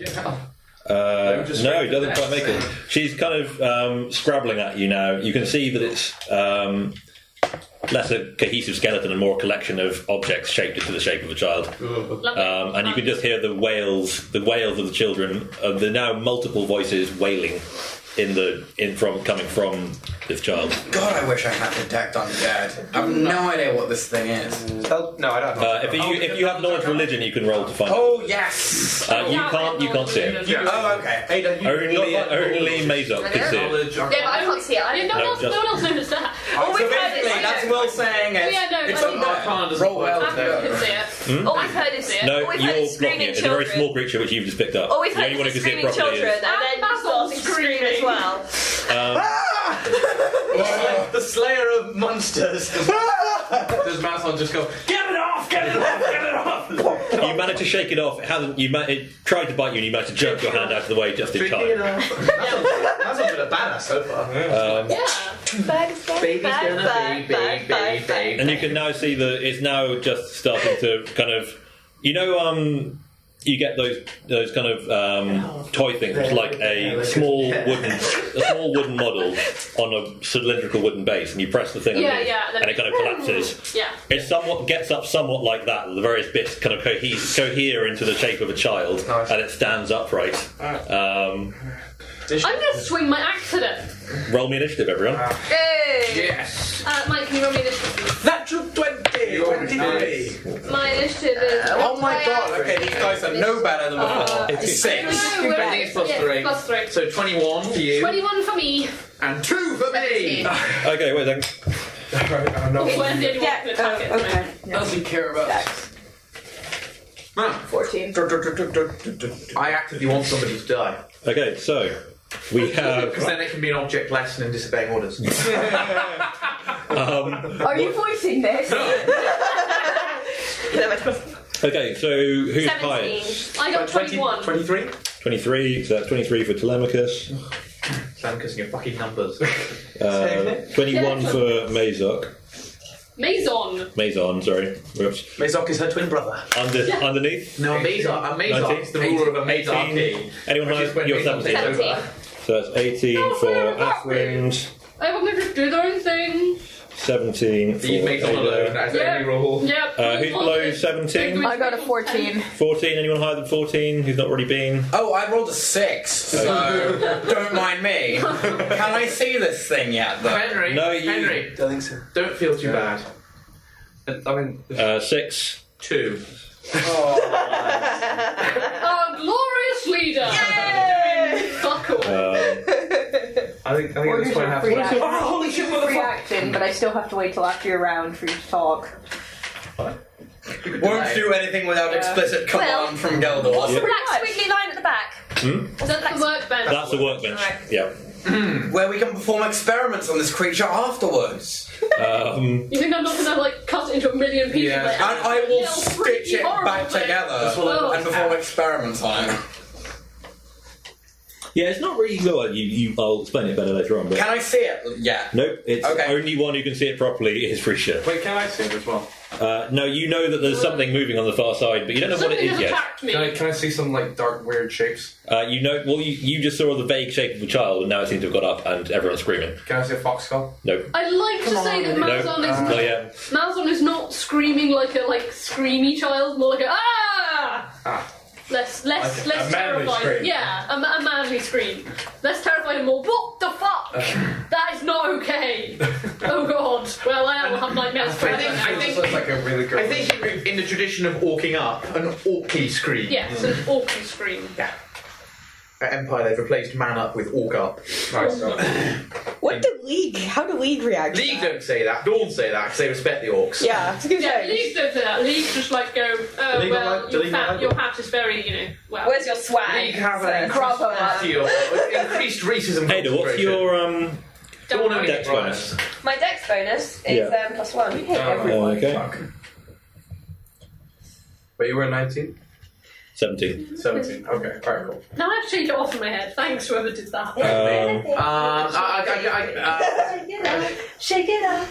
Yeah. Uh, just no, read he the doesn't quite make text. it. She's kind of um, scrabbling at you now. You can see that it's um, less a cohesive skeleton and more a collection of objects shaped into the shape of a child. Um, and you can just hear the wails, the wails of the children. Uh, there are now multiple voices wailing in the in from coming from this child. God, I wish I had the deck on dead. I have no idea what this thing is. No, I don't. Uh, if you if you have knowledge religion, you can roll to find. Oh yes. Uh, you can't. You can't see it. Oh okay. Only only Mazok can see it. Yeah, but I can't see it. I don't No, know. one else, Oh, just- no one else noticed that. Oh, so Always heard basically, it. that's Will saying it. Yeah, no, it's I on mean- there. Roll well. can see it. Hmm? Always heard it. No, Always you're heard it blocking screaming it. It's a very children. small creature which you've just picked up. Always the heard only one it who can see it screaming properly children, is. and then you started screaming as well. Um, the slayer of monsters. Does Mathon just go, get it off, get it off, get it off? you managed to shake it off. It hasn't. You ma- it tried to bite you, and you managed to jerk your hand out of the way just in time. That's not been a badass so far. Um, Bags, bags, Baby's bags, gonna bags, be bags, bags. big, big, big. and you can now see that it's now just starting to kind of, you know, um, you get those those kind of um, toy things like a small wooden a small wooden model on a cylindrical wooden base, and you press the thing, Yeah, underneath, yeah, and then- and it kind of collapses. Yeah. It somewhat gets up somewhat like that. The various bits kind of cohe- cohere into the shape of a child, and it stands upright. Um, I'm going to swing my axe at it. roll me initiative, everyone. Ah. Hey! Yes. Uh, Mike, can you roll me initiative? Natural 20! 23! My initiative is. Uh, Oh my god, okay, these guys are no better than before. Uh, It's No, six. we're I think it's plus yeah, three. Plus three. So 21 for you. 21 for me. And 2 for me! Okay, wait a second. Oh, Okay, where's the only one that can attack oh, it? Doesn't care about us. Fourteen. I actively want somebody to die. Okay, so we have. Because then it can be an object lesson in disobeying orders. Um, Are you voicing this? okay, so who's 17. highest? I got 21. 23? 23, so that's 23 for Telemachus, Because your fucking numbers. uh, 21 for Mazok. Maison. Mazon, sorry. Whoops. Mazok is her twin brother. Under, Underneath? No, Mazok. A Mazok is the 19? ruler of a 18. Mazarchy. Anyone Which higher? is when You're Mazok 17. takes over. So that's 18 for Athwind, Everyone can just do their own thing. 17 for Leave Mazon alone, Ada. that's the only rule. Yep. Uh, who's below 17? I got a fourteen. 14, anyone higher than 14 who's not already been? Oh, I rolled a six, so don't mind me. Can I see this thing yet, though? Henry, No, you- Henry, Don't think so. don't feel too bad. I mean, Uh, 6. Two. Our Uh, glorious leader. Fuck all. Um, I think I think at this point I have to. Reaction. Oh, holy shit, motherfucker! Reaction, but I still have to wait till after your round for you to talk. Won't do anything without explicit command Well- from Geldor. What's the black squiggly line at the back? Hmm? Is that black The workbench. That's the workbench. Yeah. Where we can perform experiments on this creature afterwards. Um, You think I'm not gonna like cut it into a million pieces? Yeah. like, And I will little stitch freaky it horrible back thing? together Oh. and perform experiments on it. yeah, it's not really. Well, you, you, I'll explain it better later on. But Can I see it? Yeah. Nope, it's Okay. only one who can see it properly is Frisha. Wait, can I see it as well? Uh, no, you know that there's something moving on the far side, but you don't know what Something it is has yet. attacked me. Can I, can I see some like dark, weird shapes? Uh, you know, well, you, you just saw the vague shape of a child, and now it seems to have got up, and everyone's screaming. Can I see a fox skull? Nope. I'd like to say that No, Mazon is no, yeah. Malzon is not screaming like a like screamy child, more like a ah. Ah. Less, less, Like a- less a manly terrified. scream. Yeah, a, ma- a manly scream. Less terrified and more. What the fuck? that is not okay. oh god. Well, I will have nightmares I forever. think, I This think, looks like a really good. I think in- in the tradition of orking up, an orky scream. Yes, an awful scream. Yeah. At Empire, they've replaced man up with orc up. Nice. What do League? How do League react? to League that? don't say that. Dawn say that because they respect the orcs. Yeah, I was gonna Yeah, say. League does that. League just like go, oh, League not well, like- your, League not hat, like your that. hat is very, you know, well. Where's your swag? League have an So- increased party or increased racism. Ada, what's concentration. your um, Dawn only dex right. bonus? My dex bonus is Yeah. um, plus one. Uh, okay. Fuck. But you were 19? Seventeen. Seventeen. Okay. All right. Cool. Now I have to take it off my head. Thanks, whoever did that. Um, uh, I- uh, shake it up. Shake it up.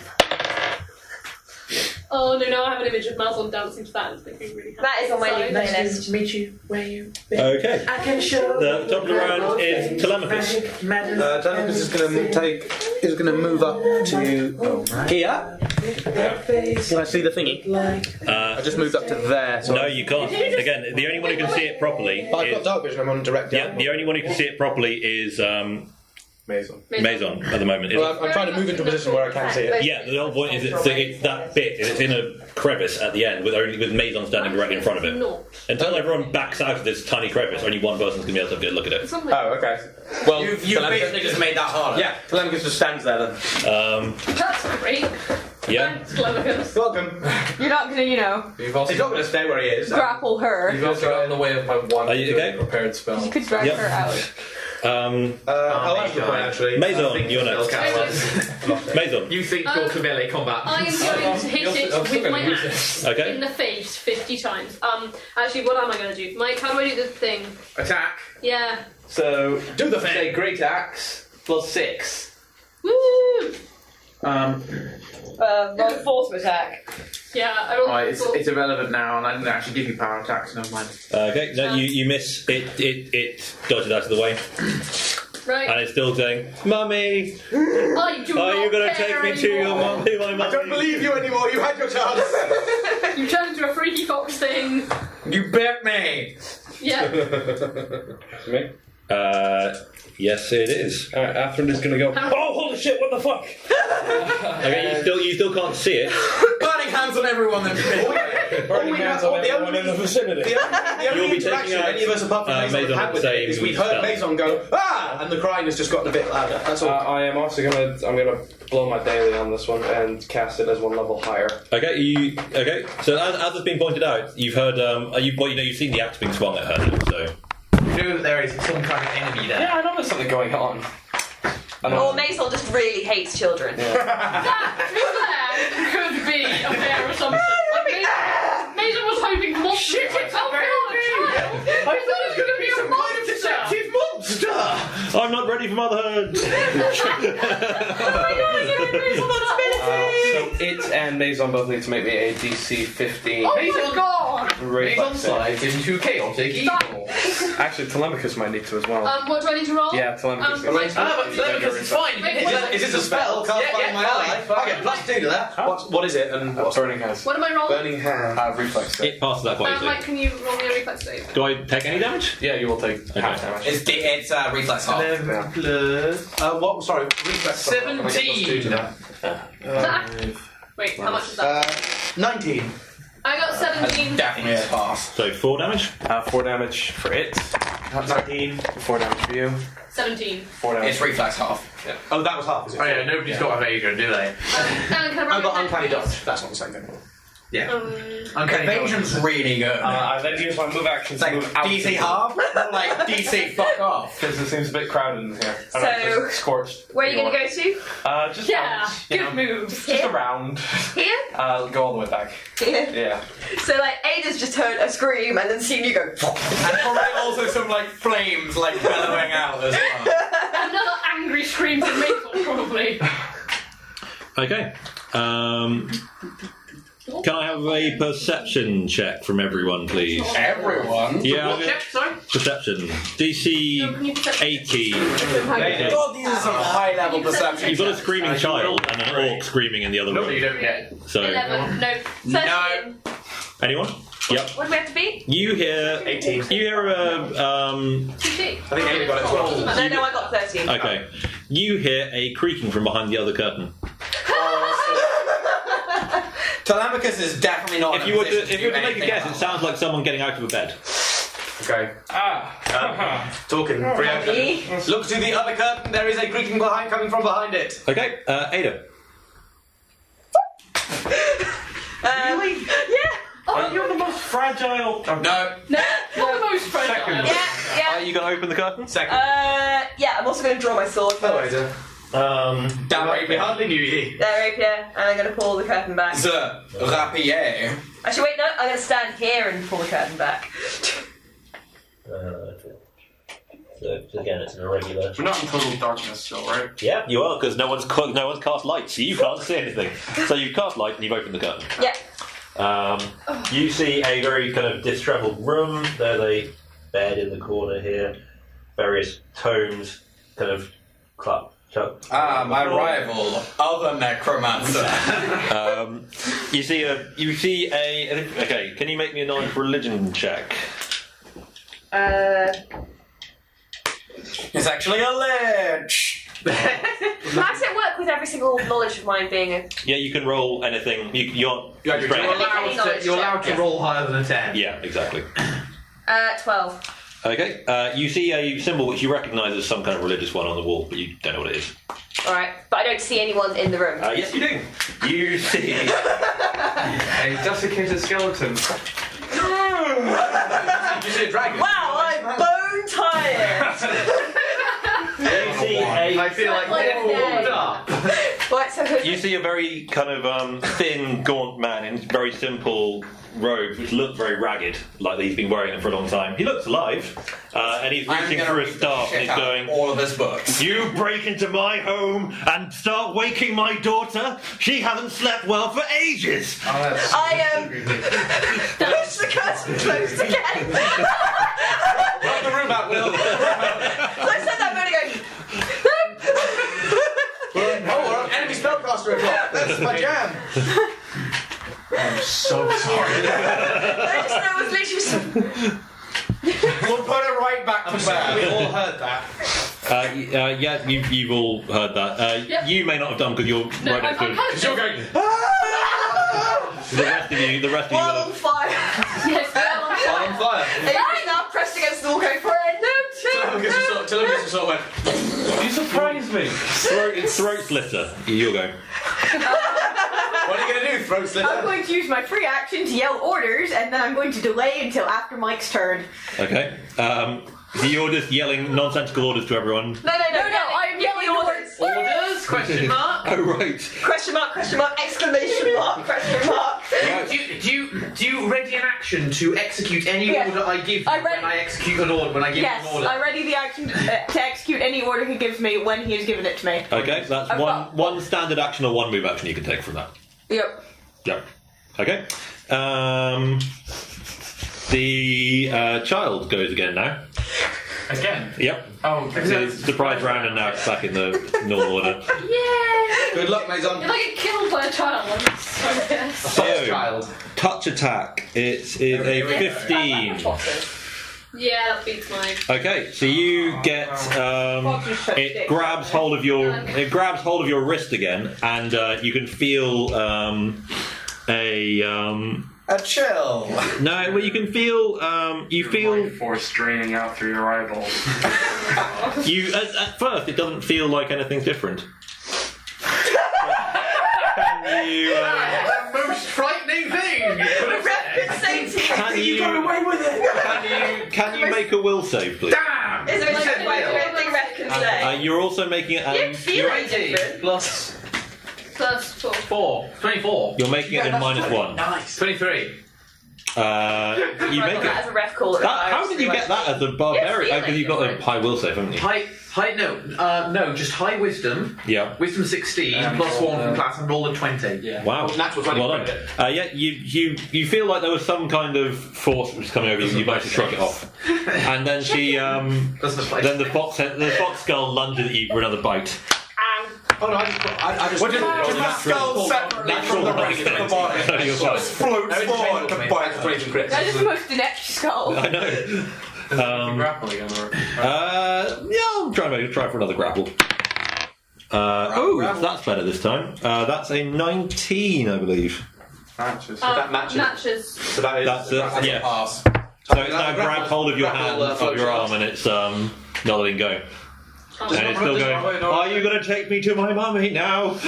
Oh no, now I have an image of Maslon dancing to that and thinking really happy. That is on my Sorry. new playlist. Meet you where you. Okay. I can show. The top of the round is Telemachus. Uh, Telemachus is going to take. Is going to move up to here. Can I see the thingy? Uh, I just moved up to there. No, you can't. Again, the only one who can see it properly. But I've got dark vision. I'm on direct. Yeah, the only one who can see it properly is um, Maison. Maison at the moment. Well, I'm, I'm trying to move into a position where I can see it. yeah, the whole point is it's, it's that bit. It's in a crevice at the end with only with Maison standing right in front of it. No. Until everyone backs out of this tiny crevice, only one person's gonna be able to have a good look at it. Something. Oh, okay. Well, You've, you've basically just made that harder. Yeah, Telemachus just stands there then. Um, Oh. That's great. yeah. Telemachus. Welcome. You're not gonna, you know, You've also He's not going to stay where he is. grapple her. You've also got in the way of my one Are you okay? prepared spell. You could drag Yep. her out. Um, Uh, I'll ask the Maison. point actually. Maison, you're next. Maison. You think Um, you're melee combat? I am going to hit it I'm still with gonna my use axe Okay. in the face fifty times. Um, actually, what am I going to do, Mike? How do I do the thing? Attack. Yeah. So Do the thing. say great axe plus six. Woo! Um, Uh, roll force attack. Yeah, I don't. alright, it's, well, it's irrelevant now, and I didn't actually give you power attacks. Never mind. Okay, no, you, you miss. It, it it dodged out of the way. right. And it's still saying, Mummy, I do are not you going to care Oh, take me to anymore. your mum? to my mummy? I don't believe you anymore. You had your chance. You turned into a freaky fox thing. You bit me. Yeah. Me? Uh, yes, it Uh, is. Alright, Atherin is gonna go. Oh, holy shit! What the fuck? okay, you still you still can't see it. Burning hands on everyone that Burning hands on everyone in the The vicinity. only, the You'll only be interaction taking out, any of us apart from uh, Maison have Maison had with it same is we've heard spell. Maison go, ah! And the crying has just gotten a bit louder. That's Uh, all. I am also gonna. I'm gonna blow my daily on this one and cast it as one level higher. Okay, you okay? So as, as has been pointed out, you've heard um, you well, you know you've seen the axe being swung at her. So You know that there is some kind of enemy there. Yeah, I know there's something going on. And Or Maisel just really hates children. that, to be fair, could be a fair assumption. Like, Mason, Mason was hoping more. Shit, it's oh, God, a child. I thought it was going to be a monster. monster. I'm not ready for motherhood. So it and Maison both need to make me a DC 15. Oh my god! Maison reflex save. slides into chaotic evil. Actually, Telemachus might need to as well. Um, what do I need to roll? yeah, Telemachus. Um, wait, Ah, but Telemachus is fine. Wait, It's what? a- Is this a spell? Can't Yeah, find yeah, my fine, ally. I get plus two to that. Uh, What, what is it? And what? Burning hands. What am I rolling? Burning hand. Uh, reflex save. it passes that quite Uh, Mike, easily. can you roll me a reflex save? Uh, Do I take any damage? Yeah, you will take half damage. It's, it's uh, reflex half. Eleven plus. Uh, what? Sorry, reflex. Seventeen. Wait, how much is that? Uh, Nineteen. I got 17. Definitely a pass. So four damage. Uh, four damage for it. Nineteen. Four damage for you. 17. Four damage. It's reflex half. Oh, that was half. Is it? Oh yeah, nobody's got a Vega, do they? Alan, can I roll I got your uncanny attack, dodge. That's not the same thing. please? Um, Uncanny Evasion's really good. Uh, I then use my move action it's to like move out. DC half, like DC fuck off. Because it seems a bit crowded in here. And I'm So- just scorched. Where are you going to go to? go? Uh, just yeah, Oh, around, you good know, moves. Just around. Here? Uh, go all the way back. Here. Yeah. So, like, Ada's just heard a scream and then seen you go. And probably also some like flames like bellowing out as well. Another angry scream from Maple, probably. Okay. Um, can I have a perception check from everyone, please? Everyone. Yeah, I'll What get- check? Sorry. perception. No, can you DC perception? 80. God, these are some high level You've perceptions. got a screaming child and an orc screaming in the other No, you room. don't get. So 11. No. 13. anyone? Yep. What do we have to be? You hear 18. You hear a um, I think Amy got it as well. No, no, I got 13. okay. You hear a creaking from behind the other curtain. Telemachus is definitely not. If in you were to position if you were to do make a anything guess, it about sounds like someone getting out of a bed. Okay. Ah. Talking. Free action. Me? Look to the other curtain. There is a creaking behind coming from behind it. Okay, uh, Ada. Um, Yeah. Oh, you're the most fragile. it. No. Not the most fragile. Yeah, Are yeah. you going to open the curtain? Second. Uh, yeah, I'm also going to draw my sword Hello, first. Ada. Um, Damn We rapier. hardly knew ye. There, rapier, and I'm going to pull the curtain back. The rapier. Actually, wait, no, I'm going to stand here and pull the curtain back. Uh, so again, it's an irregular. We're not in total darkness still, right? Yeah, you are because no one's cl- no one's cast light, so you can't see anything. So you've cast light and you've opened the curtain. Yeah. Um, you see a very kind of dishevelled room. There's a bed in the corner here. Various tomes, kind of club. club- Ah, my rival, other necromancer. um, you see a you see a okay. Can you make me a knowledge religion check? Uh, It's actually a lich. I don't work with every single knowledge of mine being a. Yeah, you can roll anything. You, you're You're allowed to, you're allowed to roll higher than a 10. Yeah, exactly. Uh, 12. Okay, uh, you see a symbol which you recognise as some kind of religious one on the wall, but you don't know what it is. Alright, but I don't see anyone in the room. Uh, yes, you do. You see a desiccated skeleton. you see a dragon? Wow, I'm bone tired! I feel like Like they're a warmed day. up. what, so You see a very kind of um, thin, gaunt man in very simple robes, which look very ragged, like he's been wearing them for a long time. He looks alive, uh, and he's reaching through his staff and he's going, "All of his books. You break into my home and start waking my daughter. She hasn't slept well for ages. I am. Push the curtain closed again! Not the room out, Will. I said that minute ago. Oh, we're enemy spellcaster o'clock. That's my jam. I'm so sorry. I just know it was literally just. we'll put it right back to bed. We all heard that. Uh, y- uh, yeah, you, you've all heard that. Uh, You may not have done because you're No, right I- next to I can't- him. The rest of you, the rest of you. will While on fire! yes, while on fire! on fire. And he's now pressed against the wall going for it. No, no, no. You surprised me. Throat, throat slitter. You'll go. What are you going to do, throat I'm going to use my free action to yell orders, and then I'm going to delay until after Mike's turn. Okay. Um, so you're just yelling nonsensical orders to everyone. No, no, no, no, I'm yelling orders. Orders? Question mark? oh, right. Question mark, question mark, exclamation mark, question mark. Do, you, do you do you ready an action to execute any Yes. order I give you when I execute an order when I give yes, you an order? I ready the action to, uh, to execute any order he gives me when he has given it to me. Okay, so that's I've one one standard action or one move action you can take from that. Yep. Yep. Okay. Um, the uh, child goes again now. Again? Yep. Oh, So it's surprise round and now it's back in the normal order. Yay! Good luck, Maison. If I get killed by a child, I'm so pissed. So, touch attack. It's, it's a 15. Yeah, that beats mine. Okay, so you get um, it grabs hold of your it grabs hold of your wrist again, and uh, you can feel um, a um, a chill. No, well, you can feel um, you feel force draining out through your eyeballs. you at, at first it doesn't feel like anything different. Can you, uh, the most frightening thing. Can you- You got away with it. can you can you make a will save, please? Damn! Is there anything like anything Rhett can say? Uh, you're also making um, it. You feel it different. Plus Plus four. four. Twenty-four. You're making it Yeah, in that's minus one. Nice. Twenty-three. Uh, you make I got it. that as a ref call. That- how did you get that as a barbarian? Because you've got a high will save, haven't you? High, high, no, uh, no, just high wisdom. Yeah. Wisdom 16, Um, plus roll one the- from class, and roll a 20. Yeah. Wow. well done. Uh, yeah, you, you you feel like there was some kind of force that was coming over you. You managed to shrug it off, and then she um then the fox the fox skull lunges at you for another bite. Oh no, I just, I, I just. What did- Natural- did that skull separately from the rest of the body? No, you're fine. Just floats forward to bite That is the most inept skull. I know. Um, uh, yeah, I'll try, to try for another grapple. Uh, oh, that's better this time. Uh, that's a 19, I believe. Matches. Um, Matches. So that is that's a, that's a yeah. pass. So it's now grab hold of your hand, grapple, uh, of your arm, and it's um, not letting go. Oh. And it's still going. Are you going to take me to my mummy now?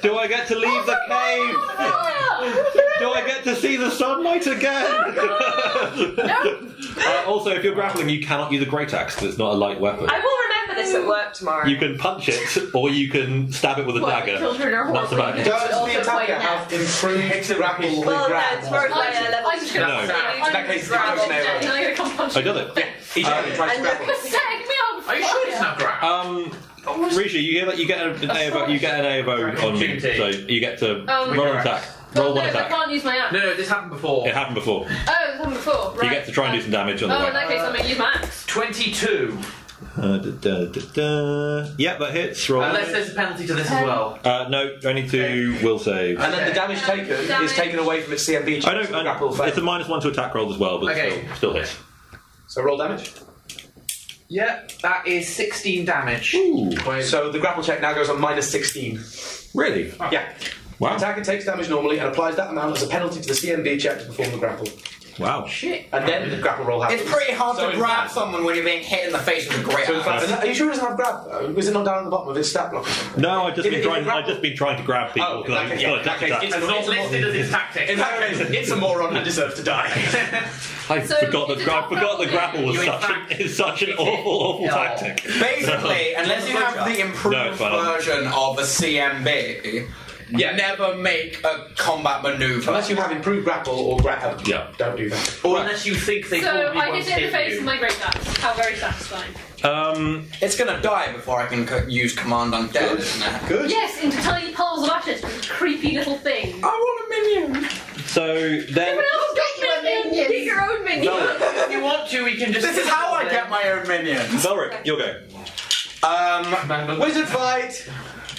Do I get to leave the cave? Do I get to see the sunlight again? uh, also, if you're grappling, you cannot use a great axe because it's not a light weapon. I will remember this at work tomorrow. You can punch it, or you can stab it with a Well, dagger. children are That's horrible. about it. Does Also the attacker quite have improved grapple Well, no, tomorrow's my uh, level. I'm just gonna No. I'm that case, just gonna it's grab no. it. Now you're gonna come punch Oh, does it? Yeah. He tries to grapple. me. Setting me up. Um, Risha, you hear that you get an AOVO, you get an AOVO on me, so you get to Um, roll an attack. Roll No, one I attack. can't use my Uh, axe. no, this happened before. It happened before. Oh, it's on the floor. Right. You get to try and do some damage on the oh, way. in that case, I'm gonna use my axe. Twenty-two. Uh, da, da, da, da. Yeah, that hits. Roll. Unless there's a penalty to this as well. Uh, no, only two will save. And then the damage taken Damage. is taken away from its CMB. I don't. I, it's a minus one to attack roll as well, but Okay. still, still hits. So roll damage. Yeah, that is 16 damage. So the grapple check now goes on minus 16. Really? Yeah. Wow. Attacker takes damage normally and applies that amount as a penalty to the CMB check to perform the grapple. Wow. Shit. And then the grapple roll happens. It's pretty hard to grab someone when you're being hit in the face with a great So in fact, axe. are you sure it doesn't have grab though? Is it not down at the bottom of his stat block or something? No, I've just If- been if trying. you grapple- I've just been trying to grab people. Oh, in 'cause I- that case, it's not yeah, a in that tactic case, attack. it's not listed as his tactic. In that case, it's a moron that deserves to die. I So forgot you that. did I not forgot the roll grapple was it. You in such, an, is such an awful, awful No. tactic. Basically, unless you have the improved No, it's fine. version of a CMB, yeah. never make a combat maneuver. Unless you have improved grapple or grab. Yeah. Don't do that. Or unless you think So I hit it in the face with my great axe. How very satisfying. Um, it's gonna die before I can co- use command undead, Good. isn't it? Yes, into tiny piles of ashes from creepy little things. I want a minion. So then. Everyone else get your minions. Get your own minion. if you want to, we can just. This is how I get my own minion. Velric, you'll go. Um, wizard fight.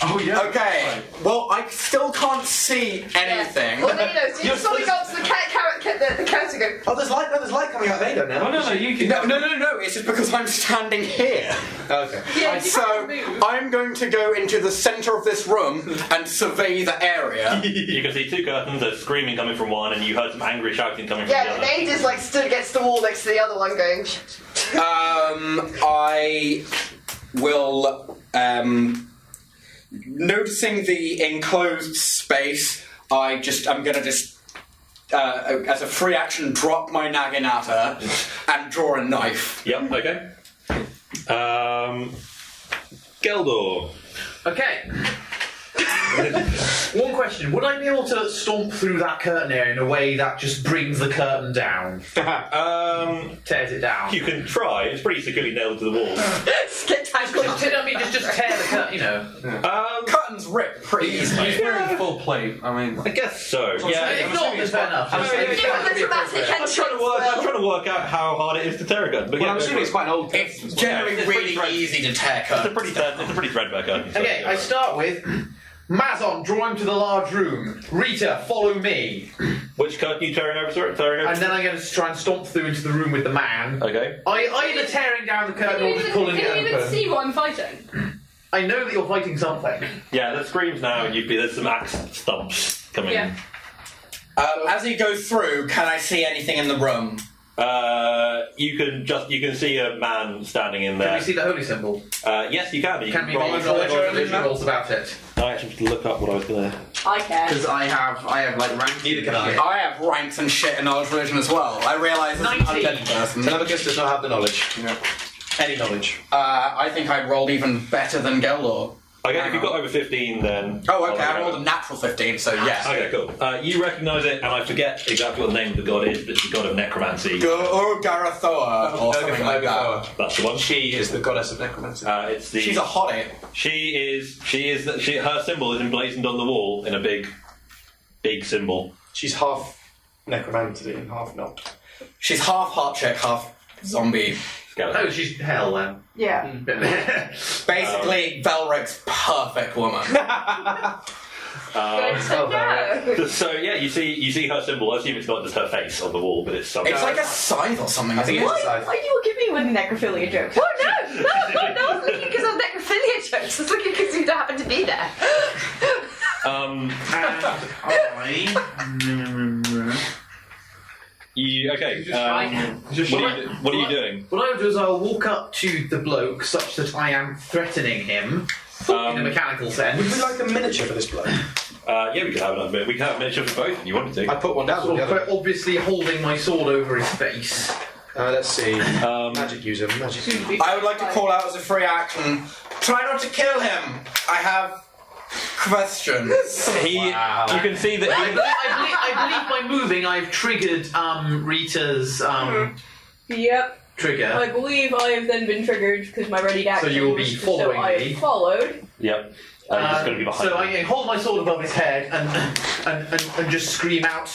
Oh yeah. Okay. Well, I still can't see anything. Well, you know, you suddenly got to the cat carrot, cat, the, the cat and go, Oh, there's light. No, there's light coming out of Ada now. Oh, no, no, you can. No, no, no, no. It's just because I'm standing here. Okay. Yeah, you so I'm going to go into the centre of this room and survey the area. you can see two curtains. There's screaming coming from one, and you heard some angry shouting coming yeah, and they just like stood against the wall next to the other one going, um, I will. Um, noticing the enclosed space, I just I'm gonna just. Uh, as a free action, drop my naginata and draw a knife. Yep. Okay. Um, Geldor. Okay. One question: Would I be able to stomp through that curtain area in a way that just brings the curtain down? um, tears it down. You can try. It's pretty securely nailed to the wall. Just, I mean, just, just tear the curtain. You know. Um, Curtains rip pretty easily. He's wearing full plate. I mean, I guess so. I'm yeah, saying- I'm if not, assuming then it's fair fine. enough. I'm I'm assuming saying it's it's fine. got to be appropriate. I'm trying to work. I'm trying to work out how hard it is to tear a gun. But Well, yeah, I'm go assuming for it's it. quite an old. It's generally it's really pretty easy to tear It's a pretty thread, it's a pretty threadbare curtain. so Okay, yeah. I start with Mazon drawing to the large room. Rita, follow me. Which curtain you tearing over? Sorry, tearing over. And then I'm going to try and stomp through into the room with the man. Okay. I either tearing down the Can curtain you or just even, pulling can you it even open. see what I'm fighting? I know that you're fighting something. Yeah, the screams now. You'd be there's some axe stumps coming. Yeah. Um, as he goes through, can I see anything in the room? Uh, you can just you can see a man standing in there. Can we see the holy symbol? Uh, yes, you can. But you Can we roll- make roll- roll- roll- roll- roll- rules about it? I actually have to look up what I was gonna. I care. Because I have, I have like ranks. Neither can I. I have ranks and shit in knowledge religion as well. I realise as an 19. undead person. Telemachus does not have the knowledge. Any knowledge. Uh, I think I rolled even better than Geldor. Okay, if you got over fifteen, then. Oh, okay. I rolled a natural fifteen, so yes. Okay, cool. Uh, you recognise it, and I forget exactly what the name of the god is, but it's the god of necromancy. Go or Garathoa or something like that. That's the one. She is the goddess of necromancy. Uh, it's the. She's a hottie. She is. She is. She, her symbol is emblazoned on the wall in a big, big symbol. She's half necromancy and half not. She's half heart check, half zombie. Oh, she's hell then. yeah. Basically, Velric's perfect woman. Um, So Oh, no. so yeah, you see, you see her symbol. I assume it's not just her face on the wall, but it's something. It's like a scythe or something. I think isn't it's a Why, why do you give me with necrophilia jokes? Oh no! No, no, no! I was looking because of necrophilia jokes. I was looking because you don't happen to be there. Um, you okay? Um, what, are Just you, do- what are you doing? What I would do is I'll walk up to the bloke such that I am threatening him Um, in a mechanical sense. Would you like a miniature for this bloke? Uh, yeah, we could have another bit. We could have a miniature for both if you wanted to. I put one down. Sort of quite obviously holding my sword over his face. Uh, let's see. Um, magic user. Magic. I would like to call out as a free action. Try not to kill him. I have questions. He- you can see I, believe, I, believe, I believe by moving I've triggered um, Rita's um, Yep. trigger. I believe I have then been triggered because my ready action. So you will be was just following so I me. followed. Yep. Uh, he's gonna be behind so you. I, I hold my sword above his head and and, and, and just scream out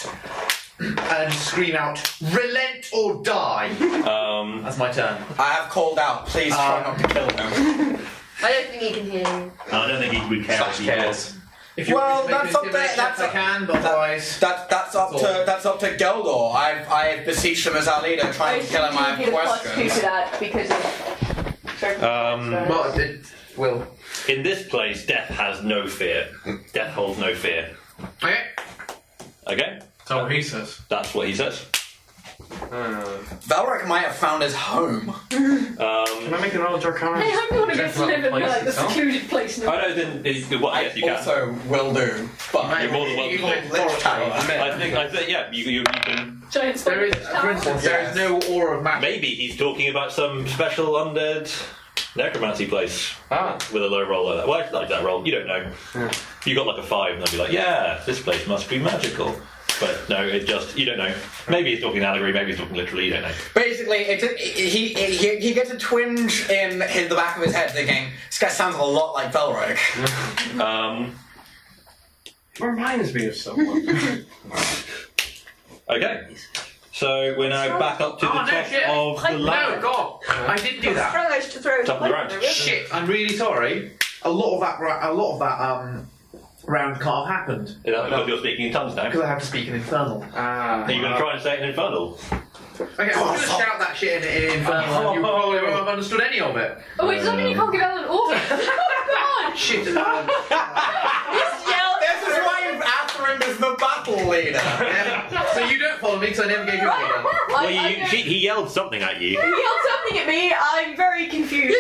and scream out, relent or die. Um, That's my turn. I have called out. Please try not to kill him. I don't think he can hear you. I don't think he would care if he was. If you well, want me to make an that's up to that's up, can, but otherwise that, that's up to that's up to Geldor. I I beseech him as our leader, trying to kill him. I have Get a plus two to questions. that because of. Um, well, it will. In this place, death has no fear. Death holds no fear. Okay. Okay. That's what he says. That's what he says. Valrak might have found his home. Um, Can I make an old Draconic? Hey, I'm gonna go to live in like the secluded place Oh now. no, then it, well, yes, you also can. will do, but you're more than welcome. to. I think, I think, yeah, you, you, you can. Giant There is, for instance, there is no aura of magic. Maybe he's talking about some special undead necromancy place ah. with a low roll. Well, I like that roll. You don't know. You got like a five, and they'll be like, "Yeah, this place must be magical." But no, it just you don't know. Maybe he's talking allegory. Maybe he's talking literally. You don't know. Basically, it, it, he, he he gets a twinge in his, the back of his head, thinking this guy sounds a lot like Belric. Um, Reminds me of Oh, someone. okay, so we're now back up to the Oh, no, top shit. of the No, ladder. God. I didn't do that. Top of the round. Shit, I'm really sorry. A lot of that, ra- a lot of that um, round can't have happened Is that because you're speaking in tongues now? because I have to speak in infernal. Ah, Are you going to try and say it in infernal? Okay, I'm gonna Oh. shout that shit in, in infernal. and you probably won't have understood any of it. Oh wait, does that mean Um, you can't give out an order? Oh god! Shit. um, This is why Atherin is the battle leader. so you don't follow me because I never gave you a order. Well, you, she, he yelled something at you. He yelled something at me. I'm very confused.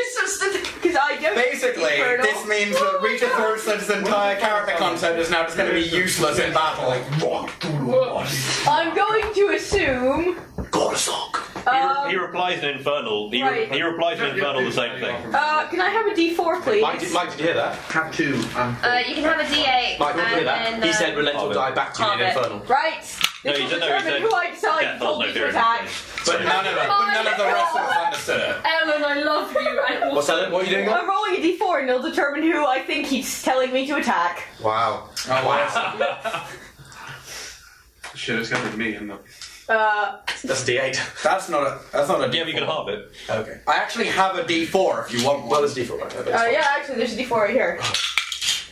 Because I don't. Basically, this means that Rita Oh Thorstein's entire character concept is now just going to be useless in battle. I'm going to assume. Um, um, he, re- he replies in infernal. He, re- right. he replies in infernal the same thing. Uh, can I have a D4, please? Mike, did you hear that? Have two. Um, Uh, you can have a D8. Mike, did you hear and that? then, he uh, said, "Relent or die." Back to you in Carve it. infernal. Right. No, This he will said- no, he determine said- who I decide yeah, told no, me there to is. attack. But none of, but none of the rest of us understood it. Oh, Ellen, I love you. What's that? What are you doing? I'm rolling a D4 and it'll determine who I think he's telling me to attack. Wow. Shit, it's gonna be me, isn't it? Uh, That's D eight. That's not a. That's not a. Yeah, but you can halve it. Oh, Okay. I actually have a D4 if you want one. Well, there's D4. Right? uh, yeah, actually, there's a D4 right here.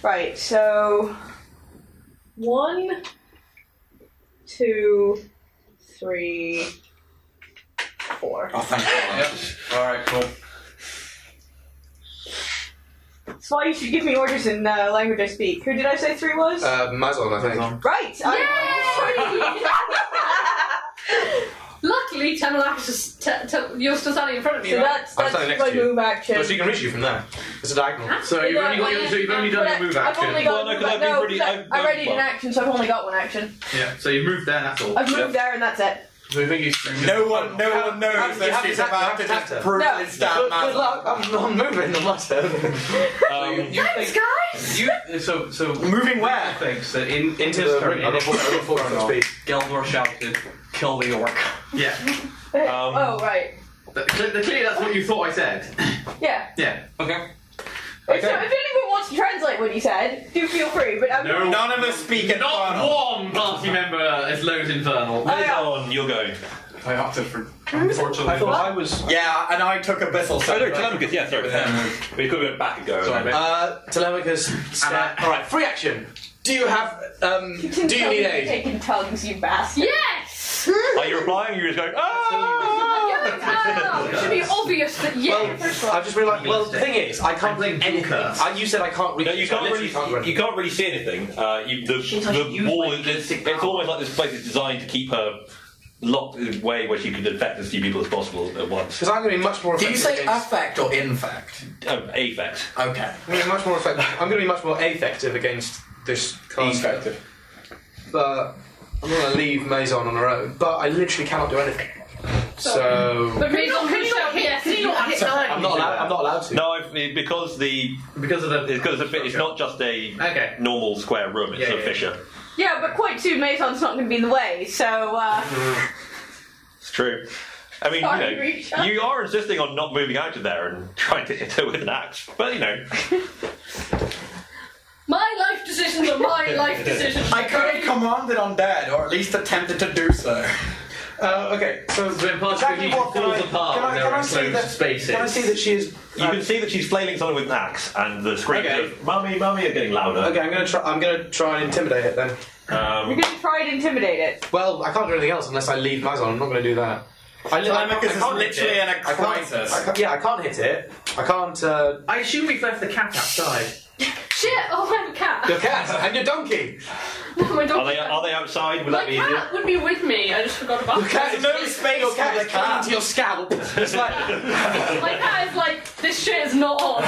Right, so. One, two, three, four. Oh, thank you. All right, cool. That's why you should give me orders in uh, language I speak. Who did I say three was? Uh, Mazon, I think. right! I- Luckily, Channel Ash is t- t- you're still standing in front of me, so right? that's, I'm standing next that's my to you. move action. But she can reach you from there. It's a diagonal. So you've only got your, so you've only done your move I've only action. Well, got no, 'cause one- I've been no, pretty- 'cause I've- I, I already did well- an action, so I've only got one action. yeah. So you moved there. That's all. I've moved there, and that's it. Moving you. No one, no one How did knows you that have she's to attack- about you to have to just attack her? brutally stab Good, good Madeline. luck. I'm, I'm moving the last turn. Um, You think, guys! you, so, so Moving where? thinks that in, in his The turn, ring- I got four- I got four in his turns turn, speed. Geldor shouted, kill the orc. Yeah. Um, oh, right. But cle- Clearly, that's what you thought I said. Yeah. Yeah. Okay. So if anyone wants to translate what you said, do feel free, but um, I'm No. None of us speak in Not one party member is loads Oh, infernal. Maidon, you're going. Oh, I opted for, unfortunately. I thought I was. Yeah, and I took Abyssal. Oh, no, so- Telemachus, yeah, sorry. We could have went back and go. Sorry, mate. Uh, Telemachus. Stat. All right, free action. Do you have? Um, do you didn't tell me need you're aid? taking tongues, you bastard. Yes! Are you replying? You're just going, ah! Oh, it should be obvious that Well, yes. I've just realised. Well, the thing is, I can't I'm blame playing anything. Joker. I, you said I can't reach. No, you so I can't literally really, you can't really see anything. Uh, you, the like, the use wall, my is it's, basic it's power. almost like this place is designed to keep her locked in a way where she could infect as few people as possible at once. Because I'm going to be much more. Did you effective say against- affect or infect? Um, affect. Okay. I'm going to be much more effective. I'm going to be much more effective against this effective. But I'm going to leave Maison on her own. But I literally cannot do anything. So allowed to. No, I've, it- because the because of the it's, because it's, a, it's not just a Okay. normal square room. It's Yeah, a yeah, fissure. Yeah, but quite soon Mason's not going to be in the way, so uh, Mm-hmm. It's true. I mean, Sorry, you know, Richard. you are insisting on not moving out of there and trying to hit her with an axe, but you know, My life decisions are my life decisions. I could have commanded on dead, or at least attempted to do so. Uh, okay, so when parts exactly what can I, can I, can I see that? Can I see that she is? you can see that she's flailing something with an axe, and the screams Okay. of "mummy, mummy" are getting louder. Okay, I'm gonna try. I'm gonna try and intimidate it then. Um, you're going to try and intimidate it. Well, I can't do anything else unless I leave Mazon. I'm not going to do that. I, li- I, Timachus is literally in a I can't, crisis. I can't- yeah, I can't hit it. I can't. Uh, I assume we've left the cat outside. Shit! Oh, I'm a cat. your cat and your donkey. No, my are dog. they are they outside? Would My that be easier? cat would be with me. I just forgot about. Your cat is no space. Your cat is clinging to your scalp. It's like My cat is like this shit is not on.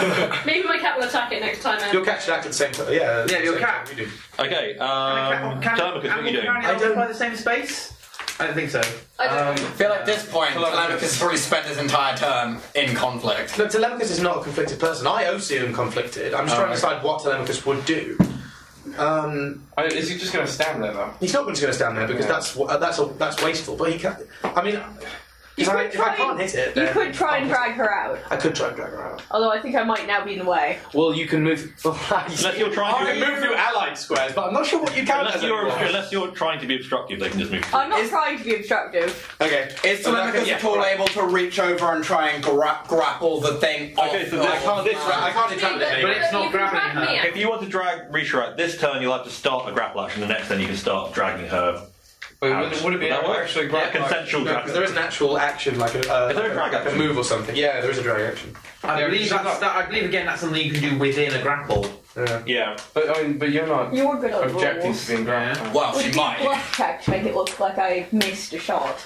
Maybe my cat will attack it next time. your cat should act at the same time. Yeah. Yeah, your same cat. time You do. Okay, um, Timachus, what are you doing? I don't occupy the same space. I don't think so. I feel like at this point, Telemachus has probably spent his entire turn in conflict. Look, Telemachus is not a conflicted person. I also am conflicted. I'm just Oh, trying okay. to decide what Telemachus would do. Um, I, is he just going to stand there though? he's not just going to stand there because Yeah. that's that's that's a- that's wasteful. But he can. I mean, if I, if I can't hit it, You then could try and drag her out, I could try and drag her out. although I think I might now be in the way. Well, you can move. Unless you're trying to- you can move through allied squares, but I'm not sure what you count Unless as. you're, anymore. unless you're trying to be obstructive, they can just move. I'm not trying to be obstructive. Okay. Is Telemachus Yeah. at all able to reach over and try and gra- grapple the thing off? Okay, so the- this- this- I can't intimidate. But it's not you can grabbing drag her. me out. If you want to drag Risha out this turn, you'll have to start a grapple action. The next turn, you can start dragging her. Wait, out. would, would it be that work? actually Yeah, grapple action? consensual No, drag. because there is an actual action, like a, uh, Is there a drag like action? move or something. Yeah, there is a drag action. I Yeah, believe she's that's, not- that, I believe again that's something you can do within a grapple. Yeah. Yeah. But, I mean, but you're not You were good at objecting rules. to being grappled. Well, Would she you might. bluff check to make it look like I missed a shot?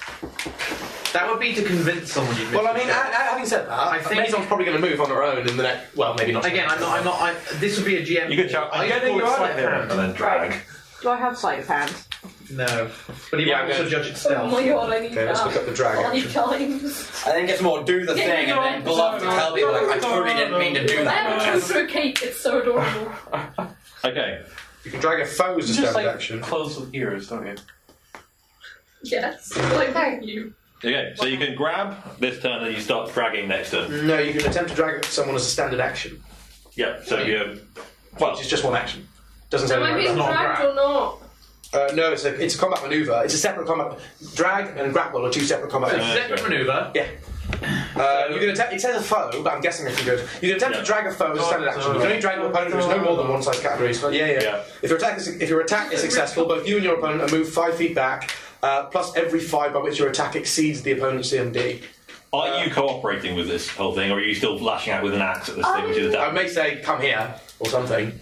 That would be to convince someone you've Well, I missed mean, the a- shot. a- having said that, I I think- think Mason's probably going to move on her own in the next. Well, maybe not. again, I'm not. I'm not. I, this would be a GM. You can shout, I I'm call getting it you out sleight of here, hand. and then drag. Do I have sleight of hand? No, but you Yeah, might also I'm judge it Oh my stealth. god, I need Okay, let's look that. up the drag Bloody action. times. I think it's more do the Yeah, thing and you're then right. bluff to tell people like I totally didn't mean to do I have a that. chance for a cake. It's so adorable. Okay. You can drag a foe's as a standard action. close with ears, don't you? yes. Like thank you. Okay. So you can grab this turn, and you start dragging next turn. No, you can attempt to drag someone as a standard action, Yeah. So you're. Well, which is just one action. Doesn't Am sound I like being that. dragged or not? Uh, no, it's a, it's a combat maneuver. It's a separate combat. Drag and grapple are two separate combat So maneuvers. separate maneuver. Yeah. Uh, you can attempt. It says a foe, but I'm guessing it's a good. You can attempt Yeah. to drag a foe as a standard action. You can only drag an opponent who is no more than one size category. So yeah, yeah. Yeah. If your attack is if your attack is successful, both you and your opponent are moved five feet back. Uh, plus every five by which your attack exceeds the opponent's CMD. are you cooperating with this whole thing, or are you still lashing out with an axe at this thing, which is I damage? may say, come here or something.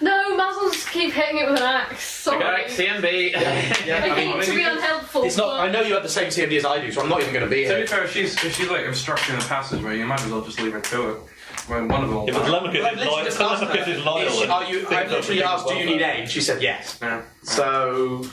No, muzzles keep hitting it with an axe. Sorry. Alright, CMB. I hate to be unhelpful. It's not. but- I know you have the same CMD as I do, so I'm not even going to be To be here. fair, if she's, if she's like obstructing the passageway, you might as well just leave her to it. When one of them will If die. it's Lemnicus, it's loyal. If Lemnicus is loyal. Is- and Are you? thinks I of literally people asked, "Do you welfare. need aid?" She said, "Yes." Yeah, So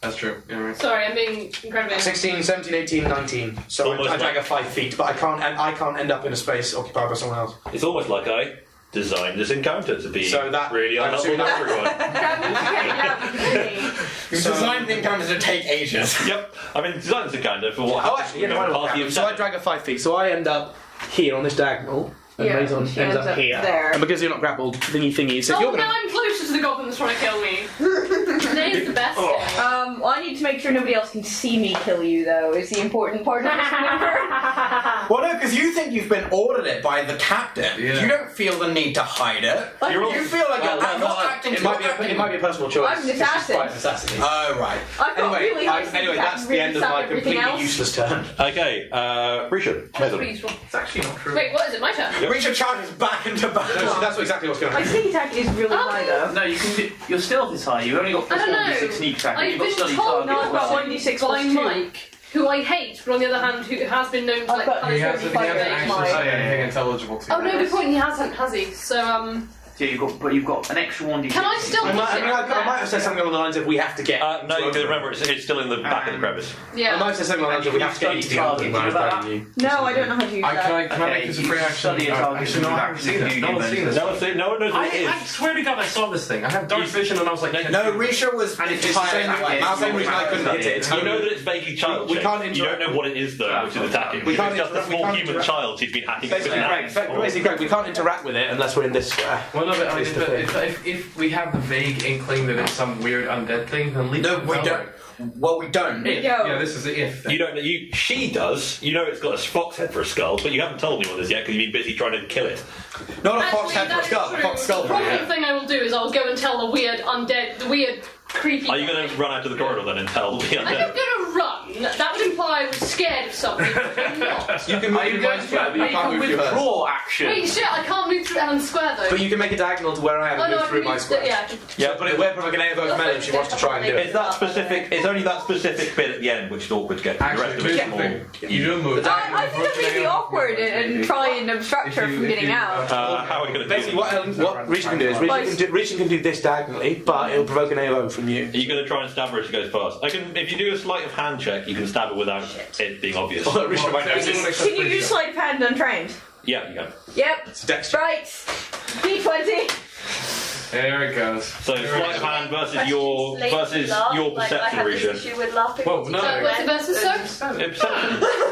that's true. Yeah, right. Sorry, I'm being incredibly. 16, 17, 18, 19. So I, Almost I drag like- a five feet, but I can't. And I can't end up in a space occupied by someone else. It's almost like I designed this encounter to be So that- really I'm unhelpful assuming to that- everyone. You So- designed the encounters to take ages. yep. I mean, designed this encounter for what Oh, happens actually, when yeah, no, a I know. party of So I seven- drag a five feet. So I end up here on this diagonal. And Yeah, Maison she ends ends up, up here. there. And because you're not grappled, thingy thingy. So Oh, you're now gonna. I'm closer to the goblin that's trying to kill me. Today's the best. Oh, day. Um, well, I need to make sure nobody else can see me kill you, though, is the important part of this maneuver. Well, no, because you think you've been ordered it by the captain. Yeah. You don't feel the need to hide it. You're all- you feel like you're, Well, you're well, acting. it might be. you're A, acting- it might be a personal choice. I'm an It's just assassin. quite an assassin. Oh right. I've got Anyway, really high I'm- anyway, sneak attack that's and the really end of stab my everything completely else. useless turn. Okay, uh, Richard. That's Mason. reasonable. It's actually not true. Wait, what is it? My turn. Reach your charges back into No, battle. so that's exactly what's going to My happen. sneak attack is really high, though. No, you can do. Your stealth is high. You've only got I plus don't one to Oh, know. six sneak attack. I've You've got been study told target. now I've got Well, one you six six by plus two. Mike, who I hate, but on the other hand, who has been known to I've like got- punish He He hasn't- hasn't, he hasn't actually actually said anything intelligible to Oh no, good point. He hasn't, has he? So um, So you've got, but you've got an extra one. Can I still I might, I, put it mean, I, on I might have said something along the lines of we have to get. Uh, no, because remember it's, it's still in the back Um, of the crevice. Yeah. I might have said something along the lines of we have to get you to the other one. No, I don't know how to use I- that. can I- can I Okay, make this a you free action? study a Uh, target actually, in no, the I back haven't of seen the this. game, No one's but seen it's- this. No one's seen- no one knows I- what it is. I swear to God, I saw this thing. I have dark vision, and I was like, No, Risha was. And it's it's the same fire- reason- yeah, same reason I couldn't hit it. It's You know only- that it's vaguely child. We- we shaped. can't Ah. You don't know what it is though, which is attacking. We If can't it's just a interrupt- we small can't human interrupt- child who's been hacking. Basically, with an Greg, axe. basically, Greg, we can't interact with it unless we're in this uh, square. Well, no, but I mean, It's the but thing. if, if, if we have the vague inkling that it's some weird undead thing, then leave No, it we alone. don't. Well, we don't. If. Yeah, this is the if. You don't know. You she does. You know it's got a fox head for a skull, but you haven't told anyone this yet because you've been busy trying to kill it. Not a fox head for a skull. A fox skull. The probably thing I will do is I'll go and tell the weird undead, the weird creepy. Are you going to run out to the corridor then and tell the I'm not undead? gonna run. That would imply I was scared of something. I'm not. You can move your mind square, but you can't move your withdraw action. Wait, shit! I can't move through Ellen Square though. But you can make a diagonal to where I am oh and no, I move can through my move- square. Yeah, I can Yeah, but it won't provoke an AOV melee if she wants to try and do it. It's that specific. It's only that specific bit at the end which is awkward to get. through. The rest of Here's the it's thing. You do move. I, I think it would be awkward and, and try and obstruct her from getting out. Uh, how are we going to Basically, what, Ellen- um, what Risha can do is Risha can do, Risha can do this diagonally, but it'll provoke an AOV from you. Are you going to try and stab her as she goes past? I can. If you do a sleight of hand check, you can stab her without it being obvious. Well, Richard might Can you, can you use sleight of hand untrained? Yeah, you can. Yep. Right. D20. There it goes. So sleight of hand versus your versus your perception, Risha. with laughing. Well, no. So, Uh, what's the versus, sir? Perception.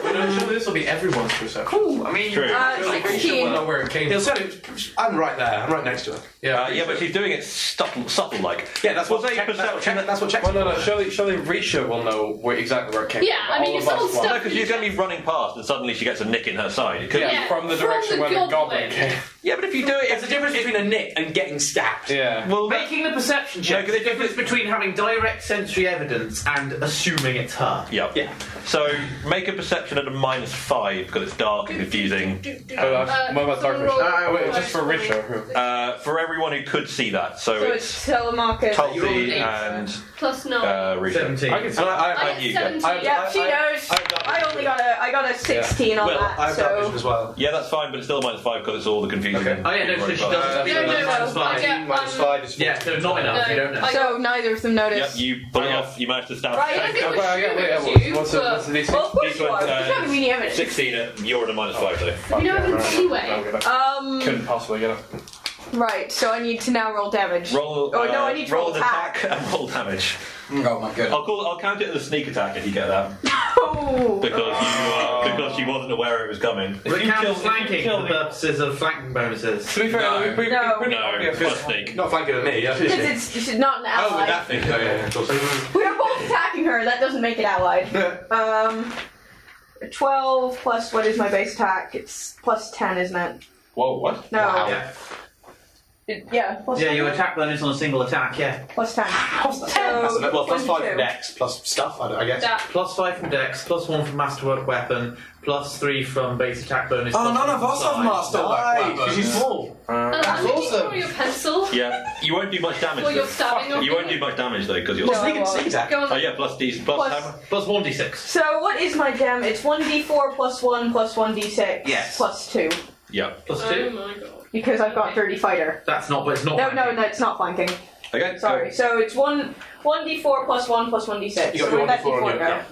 I'm sure this will be everyone's perception. Cool. I mean, True. Uh, Sure we'll know where it came He'll from. say, I'm right there, I'm right next to her. Yeah, uh, yeah, but she's doing it subtle, subtle like. Yeah, that's We'll what say check- that's what perception. check- that's what check- Well, no, no. Surely, surely Risha will know where, exactly where it came Yeah, from. I mean, All if of us someone's will. No, because she's going to be running past, and suddenly she gets a nick in her side. It could Yeah, be from the direction from the where the goblin. goblin came. Yeah, but if you do it, there's a difference between a nick and getting stabbed. Uh, Yeah. Well, Making the perception check. No, 'cause the difference between having direct sensory evidence and assuming it's her. Yep. Yeah. So make a perception at a minus five because it's dark and confusing. Oh, uh, that's- what about so dark vision? roll- Ah, wait, just for Risha. Uh, for everyone who could see that, so, So it's it's telemarkers. Tulsi and Plus nine. uh, Risha. I can see. And I, I and get you, seventeen. yeah. Yep, she knows. I, only got a I got a 16 on Well, that. I've so got vision as well. Yeah, that's fine, but it's still a minus five because it's all the confusion. Okay. Oh yeah, no, so she doesn't- no, no, Minus no. I five. get Minus um, five is four. Yeah, so not enough. No. You don't know. I- So neither of them Yep, notice. you pull it off. You managed to stab. Right, I I think Oh, we well, yeah, should wait, yeah, with you, what's the, but- what's the DC? Well, of course These you ones, are. There's uh, not really any evidence. Sixteen. uh, You're at a minus five though. We don't have Alright, any I'll leeway. get it. Um, Couldn't possibly get it. right, so I need to now roll damage. Roll. Oh, no, uh, I need to roll an attack and roll damage. Oh my god. I'll call. I'll count it as a sneak attack if you get that Oh! because you uh, because she wasn't aware it was coming. Would it count as if flanking you for kill the the- purposes of flanking bonuses? To be fair, No. we, we, No. we, No, it's not a sneak. Not flanking at me, yeah. Because it's, it's not an Oh, with ally. that thing, though, yeah. of course. We're both attacking her. That doesn't make it allied. Um, twelve plus what is my base attack? It's plus ten, isn't it? Whoa, what? No. Yeah. It- yeah. Plus Yeah, 10, you attack bonus on a single attack, yeah. Plus ten. Plus So, ten. Well, plus five 22. from Dex, plus stuff, I, don't- I guess. That- Plus five from dex, plus one from masterwork weapon, plus three from base attack bonus. Oh, plus none one of from us have size. master Right. weapon. Because he's small. Uh, I'm looking awesome. for your pencil. Yeah, you won't do much damage. Well, you're though. stabbing or you won't do much damage though because you're. No, I Sneak, won't. sneak attack. Go on. Oh yeah, plus D plus, Plus- hammer. Plus one d6. So what is my gem? It's one d four plus one plus one d six Yes. plus two Yeah. Plus Oh Uh, two. my god. because I've got dirty fighter. That's not, but it's not. No, no, flanking. no, it's not flanking. Okay. go. Sorry. So it's one one d four plus one plus one d six. You got So your where'd that 1d4 on d4 you, go? yeah.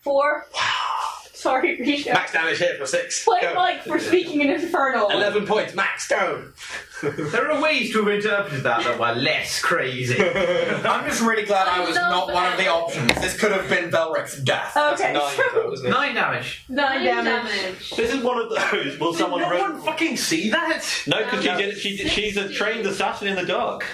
Four. Sorry, Risha. Max damage here for six. Play Go. Mike for speaking in Infernal. Eleven points, max. Go. There are ways to have interpreted that that were less crazy. I'm just really glad I was love not one of the that. options. This could have been Belric's death. Okay, Nine, so though, isn't it? Nine damage. nine damage. damage. This is one of those. Will someone? no re- one fucking see that? No, because she Um, did, she, did- she's a 60. trained assassin in the dark.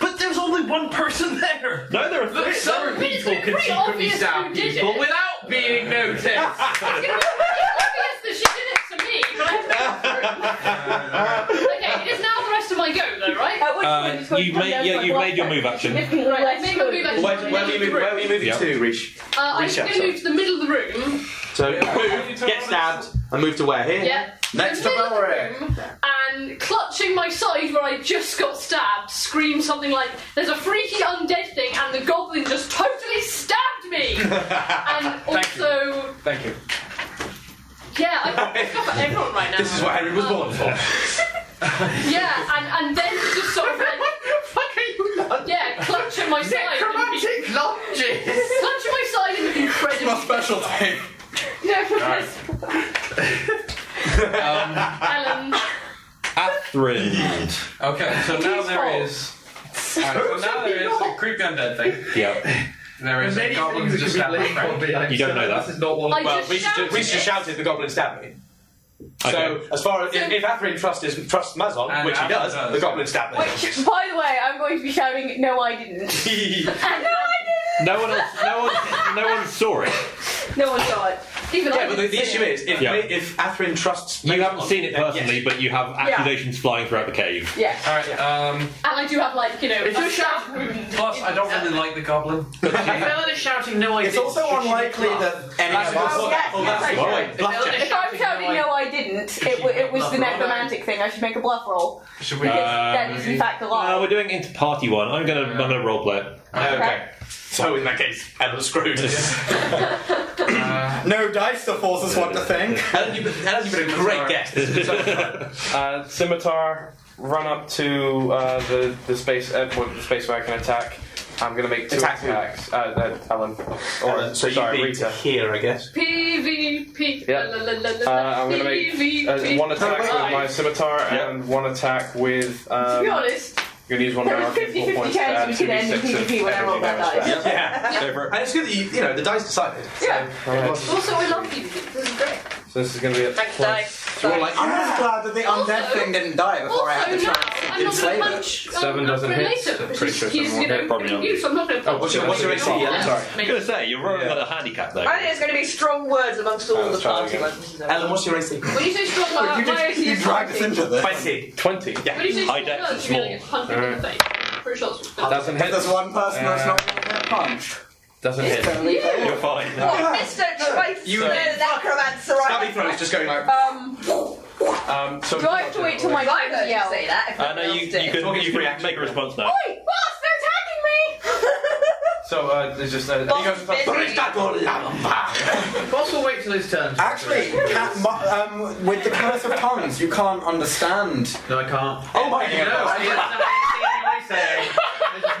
But there's only one person there. No, there are three. Look, some But it's people been can pretty secretly obvious stab who did people it. without being noticed. It's gonna be pretty obvious that she did it to me, but I haven't Okay, it is now the rest of my go, though, right? At which point it's Uh, going to you've come made- down yeah, to my you've block made your type, move action. significantly Right, less make your move good. action. Where, where, were you moving, where were you moving Yep. to, Rish? Uh, I'm Reach out, just going to move to the middle of the room. So, move, get stabbed, and move to where? Here? Yeah. Next the to middle of the Belric. room, And clutching my side where I just got stabbed, scream something like, There's a freaky undead thing, and the goblin just totally stabbed me! and also, Thank you. yeah, I can pick up at everyone right now. This is what Henry was born for. Yeah, and, and then just sort of like. Fuck are you Yeah, clutch at my side. Necromantic lunges! Clutch at my side and incredibly. my specialty. No, um, Alan. Athrend. Okay, so now there is. Alright, so now there is a creepy undead thing. Yeah. There is a Oh, Many goblin things that just that could stabbed be my blamed friend. on being You don't know that. This is not one I well, just we should, we should shouted shout it, the goblin stabbed me. So, as far as if, if Athrine trusts his, trusts Mazon, And which he Athrine does, does. the goblin stabbed me. Which, by the way, I'm going to be shouting, no, I didn't. He- no, I didn't! No one else. No one. No one saw it. No one saw it. Even I yeah, but the, didn't the see issue it. is if Yeah. ma- if Athrine trusts You haven't seen it then personally, but you have Yeah. accusations flying throughout the cave. Yeah. Alright, um. And I do have like, you know. If a you stab shout- wound. Plus, I don't really like the goblin. Velen is shouting no idea. It's also unlikely that any That's of us- what- Yes, oh, yes, that's yes, what- yes. Velen is If I'm shouting, no, I didn't, it, w- it was the necromantic thing. I should make a bluff roll. Should Because that is, in fact, a lie. No, Um, Uh, we're doing it into party one. I'm gonna. I'm gonna roleplay it. Okay. So in that case, Ella's screwed. no dice to force us what to think. That's been a great guess. uh, scimitar, run up to uh, the the space uh, well, the space where I can attack. I'm gonna make two Attack who? attacks. Uh, uh, Alan. Or, so you'd sorry, be Rita. here, I guess. PvP. Yeah. La, la, la, Uh, la, la, I'm gonna make PvP. uh, one attack with my scimitar and one attack with. Um, To be honest, I'm gonna use one of there my was 50-50 arcane points to add chance we two could end in PvP d6 when I of rolled that everything dice. else. Yeah. Yeah. And it's good that you, you know, the dice decided. Yeah. Alright, Also, we love PvP. This is great. so this is gonna be a Thanks, dice. So we're like, I'm just glad that the undead Also- thing didn't die before I Also, had to now try I'm and not going enslave to it. punch. Seven um, doesn't Later, hit. I'm because pretty sure he's, seven you know, won't hit, probably gonna not. use, so I'm not going to punch. what's your- what's your AC? Yeah, sorry. I was gonna say you're rolling at a handicap though. I think it's going to be strong words amongst all the party ones. Ellen, what's your AC? When you say strong words, you Uh, my just- AC you is dragged us 20. into this. 20. 20. Yeah. When you say High strong decks words, is you're going to get punched in the Alright. face. Pretty sure that's what Doesn't If hit. there's one person that's not going to get punched. Doesn't It's totally hit. fair. You're fine. What, Mr. Trace? You- no, that necromancer, right? Stabby throat is just going like. Um, Um, so Do I have to wait till my I guy heard you say that. Uh, no, you, you can, you can make a response now. Oi, boss, they're attacking So uh, there's just uh, he goes and talks- Boss will wait till his turn. Actually, cat, mu- um, with the curse of tongues, you can't understand. No, I can't. Oh my god!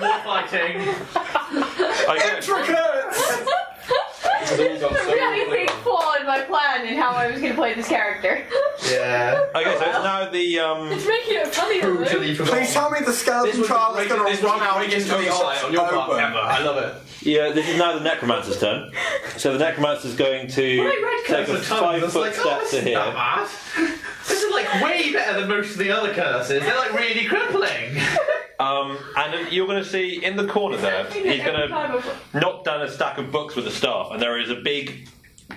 There's more fighting. Intricate! me! really big flaw in my plan and how I was going to play this character. Yeah. Okay, so it's now the um. It's making it funny, though. Please tell me the skeleton trial is going to run out into the oversight on your part, open. Emma. I love it. Yeah, this is now the necromancer's turn. So the necromancer's going to I read take Curse a of Tongues, I five was foot like, step oh, this to is not here. bad. This is like way better than most of the other curses. They're like really crippling. Um, and then you're going to see in the corner there, he's going to knock down a stack of books with a staff, and there is a big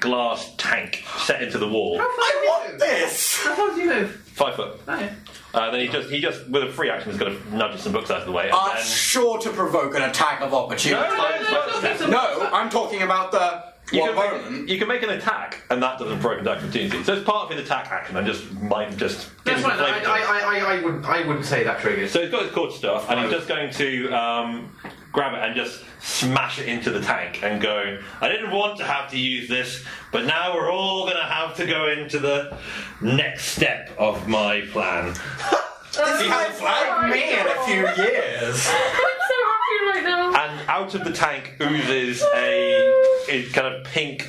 glass tank set into the wall. I want this! How far do you move? Five foot. No. Uh, then he just, he just, with a free action, is going to nudge some books out of the way. And Are Ah, then, sure to provoke an attack of opportunity. No, no, no, no, no. No, I'm talking about the. you, Well, can make, you can make an attack, and that doesn't provoke an opportunity. So it's part of his attack action. I just might just. That's fine. I, I, I, I, wouldn't, I wouldn't say that triggers. So he's got his cord stuff, and he's just going to um, grab it and just smash it into the tank and go, I didn't want to have to use this, but now we're all going to have to go into the next step of my plan. He hasn't flagged me in a few years. I'm so happy right now. And out of the tank oozes a, a kind of pink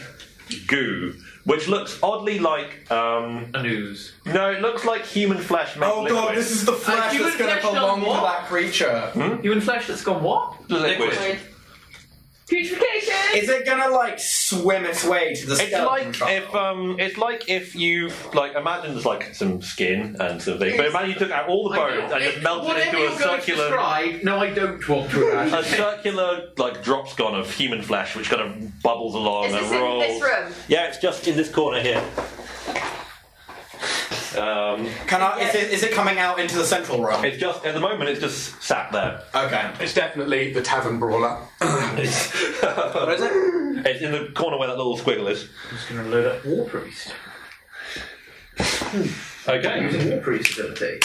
goo. Which looks oddly like um, an ooze. No, it looks like human flesh. made Oh god, liquid. this is the flesh human that's going to flesh done belong to what? that creature. Human flesh that's gone what? liquid. Putrefaction! Is it going to like swim its way to the It's skeleton? like if um, it's like if you like imagine there's like some skin and something, but imagine you took out all the bones and just melted it Whatever into you're a going to circular, describe, no, I don't want to imagine. a circular like drops gone of human flesh, which kind of bubbles along Is and this in rolls. this room? Yeah, it's just in this corner here. Um, Can I, is, it, is it coming out into the central realm? it's just at the moment it's just sat there. Okay. It's definitely the tavern brawler. It's, What is it? it's in the corner where that little squiggle is. I'm just going to load up War Priest. Hmm. Okay. War Priest ability.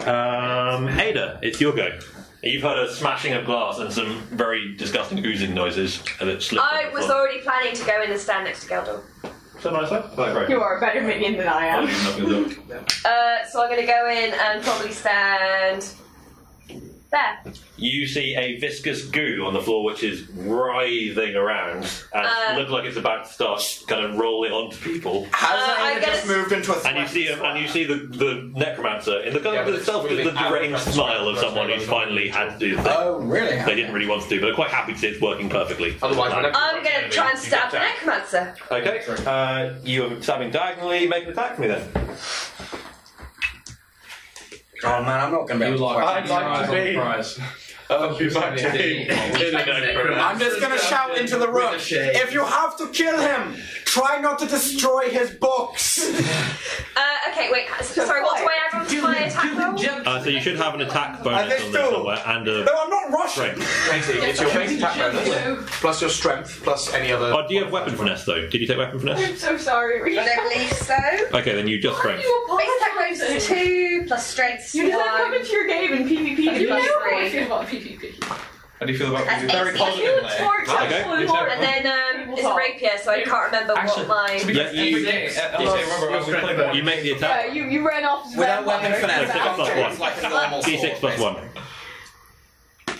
Um, Ada, it's your go. You've heard a smashing of glass and some very disgusting oozing noises, and it slipped. on I the was floor. already planning to go in and stand next to Geldor. Is that what I said? Oh, great. You are a better minion than I I'm am. not gonna do it. Uh, so I'm going to go in and probably stand there. You see a viscous goo on the floor which is writhing around and Uh, look like it's about to start kind of rolling onto people. Has that even just moved into a And you see him, and you see the, the necromancer in the kind Yeah, of but the it's self the moving out deranged of the smile of someone who's finally had to do the thing. Oh, really? They didn't really want to do, but are quite happy to see it's working perfectly. Otherwise, I'm going to try and stab the necromancer. Okay, uh, you are stabbing diagonally. Make an attack for me then. Oh man, I'm not going to be. able to I'd like to be. Oh, you might be. I'm just gonna shout into the room. If you have to kill him, try not to destroy his books. Uh, okay, wait. s- Sorry, what do I add on to my attack roll? Uh, so you should have an attack Are they bonus on there somewhere, and a No, I'm not rushing. strength. It's your base attack bonus. Plus your strength, plus any other. Oh, do you have weapon finesse though? Did you take weapon finesse? I'm so sorry, Rita. I don't believe so. Okay, then you just strength. Base attack goes to two plus strength. You one. didn't come into your game in PvP. You You know know how I feel about PvP. How do you feel about That's Very eight. positive there. Okay. And then um, it's a rapier, so I can't remember Actually, what my. to be fair, you, yes. you make the attack. Yeah, you, you ran off as Without vampire. weapon finesse, D6 plus one. D6 plus one.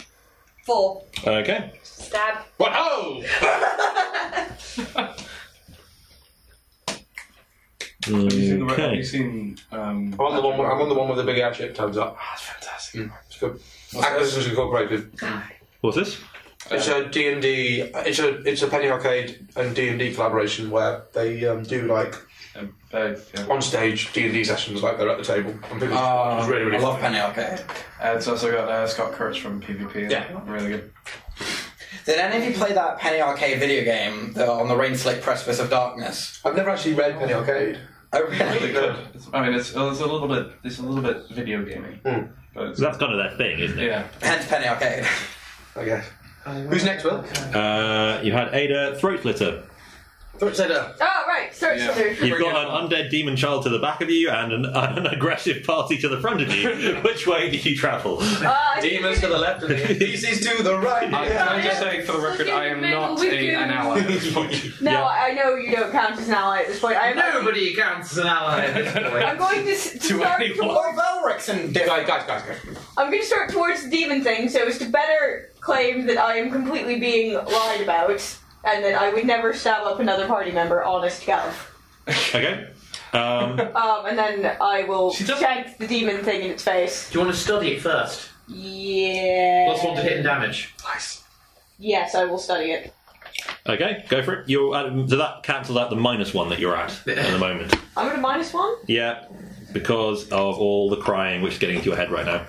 Four. Okay. Stab. What? Oh! Have you seen, the, have you seen um, I'm on the one. Where, I'm on the one with the big air shape times up. Ah, it's fantastic. It's good. Acquisitions Incorporated. What's this? It's a D and D. It's a it's a Penny Arcade and D and D collaboration where they um, do like on stage D and D sessions like they're at the table. And people, Oh, it's really really. fun. Uh, it's also got uh, Scott Kurtz from PvP. Yeah, really good. Did any of you play that Penny Arcade video game the, on the Rain Slick Precipice of Darkness? I've never actually read Penny Arcade. Oh, really? good. It's, I mean, it's, it's a little bit. It's a little bit video gaming. Hmm. But it's, that's kind of their thing, isn't it? Yeah. Hence Penny Arcade. I guess. Who's next, Will? Uh, you had Ada Throat Slitter. Throat Slitter. Ah, Oh, right. Search You've got yeah. an undead demon child to the back of you and an, an aggressive party to the front of you. Which way do you travel? Uh, Demons to the left of me. DC's to the right. I, can I just say, for the record, I am not a, an ally at this point. No, I know you don't count as an ally at this point. I am Nobody counts as an ally at this point. I'm going to, s- to start towards, Valrix and guys, guys, guys, guys. I'm going to start towards the demon thing, so as to better claim that I am completely being lied about, and that I would never stab up another party member. Honest Gav. Okay. Um, Um, and then I will shank the demon thing in its face. Do you want to study it first? Yeah. Plus one to hit and damage. Nice. Yes, I will study it. okay, go for it. You're at, so that cancels out the minus one that you're at at the moment. I'm at a minus one. Yeah, because of all the crying which is getting into your head right now.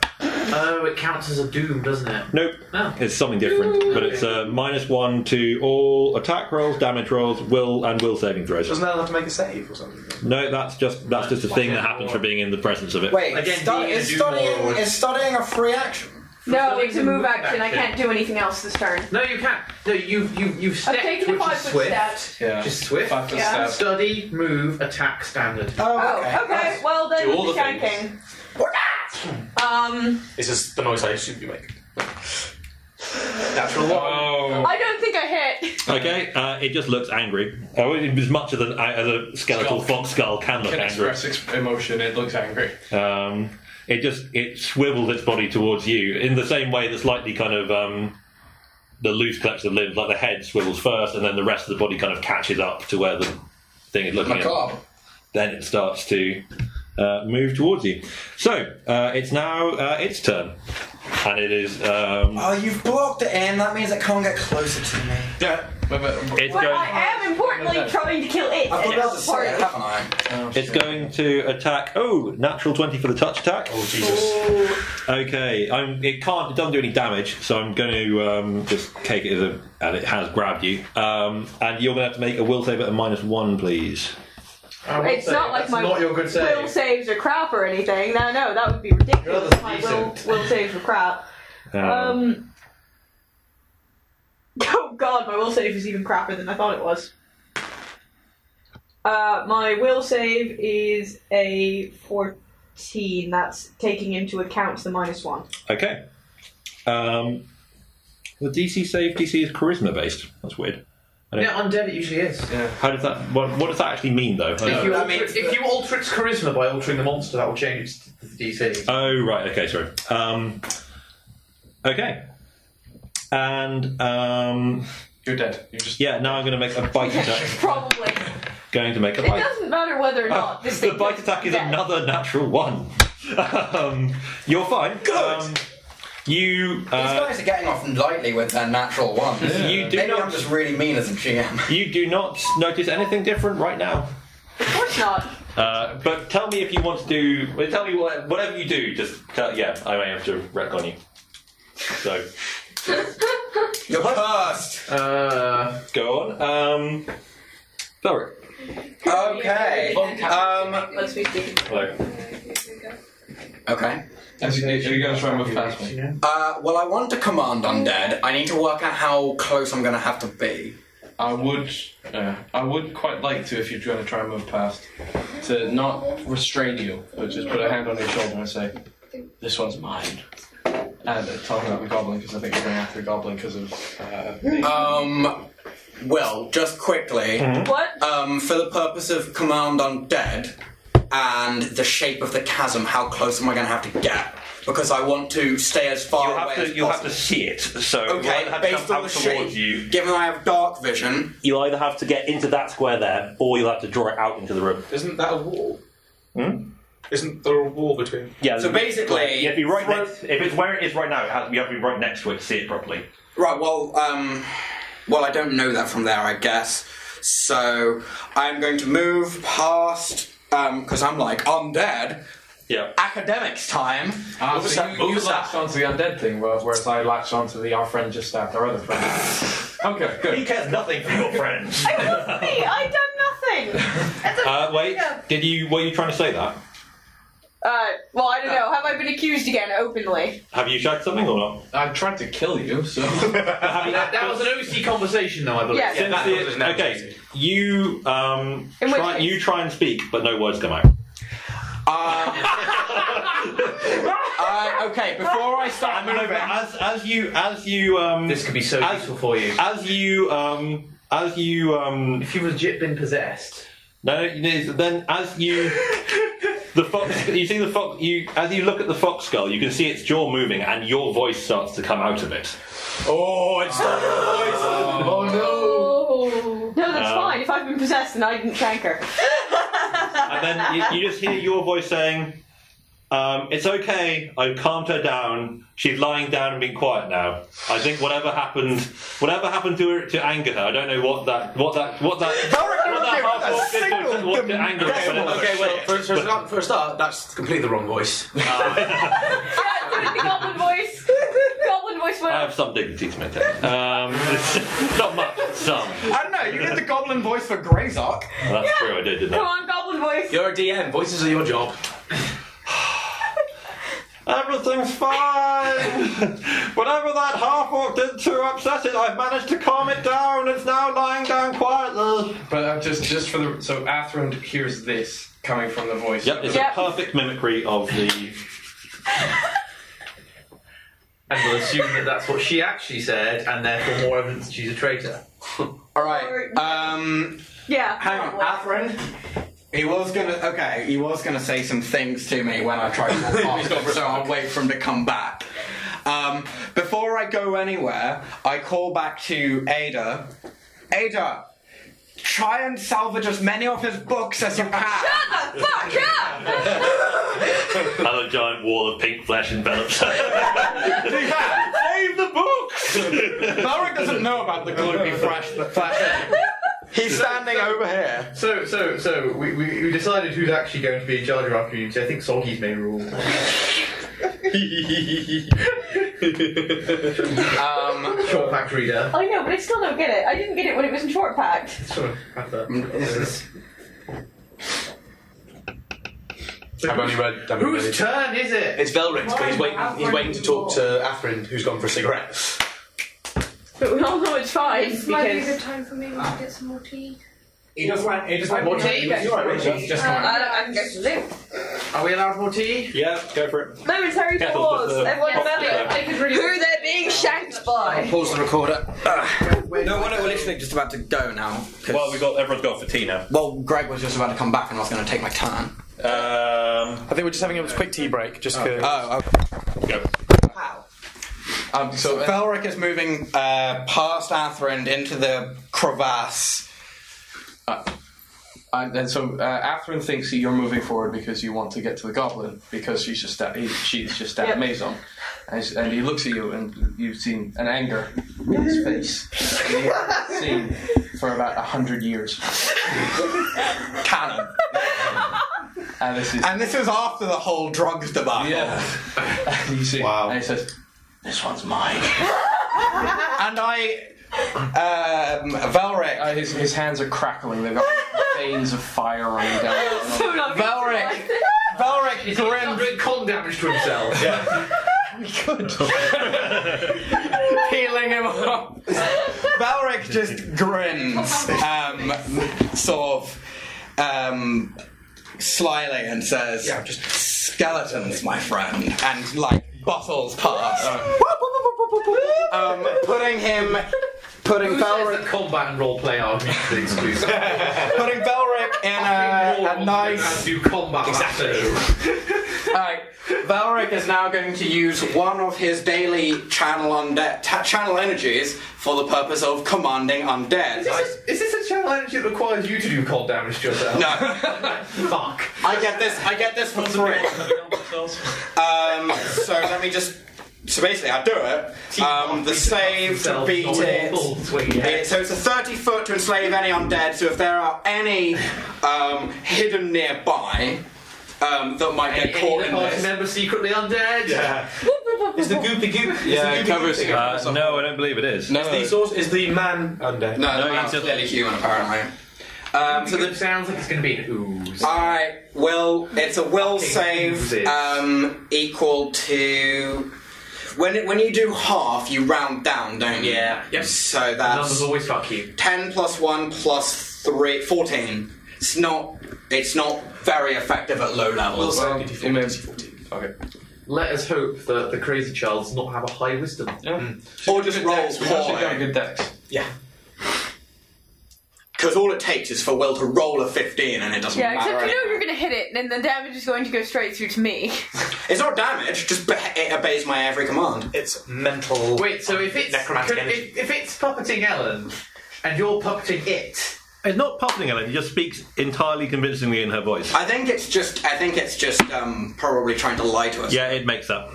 Oh, it counts as a doom, doesn't it? Nope. It's something different, but it's uh, minus one to all attack rolls, damage rolls, will and will saving throws. Doesn't that have to make a save or something? No, that's just that's just a thing that happens for being in the presence of it. Wait, stu- is, studying, is studying a free action? No, Studying it's a the move move action. I action. can't do anything else this turn. No, you can't. No, you've you've you've stepped, taken a which is five-foot swift. step. Yeah. Which is swift. foot Yeah. step. Study, move, attack, standard. Oh, okay. Well, then Do with all the the things. shanking. Um, It's just the noise I assume you make. Natural one. I don't think I hit. Okay, uh, it just looks angry. Uh, as much as a, as a skeletal fox skull can look Can angry. express ex- emotion. It looks angry. Um, it just it swivels its body towards you in the same way the slightly kind of um, the loose collection of limbs, like the head swivels first, and then the rest of the body kind of catches up to where the thing is looking Macabre. at. Then it starts to uh, move towards you. So uh, it's now uh, its turn, and it is. Um, Oh, you've blocked it in. That means it can't get closer to me. Yeah. It's But I am importantly trying to kill it. I've got and else not to the party. say, haven't I? It's going to attack. Oh, natural twenty for the touch attack. Oh Jesus! Okay, I'm, it can't. It doesn't do any damage, so I'm going to um, just take it as a. And it has grabbed you, um, and you're going to have to make a will save at a minus one, please. It's not like my will saves are crap or anything. No, no, that would be ridiculous. if My will, decent. will saves were crap. Um. Oh god, my will save is even crappier than I thought it was. Uh, my will save is a 14. That's taking into account the minus one. Okay. Um, the DC save DC is charisma based. That's weird. I don't- Yeah, undead it usually is. How does that? What, what does that actually mean, though? I If don't you, know. alter, if you alter its charisma by altering the monster, that will change its DC. Oh right, okay, sorry. Um, okay, and um, you're dead. You just yeah. Now I'm going to make a bite attack. Probably. Going to make a It bite. doesn't matter whether or not this Uh, the thing. bite attack is another natural one. um, you're fine. Good. you. These Uh, guys are getting off lightly with their natural ones. You do Maybe not- I'm just really mean as a GM. you do not notice anything different right now. Of course not. Uh, but tell me if you want to do. well, Tell me what, whatever you do. Just tell, yeah, I may have to wreck on you. So you're cursed. Uh, go on. Um, Belric. Okay. Um, Let's be stupid. Hello. Okay. Are you going to try and move past me? Uh, well, I want to command undead. I need to work out how close I'm going to have to be. I would, uh, I would quite like to if you're going to try and move past, to not restrain you, but just put a hand on your shoulder and say, "This one's mine." And uh, talking about the goblin because I think you're going after the goblin because of. Uh, Um, well, just quickly. Mhm. What? Uh, Um, for the purpose of command undead and the shape of the chasm, how close am I going to have to get? Because I want to stay as far You'll away have as to. You'll have to possible. see it. So you'll Okay, either have to based come on the out towards shape, you. given I have dark vision, You'll either have to get into that square there, or you'll have to draw it out into the room. Isn't that a wall? Hmm? Isn't there a wall between? Yeah. So basically- you have to be right next. If it's where it is right now, it has, you have to be right next to it to see it properly. Right. Well, um, well, I don't know that from there, I guess. So I'm going to move past because I'm like undead. Yeah. Academics time. Ah, Oops, so you, you oops, latched onto the undead thing, whereas whereas I latched onto the our friend just stabbed our other friend. okay, good. He cares nothing for your friends. Hey, I done nothing. Uh, wait. Did you? Were you trying to say that? Uh, well, I don't know. Have I been accused again openly? Have you shagged something or not? I tried to kill you, so. that, that was an OC conversation, though, I believe. Yeah. Yeah, that Since was the- an okay, you um, In which try, case- you try and speak, but no words come out. Uh, Um, okay, before I start moving, as as you as you um, this could be so useful for you. As you um, as you um, if you were legit been possessed. No, you know, then as you the fox, you see the fox. You as you look at the fox skull, you can see its jaw moving, and your voice starts to come out of it. Oh, it's Oh, no. No, that's Um, fine. If I've been possessed, then I didn't thank her. and then you, you just hear your voice saying, um, "It's okay. I've calmed her down. She's lying down and being quiet now. I think whatever happened, whatever happened to her to anger her. I don't know what that, what that, what that." what that half-orc did to- what to anger her, but it was Okay, wait. For, for, a start, for a start, that's completely the wrong voice. the goblin voice. Goblin voice I went. have some dignity to maintain. Um, not much, some. I don't know. You did the goblin voice for Greyzark. Well, that's true, I did, didn't I? Come on, goblin voice. You're a DM. Voices are your job. Everything's fine! Whatever that half orc did to upset it, I've managed to calm it down. It's now lying down quietly. But uh, just just for the so Athrund hears this coming from the voice. Yep, it's a perfect mimicry of the. And we'll assume that that's what she actually said, and therefore more evidence that she's a traitor. All right. uh, Um, yeah. Hang on, Athrun. He was gonna. Okay, he was gonna say some things to me when I tried to walk past him, so I'll wait for him to come back. Um, before I go anywhere, I call back to Ada. Ada, try and salvage as many of his books as you can. Shut the Ah, fuck up! Another giant wall of pink flesh envelops. Save the books! Balric doesn't know about the gloopy flash. flash. He's standing over here. So, so, so we, we, we decided who's actually going to be in charge of our community. I think Soggy's main rule. um, Short fact reader. I know, but I still don't get it. I didn't get it when it was in short packed. I've only read. I've only Whose read it. turn is it? It's Velrix, but he's waiting. He's waiting to talk to Atherin, who's gone for a cigarette. But we all know it's fine This might be a because. good time for me to get some more tea. He just went. He just went. More tea? You're right, Richard. Just Uh, come out. I can go to live. Are we allowed more tea? Yeah, go for it. Momentary Kettle, pause. but, uh, Everyone Yeah, remember, I could really- who they're being shanked by. Pause the recorder. no, we're, we're literally just about to go now. Well, we got everyone's gone for tea now. Well, Greg was just about to come back, and I was going to take my turn. Um, I think we're just having a quick tea break, just because. Oh, okay. Go. Um, so Felric is moving uh, past Athrend into the crevasse. Uh, and so uh, Athrun thinks that you're moving forward because you want to get to the goblin because she's just at, he, she's just at Yep. Maison, and, s- and he looks at you and you've seen an anger in his face that you haven't seen for about a hundred years. Cannon. And this is And this is after the whole drugs debacle. Yeah. you see. Wow. And he says, "This one's mine." and I, um, Valric. Uh, his, his hands are crackling. They've got veins of fire running down. Valric. Valric Grim. Con damage to himself. Yeah. Good. Peeling him off. Balric just grins, um, sort of um, slyly, and says, yeah, just skeletons, my friend, and like bottles past. um, putting him. Putting Valric. Combat and roleplay are mutually exclusive. putting Valric in Uh, a, a nice. Do combat exactly. Alright, Valric is now going to use one of his daily channel undead ta- channel energies for the purpose of commanding undead. Is this a channel energy that requires you to do cold damage to yourself? No. Fuck. I get this. I get this for free. um, so let me just. So basically, I do it. Um, the save to beat it. it- So it's a 30 foot to enslave any undead. So if there are any um, hidden nearby um, that might get caught in Party this. member secretly undead. Yeah. Is the goopy goop? Yeah, it covers. Uh, no, I don't believe it is. No. It's source is the man undead? No, the man's clearly human, apparently. Um, so the sounds like it's going to be an ooze. I will. It's a will save oozes. um, equal to. When, it, when you do half, you round down, don't you? Yeah. Yep. So Numbers that's always fuck you. 10 plus 1 plus 3, 14. It's not, it's not very effective at low levels. Well, it may- Okay. Let us hope that the crazy child does not have a high wisdom. Or just rolls We actually got a poorly. good dex. Yeah. Because all it takes is for Will to roll a 15 and it doesn't Yeah, matter. except you any- know you're gonna hit it, and then the damage is going to go straight through to me. It's not damage, just be- it obeys my every command. It's mental. Wait, so if it's Necromantic could- energy. if, if it's puppeting Ellen and you're puppeting it, not puppeting Ellen, it just speaks entirely convincingly in her voice. I think it's just. I think it's just um, probably trying to lie to us. Yeah, it makes up.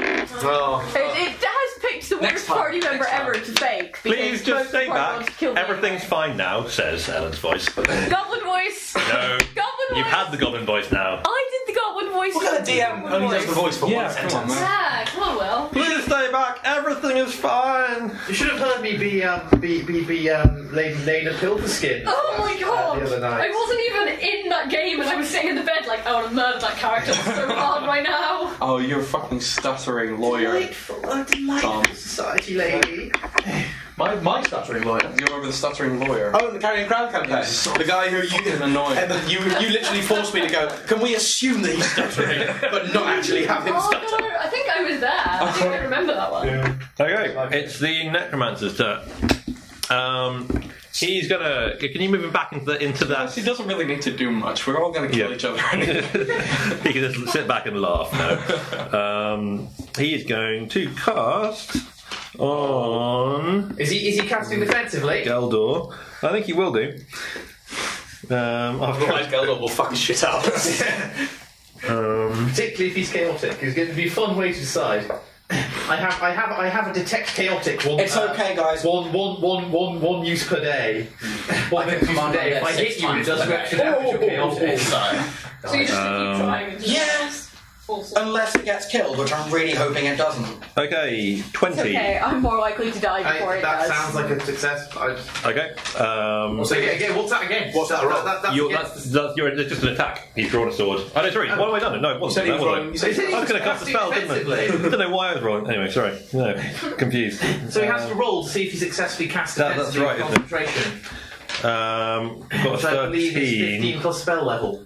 It, it has picked the worst party member ever to fake. because Please most just stay party wants back. to kill me. Everything's fine now, says Ellen's voice. No, Goblin voice. Goblin voice. you've had the goblin voice now. I did the goblin voice. Look at the DM Goblin only does the voice for one Yeah, sentence. come on, man. Yeah, come Oh, on, Will. Please stay back. Everything is fine. You should have heard me be um be be be um Lady Lena Pilberskin. Oh my god! Uh, the other I night. wasn't even in that game and I was sitting in the bed like, I want to murder that character so hard right now. Oh, you're a fucking stuttering lawyer. Oh, delightful Tom. society lady. My, my stuttering lawyer. You remember the stuttering lawyer? Oh, the Carrion Crown campaign. the guy who you annoying. And then you you literally forced me to go. Can we assume that he's stuttering, but not actually have him Oh stutter? god, I think I was there. I think I remember that one. Okay, it's the necromancer's turn. Um, he's gonna. Can you move him back into the, into that? He doesn't really need to do much. We're all gonna kill each other. he can just sit back and laugh now. Um, he is going to cast on. Is he is he casting defensively? Geldor. I think he will do. Um, I've got. Geldor will fuck his shit up. Um, Particularly if he's chaotic, it's going to be a fun way to decide. I have I have I have a detect chaotic one. uh, It's okay, guys. One one one one one use per day. One use per command day. that If Hmm. I six hit you, it times does per day. reaction damage. You're chaotic. So you just Um, keep trying and just. Yes. Unless it gets killed, which I'm really hoping it doesn't. okay, It's twenty. okay, I'm more likely to die before it does. a success. I, Okay. Um, so again, again, what's that again? What's that? that, that, You're, that's, that's, you're, it's just an attack. He's drawn a sword. Oh, no, sorry. Why have I done it? No, it wasn't. You That said he was wrong. wasn't. You it. said he I was was going to cast a spell, casting didn't I? defensively. I don't know why I was wrong. Anyway, sorry. No, confused. so he has to roll to see if he successfully casts That- that's defensive right, isn't it? concentration. Um, got a So I believe it's 13, 15 plus spell level.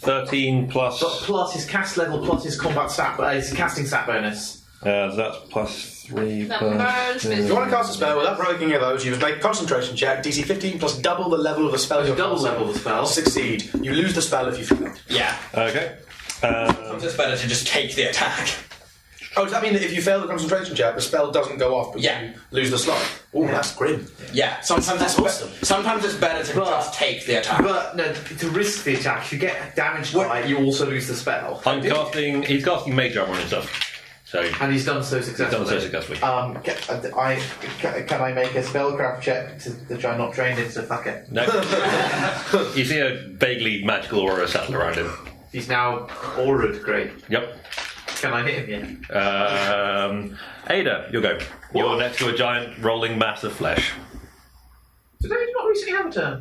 13 plus. But plus his cast level, plus his combat stat, uh, his casting stat bonus. Uh, that's plus three. If you want to cast a spell without provoking those, you must make a concentration check, DC 15 plus double the level of the spell you're Double level of the spell. Succeed. You lose the spell if you fail. Yeah. Okay. Sometimes it's better to just take the attack. Oh, does that mean that if you fail the concentration check, the spell doesn't go off, but Yeah. you lose the slot? Ooh, that's grim. Yeah, sometimes that's awesome. Sometimes it's better to just take the attack. But no, to risk the attack, if you get damaged by it, you also lose the spell. I'm casting. He's casting mage armor on himself. So and he's done so successfully. He's done so successfully. Um, can I ca- can I make a spellcraft check to, which I'm not trained in? So fuck it. no. you see a vaguely magical aura settle around him. He's now auraed. Great. Yep. Can I hit him Um, Ada, you'll go. You're next to a giant rolling mass of flesh. Did David not recently have a turn?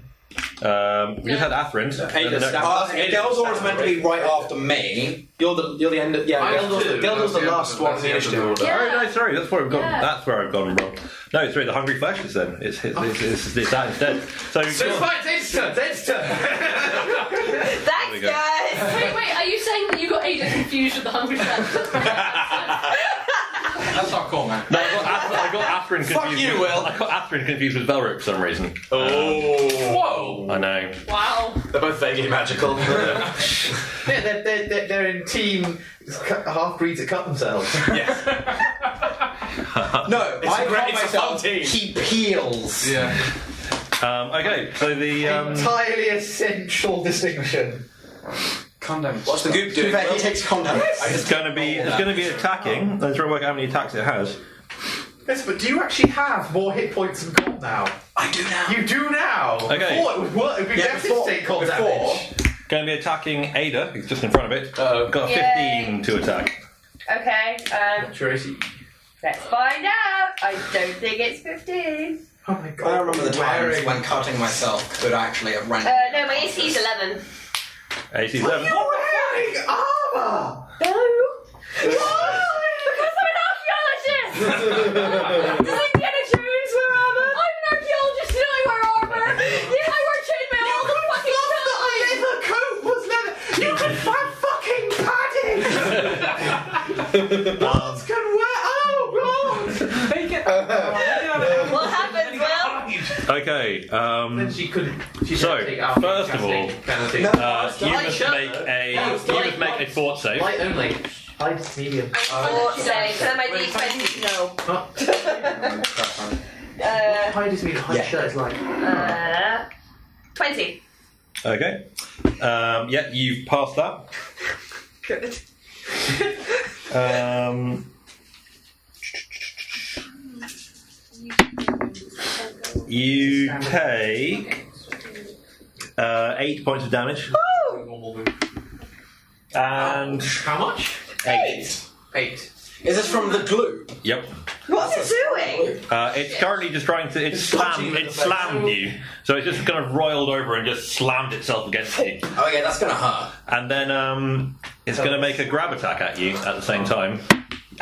Um, we just had Atherin. And the Ada, next- uh, Gelzor is meant to be right after me. You're the you're the end. Of, yeah, I have Geldor's, two. Geldor's That's the the last end- one that's the in the end of the initiative order. order. Oh no, sorry, that's where I've gone. Yeah. That's where I've gone wrong. No, sorry, the hungry flesh is then. It's it's, it's, it's, it's that instead. So, So it's fine. It's turn. It's turn. we Thanks, go. guys. Wait, wait, are you saying that you got Ada confused with the Hungry Friends? That's not cool, man. No, I got, Ath- I got Atherin confused. Fuck you, Will. I got Atherin confused with Velric for some reason. Um, Oh. I know. Wow. They're both vaguely magical. Yeah, they're, they're, they're, they're in team half breeds that cut themselves. no, It's I a great- got it's a myself. He peels. Yeah. Um, okay, so the um, Entirely essential distinction. Condom. What's the goop doing? He takes condom. it's going to be it's going to be attacking. Let's try and work out how many attacks it has. Yes, but do you actually have more hit points than gold now? I do now. You do now. Okay. Before it would work. It'd be Yeah, better before- to take gold before- damage. Going to be attacking Ada, who's just in front of it. Uh, got a Yay. 15 to attack. Okay, um, Tracy. let's find out. I don't think it's 15. I don't remember the times when cutting myself could actually have Uh, run. no, my AC is 11. 87. wearing armour! No! Why? Because I'm an archaeologist! Does Indiana Jones wear armour? I'm an archaeologist and I wear armour! Yeah, I wear chainmail all the fucking time! Leather coat was leather. You can find fucking padding. Um, Bards can wear. Oh god. Make it. What happens, Will? Okay. Um, then she couldn't. so, first of all, uh, you Light must shirt, make a No, you must make a fort save. Light only. Light medium. What say? Oh, Can I make D20? No. Uh, High just mean high shirt is like. uh, 20. Okay. Um, yeah, you've passed that. Good. Um, you take uh, eight points of damage. And how much? Eight. Eight. Is this from the glue? Yep. What's it doing? Uh, it's currently just trying to. It's slammed. It slammed you. So it's just kind of roiled over and just slammed itself against you. Oh yeah, that's gonna hurt. And then um, it's going to make a grab attack at you at the same time.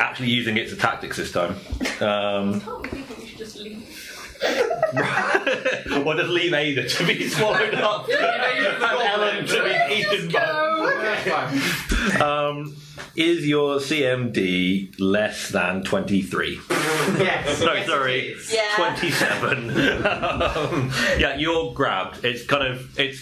Actually, using its tactics this time. Um, we should just leave. or just leave Ada to be swallowed up. and Ellen to be eaten by. Um, is your CMD less than 23? Yes. no, sorry, Yeah. 27. um, yeah, you're grabbed. It's kind of, it's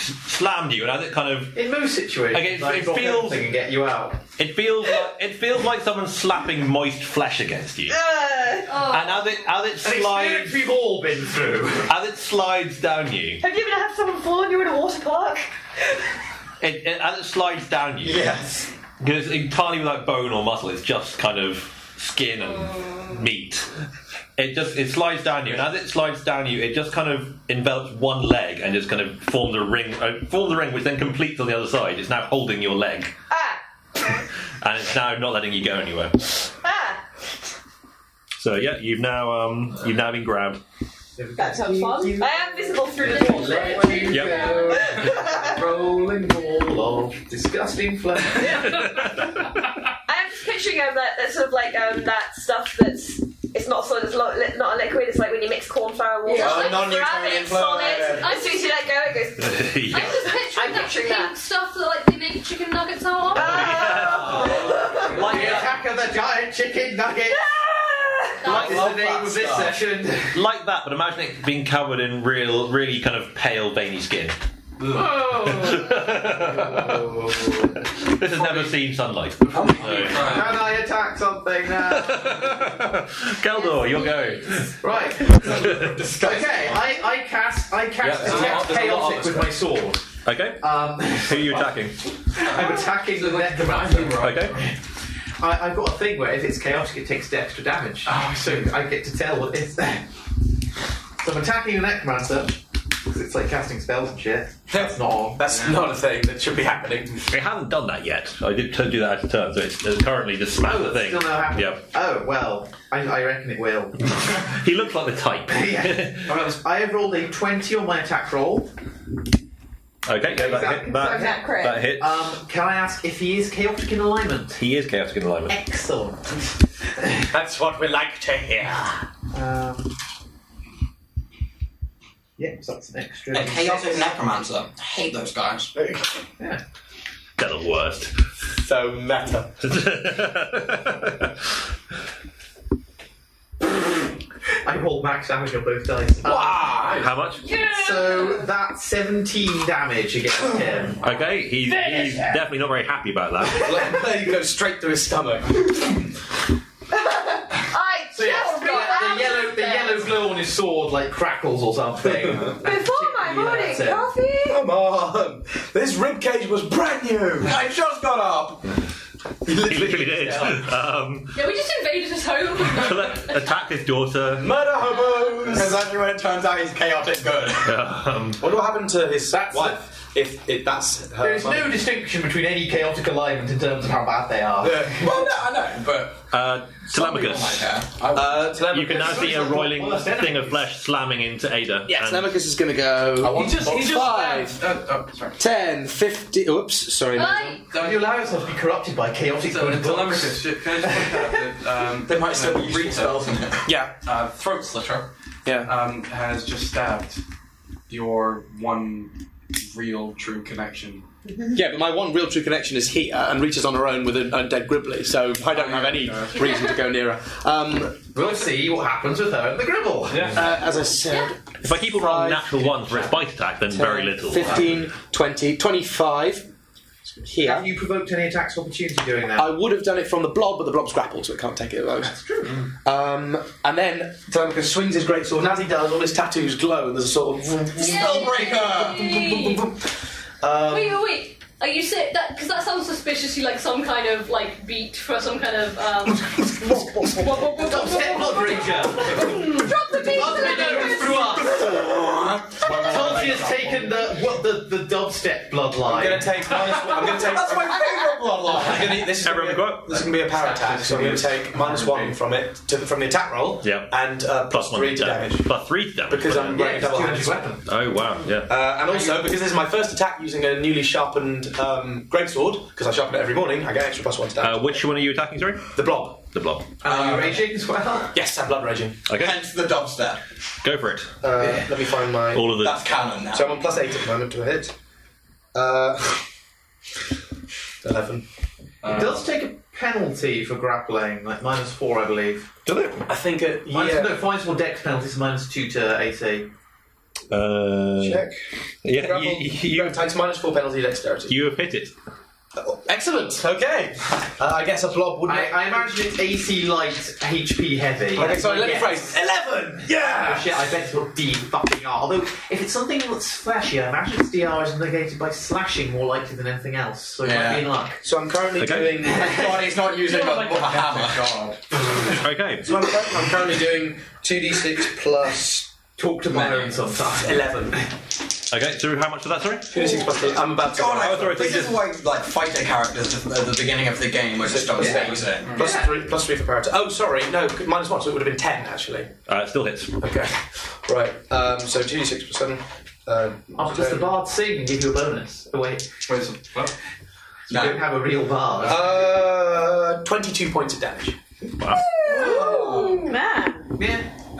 slammed you, and as it kind of. In most situations, Okay, it- like, it drop feels- everything and get you out. It feels like it feels like someone's slapping moist flesh against you. Uh, oh. And as it as it An slides, we've all been through. As it slides down you, Have you ever had someone fall and you were in a water park? it, it- as it slides down you, yes, it's entirely without bone or muscle. It's just kind of skin and meat. It just it slides down you, and as it slides down you, it just kind of envelops one leg and just kind of forms a ring, uh, forms a ring, which then completes on the other side. It's now holding your leg, Ah, and it's now not letting you go anywhere. ah. So yeah, you've now um, you've now been grabbed. That sounds fun. I am visible through the door. Rolling ball of disgusting flesh. I am just picturing um, that, that sort of like um, that stuff that's it's not solid, it's lo- li- not a liquid. It's like when you mix corn flour and water. Yeah. It's Oh, like non-Newtonian grab it, it's flour, solid. yeah. As soon as you let go, it goes. I'm just picturing I'm that picturing pink that. Ah, stuff that like they make chicken nuggets out of. like the attack of the giant chicken nugget. I love that stuff. Like that, but imagine it being covered in real, really kind of pale, veiny skin. this has never seen sunlight. So, Can I attack something now? Geldor, you're going. Right. okay, I, I cast I cast Yeah, there's a lot- detect there's a lot of chaotic us with my sword. Okay. Um, Who are you attacking? I'm attacking the necromancer. Okay. I, I've got a thing where if it's chaotic, it takes extra damage. Oh, so I get to tell what it's there. So I'm attacking the necromancer because it's like casting spells and shit. That's not. That's not a thing that should be happening. We haven't done that yet. I did t- do that out of turn, so it's, it's currently just smash the thing. Still no happening. Yep. Oh well, I, I reckon it will. He looks like the type. yeah. I have rolled a twenty on my attack roll. Okay, yeah, that, hit, that, that correct? that hits. Um, can I ask if he is chaotic in alignment? He is chaotic in alignment. Excellent. That's what we like to hear. Um, yeah, so that's an extra. A chaotic necromancer. I hate those guys. Yeah. They're the worst. So meta. I rolled max damage on both dice. Uh, wow! How much? So that's 17 damage against him. Okay, he, he's definitely not very happy about that. there you go, straight through his stomach. I So yes, shall the, the yellow, the yellow glow on his sword like crackles or something. Before my morning that's it. coffee. Come on! This ribcage was brand new! I just got up! he literally did. Um, Yeah, we just invaded his home. attack his daughter. Murder hobos! Because that's when it turns out he's chaotic good. Um, what will happen to his wife if it, that's her? There is no distinction between any chaotic alignment in terms of how bad they are. Well, no, I know, but. Uh, Telemachus. Uh, You can now see a roiling thing of flesh slamming into Ada. Yeah, and- Telemachus is going to go. want He just- he just five, ten, fifty. Oops, sorry. Right. Don't you allow yourself to be corrupted by chaotic So, good Telemachus, books? Um, They might still be useful Rita, spells, Yeah. Uh, throat slitter. Yeah. Um, has just stabbed your one real true connection. Yeah, but my one real true connection is here and reaches on her own with an undead Gribbly, so I don't have any reason to go near her. Um, we'll see what happens with her and the Gribble. Uh, as I said, If I keep a roll natural one for its bite attack, then very little. 15, 20, 25 here. Have you provoked any attacks of opportunity doing that? I would have done it from the blob, but the blob's grappled, so it can't take it alone. That's true. Um, and then Telemachus swings his greatsword, and as he does, all his tattoos glow, and there's a sort of. Yay! wait, Um, wait, wait. Are you saying that? Because that sounds suspiciously like some kind of like beat for some kind of. Um... Drop the beat. Told you has taken the what the, the dubstep bloodline. I'm gonna take minus one. I'm gonna take That's my favourite bloodline. I'm gonna, this is Everyone gonna be, a- This is going to be a power attack, so I'm going to take minus one from it to the, from the attack roll, Yeah. and uh, plus, plus three to damage. Plus three to damage. Because I'm Yeah, running it's double two handed hundred weapon. Oh wow, yeah. Uh, and also because this is my first attack using a newly sharpened um, greatsword, because I sharpen it every morning, I get extra plus one to damage. Uh, which one are you attacking, sorry? The blob. The blob. Are you raging as well? Yes, I'm blood raging. Okay. Um, Hence the dubstep. Go for it. Uh, Let me find my. All of the- That's canon now. So I'm on plus eight at the moment to a hit. Uh, Eleven. it does take a penalty for grappling, like minus four, I believe. Does it? I think uh, it. Minus, yeah. No, five more dex penalties, minus two to AC. Uh, Check. Yeah, Grapple. you, you, you, takes minus four penalty dexterity. you have hit it. Excellent. Okay. Uh, I guess a blob would. I, I imagine it's AC light, HP heavy. Okay, sorry. Let me Yes. phrase. Eleven. Yeah. Oh shit, I bet it'll be fucking R. Although, if it's something that's flashy, I imagine its DR is negated by slashing more likely than anything else, so it might be in luck. So I'm currently Okay. doing. God, he's not using a Oh hammer. Okay. So I'm, cur- I'm currently doing two d six plus. Talk to my own sometimes. Eleven. Okay, so how much was that, sorry? Two d six plus. Eight. I'm about to. God, I thought this is why like fighter characters at the beginning of the game were just Plus upset eight. with it. Plus three, plus three for parity. Oh, sorry, no, minus one, so it would have been ten actually. Uh, it still hits. Okay, right. Um, so two d six plus seven. Um, I'll just the bard sing and give you a bonus. Oh, wait. Wait, what? You don't have a real bard. Uh, twenty-two points of damage. Wow. Oh, man.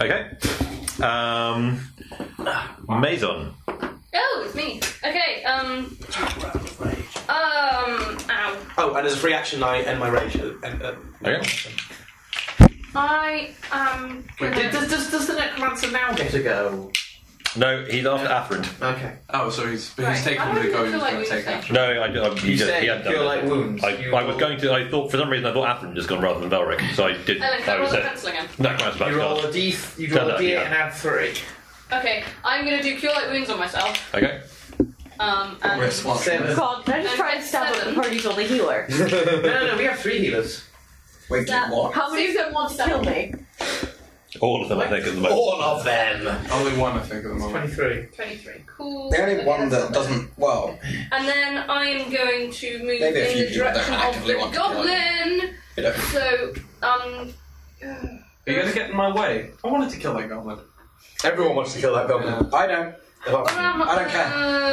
Okay. Um, Maison. Oh, it's me. Okay. Um. Um. Ow. Oh, and as a free action, I end my rage. uh, And, uh, Okay. I am. Wait, gonna- does, does, does the necromancer now get a go? No, he's after Atherin. Okay. Oh, so he's but he's Right. taken I the don't go. feel He's like going we to take action. No, I, I, he, You did, said he you had done feel that. like wounds. I, I was going to. I thought for some reason I thought Atherin just gone rather than Valric, so I did. Ellen, can I I roll was the it. pencil again? Necromancer You Blackguard. roll a d. You Turn roll a that, d8 yeah. and add three. Okay, I'm gonna do cure light wounds on myself. Okay. Um, and Wrist watch. Seven. Oh, God, can I just try and stab up the party's only healer? no, no, no. We have three healers. Wait, How many of them want to kill me? All of them, I think, at the moment. All of them. Only one, I think, at the moment. Twenty-three. 23. Cool. The only one that doesn't. Well, And then I am going to move Maybe a in few people the don't direction of actively the want to kill goblin. you know. So, um, Are you going to get in my way? I wanted to kill that goblin. Everyone wants to kill that goblin. I don't. I don't care.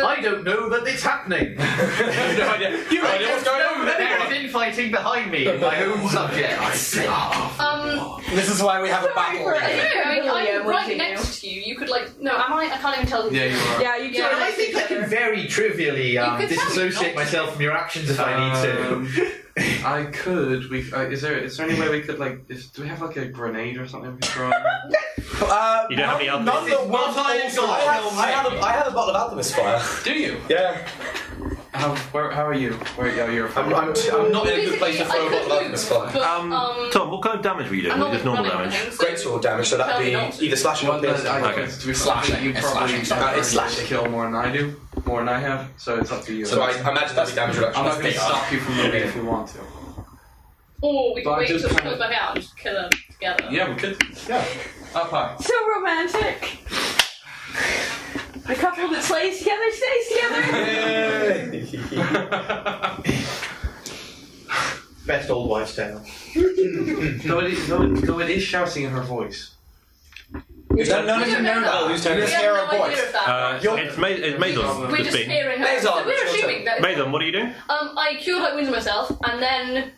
I don't know that it's happening. no idea. You don't know what's going on with There is infighting behind me in my own subjects. um. This is why we have a battle. I don't know, I mean, Yeah, I'm what right do you next to you. You could like, no, am I? I can't even tell. Yeah, you are. Yeah, you Yeah, can. I I can very trivially um, could tell me disassociate myself from your actions if I need to. Um, I could. We uh, is there is there any way we could like is, do we have like a grenade or something we could throw? Uh, You don't have any none alchemist? that will Not iron also- I golem. have, I, have a, I have a bottle of alchemist fire. Do you? Yeah. How, where, how are you? Where yeah, you're I'm, I'm, I'm not in a good place to throw a bottle of alchemist fire. But, um, Tom, what kind of damage were you doing? I'm Was it just normal not running damage? Greatsword damage, so that'd be either slashing or piercing. Okay. To be slashing, you probably Uh, it's slashing. slashing. kill more than I do, more than I have. So it's up to you. So I imagine that'd be damage reduction. I'm not That's going to big. stop you from moving if you want to. Or we But can I wait till just it kinda- comes back out and just kill them together. Yeah, we could. Yeah. Up high. So romantic. A couple that slays together stays together. Best old wives' tale. no, it is, no, it- no, it is shouting in her voice. You don't know We don't know that. that. Who's telling We us? have Hear no her idea voice. of that. Uh, it's Ma- it's Maidon. We're that's just been. hearing her. Maison, So we're it's your assuming that. Maidon, what are you doing? Um, I cured like wounds myself, and then,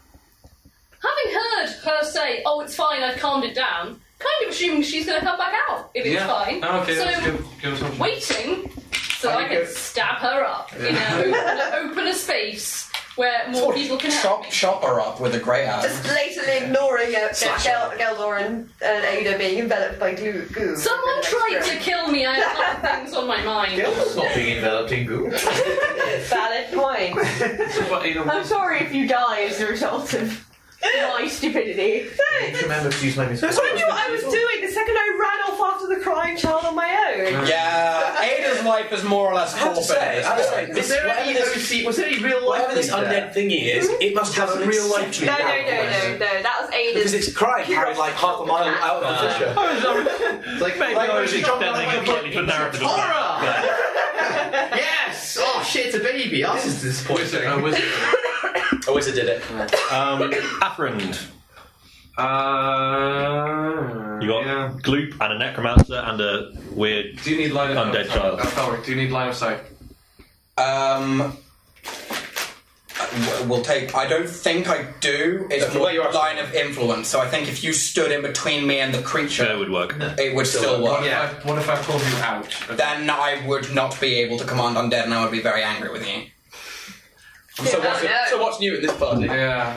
having heard her say, "Oh, it's fine, I've calmed it down," kind of assuming she's going to come back out if it's yeah. fine. Oh, okay, so that's good. Good assumption. waiting so I I, think can it- stab her up, you Yeah. know, and open a space where more people can help. Chop, chop her up with a grey axe. Just blatantly ignoring uh, Slash Gel- Geldor and, and Ada being enveloped by glue. goo. Someone tried to kill me. I have other things on my mind. It's not being enveloped in goo. Valid point. I'm sorry if you die as a result of my stupidity. Remember to use my music. I knew what I was doing the second I ran off after the crying child on my own. Yeah, Ada's life is more or less I have to forfeit. say, I have to say, this, was there whatever any this, OC was there any real life whatever this in there? undead thingy is, it must have a real life. No, no, no, no, no. That was Aiden's. Because it's crying carried like half a mile out of the Uh, fissure. like, maybe I was narrative yes! Oh shit, it's a baby. Ours is disappointing. A wizard. a wizard did it. Um, Atherind. Uh, you got Gloop and a Necromancer and a weird Do you need line of undead oh, sorry, child. uh, Felric, do you need line of sight? Um, w- we'll take. I don't think I do. It's That's more where you are. line of influence. So I think if you stood in between me and the creature, it would work. It would still, work. Yeah. What if I pulled you out? Then I would not be able to command undead, and I would be very angry with you. So what's, so what's new at this party? Yeah.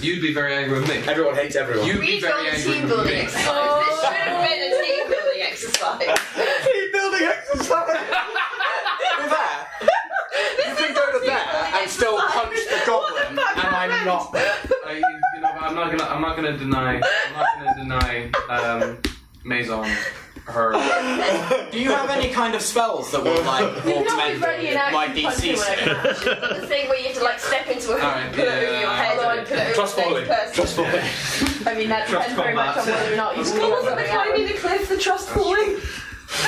You'd be very angry with me. Everyone hates everyone. You'd be We've very done a angry team with building me. exercise. Oh, This should have been a team building exercise. team building exercise. that, you can go to that and still punch the goblin, and I'm not. I, you know, I'm not gonna. I'm not gonna deny. I'm not gonna deny. Um, Maison, her. Do you have any kind of spells that will like augment ready in my action DC? punching when save? The thing where you have to like step into a hoop Alright, and put it over yeah, your head yeah, and put it over Trust the next falling. person. Trust falling. I mean, that Trust depends very combat. much on whether or not you Trust score combat. something out. the cliff, the trust falling.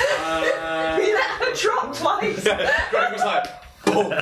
He let her drop twice. Uh, Greg was like, boom.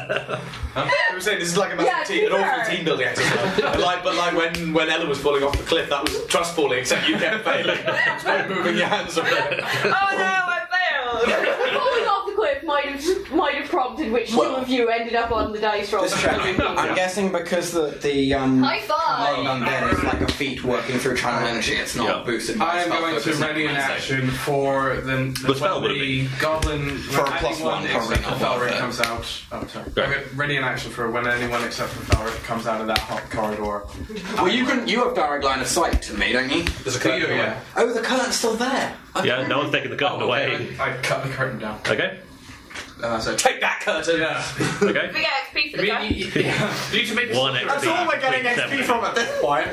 I was saying this is like a massive Yeah, team, an awful fair. team building exercise. But like, but like when when Ella was falling off the cliff, that was trust falling, except you kept failing by moving your hands around. oh no, I failed. Falling off the cliff, my might have might have prompted which two of you ended up on the dice roll. Just checking. I'm guessing because the the um High five. command undead is like a feat working through channel energy. It's not boosted. by I am spell going to focus, ready an it's not action for the, the, spell when would the goblin For a when plus anyone one, except probably not for Felric worth it. comes out. Oh, sorry. Okay, Ready an action for when anyone except for Felric comes out of that hot corridor. Well, you can you have direct line of sight to me, don't you? There's a curtain. Yeah. Oh, the curtain's still there. Yeah, no one's taking the curtain away. I cut the curtain down. Oh, Okay. Uh, so take that curtain. Okay. We get XP for the guy. You should make one XP. That's all we're getting between XP seven. from at this point.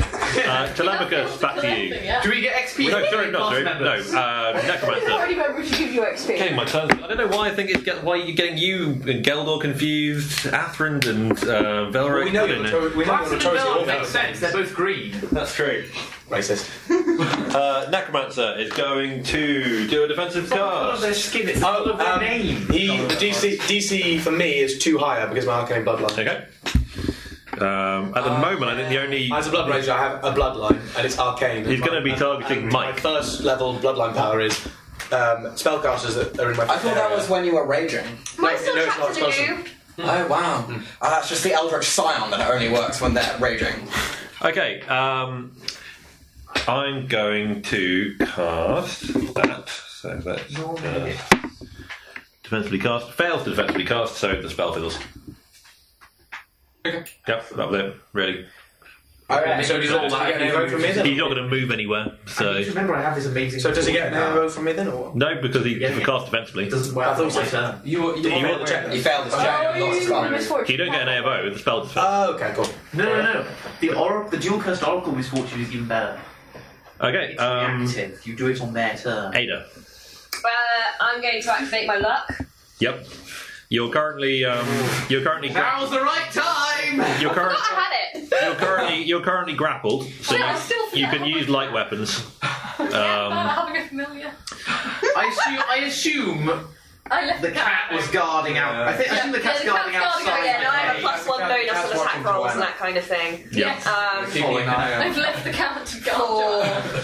Uh, Telemachus, back to you. Do we get XP? No, sorry, not sorry. No, uh, Necromancer. Party members should give you XP. Okay, my turn. I don't know why I think it's get, why you're getting you and Geldor confused, Athrend and uh, Velric. we know I don't you're to- we know That's you're to- an Velric adult. makes sense, they're both green. That's true. Racist. uh, Necromancer is going to do a defensive cast. oh, um, He, the DC, DC for me is too higher because my arcane bloodline. Okay. Um, at the moment, I think the only as a blood ranger, I have a bloodline and it's arcane. He's gonna be targeting Mike. My first level bloodline power is um, spellcasters that are in my. I thought that was when you were raging. Mine's still trapped in a Oh wow! Uh, that's just the Eldritch Scion that only works when they're raging. Okay, um, I'm going to cast that. So that's uh, defensively cast. Fails to defensively cast, so the spell fizzles. Okay. Yep, that was it, really. Alright, so he's not getting an arrow from me then? He's not going to move anywhere, so. Remember, I have this amazing. So does he get an arrow from me then, or what? No, because he yeah, cast defensively. Doesn't I thought it was- You, you failed the check. You You failed the check. Oh, Lost you spell. misfortune. You don't get an AFO, the spell Oh, okay, cool. No, no, no. The or- the dual cursed oracle misfortune is even better. Okay. um, It's reactive. You do it on their turn. Ada. Uh, I'm going to activate my luck. Yep. You're currently, um, you're currently, gra- Now's the right time. You're I Oh, current- forgot I had it. you're currently, you're currently grappled, so Oh, yeah, I you- still you, feel can that. use light weapons. I'm Um, having a familiar. I assume, I assume I left the cat was guarding out. I think, I think the cat's yeah, guarding outside. Yeah, no, I have a the plus cave. one bonus on cat's watching attack from rolls and Joanna. that kind of thing. Yeah. Um, Keeping an eye I've out. left the cat to guard.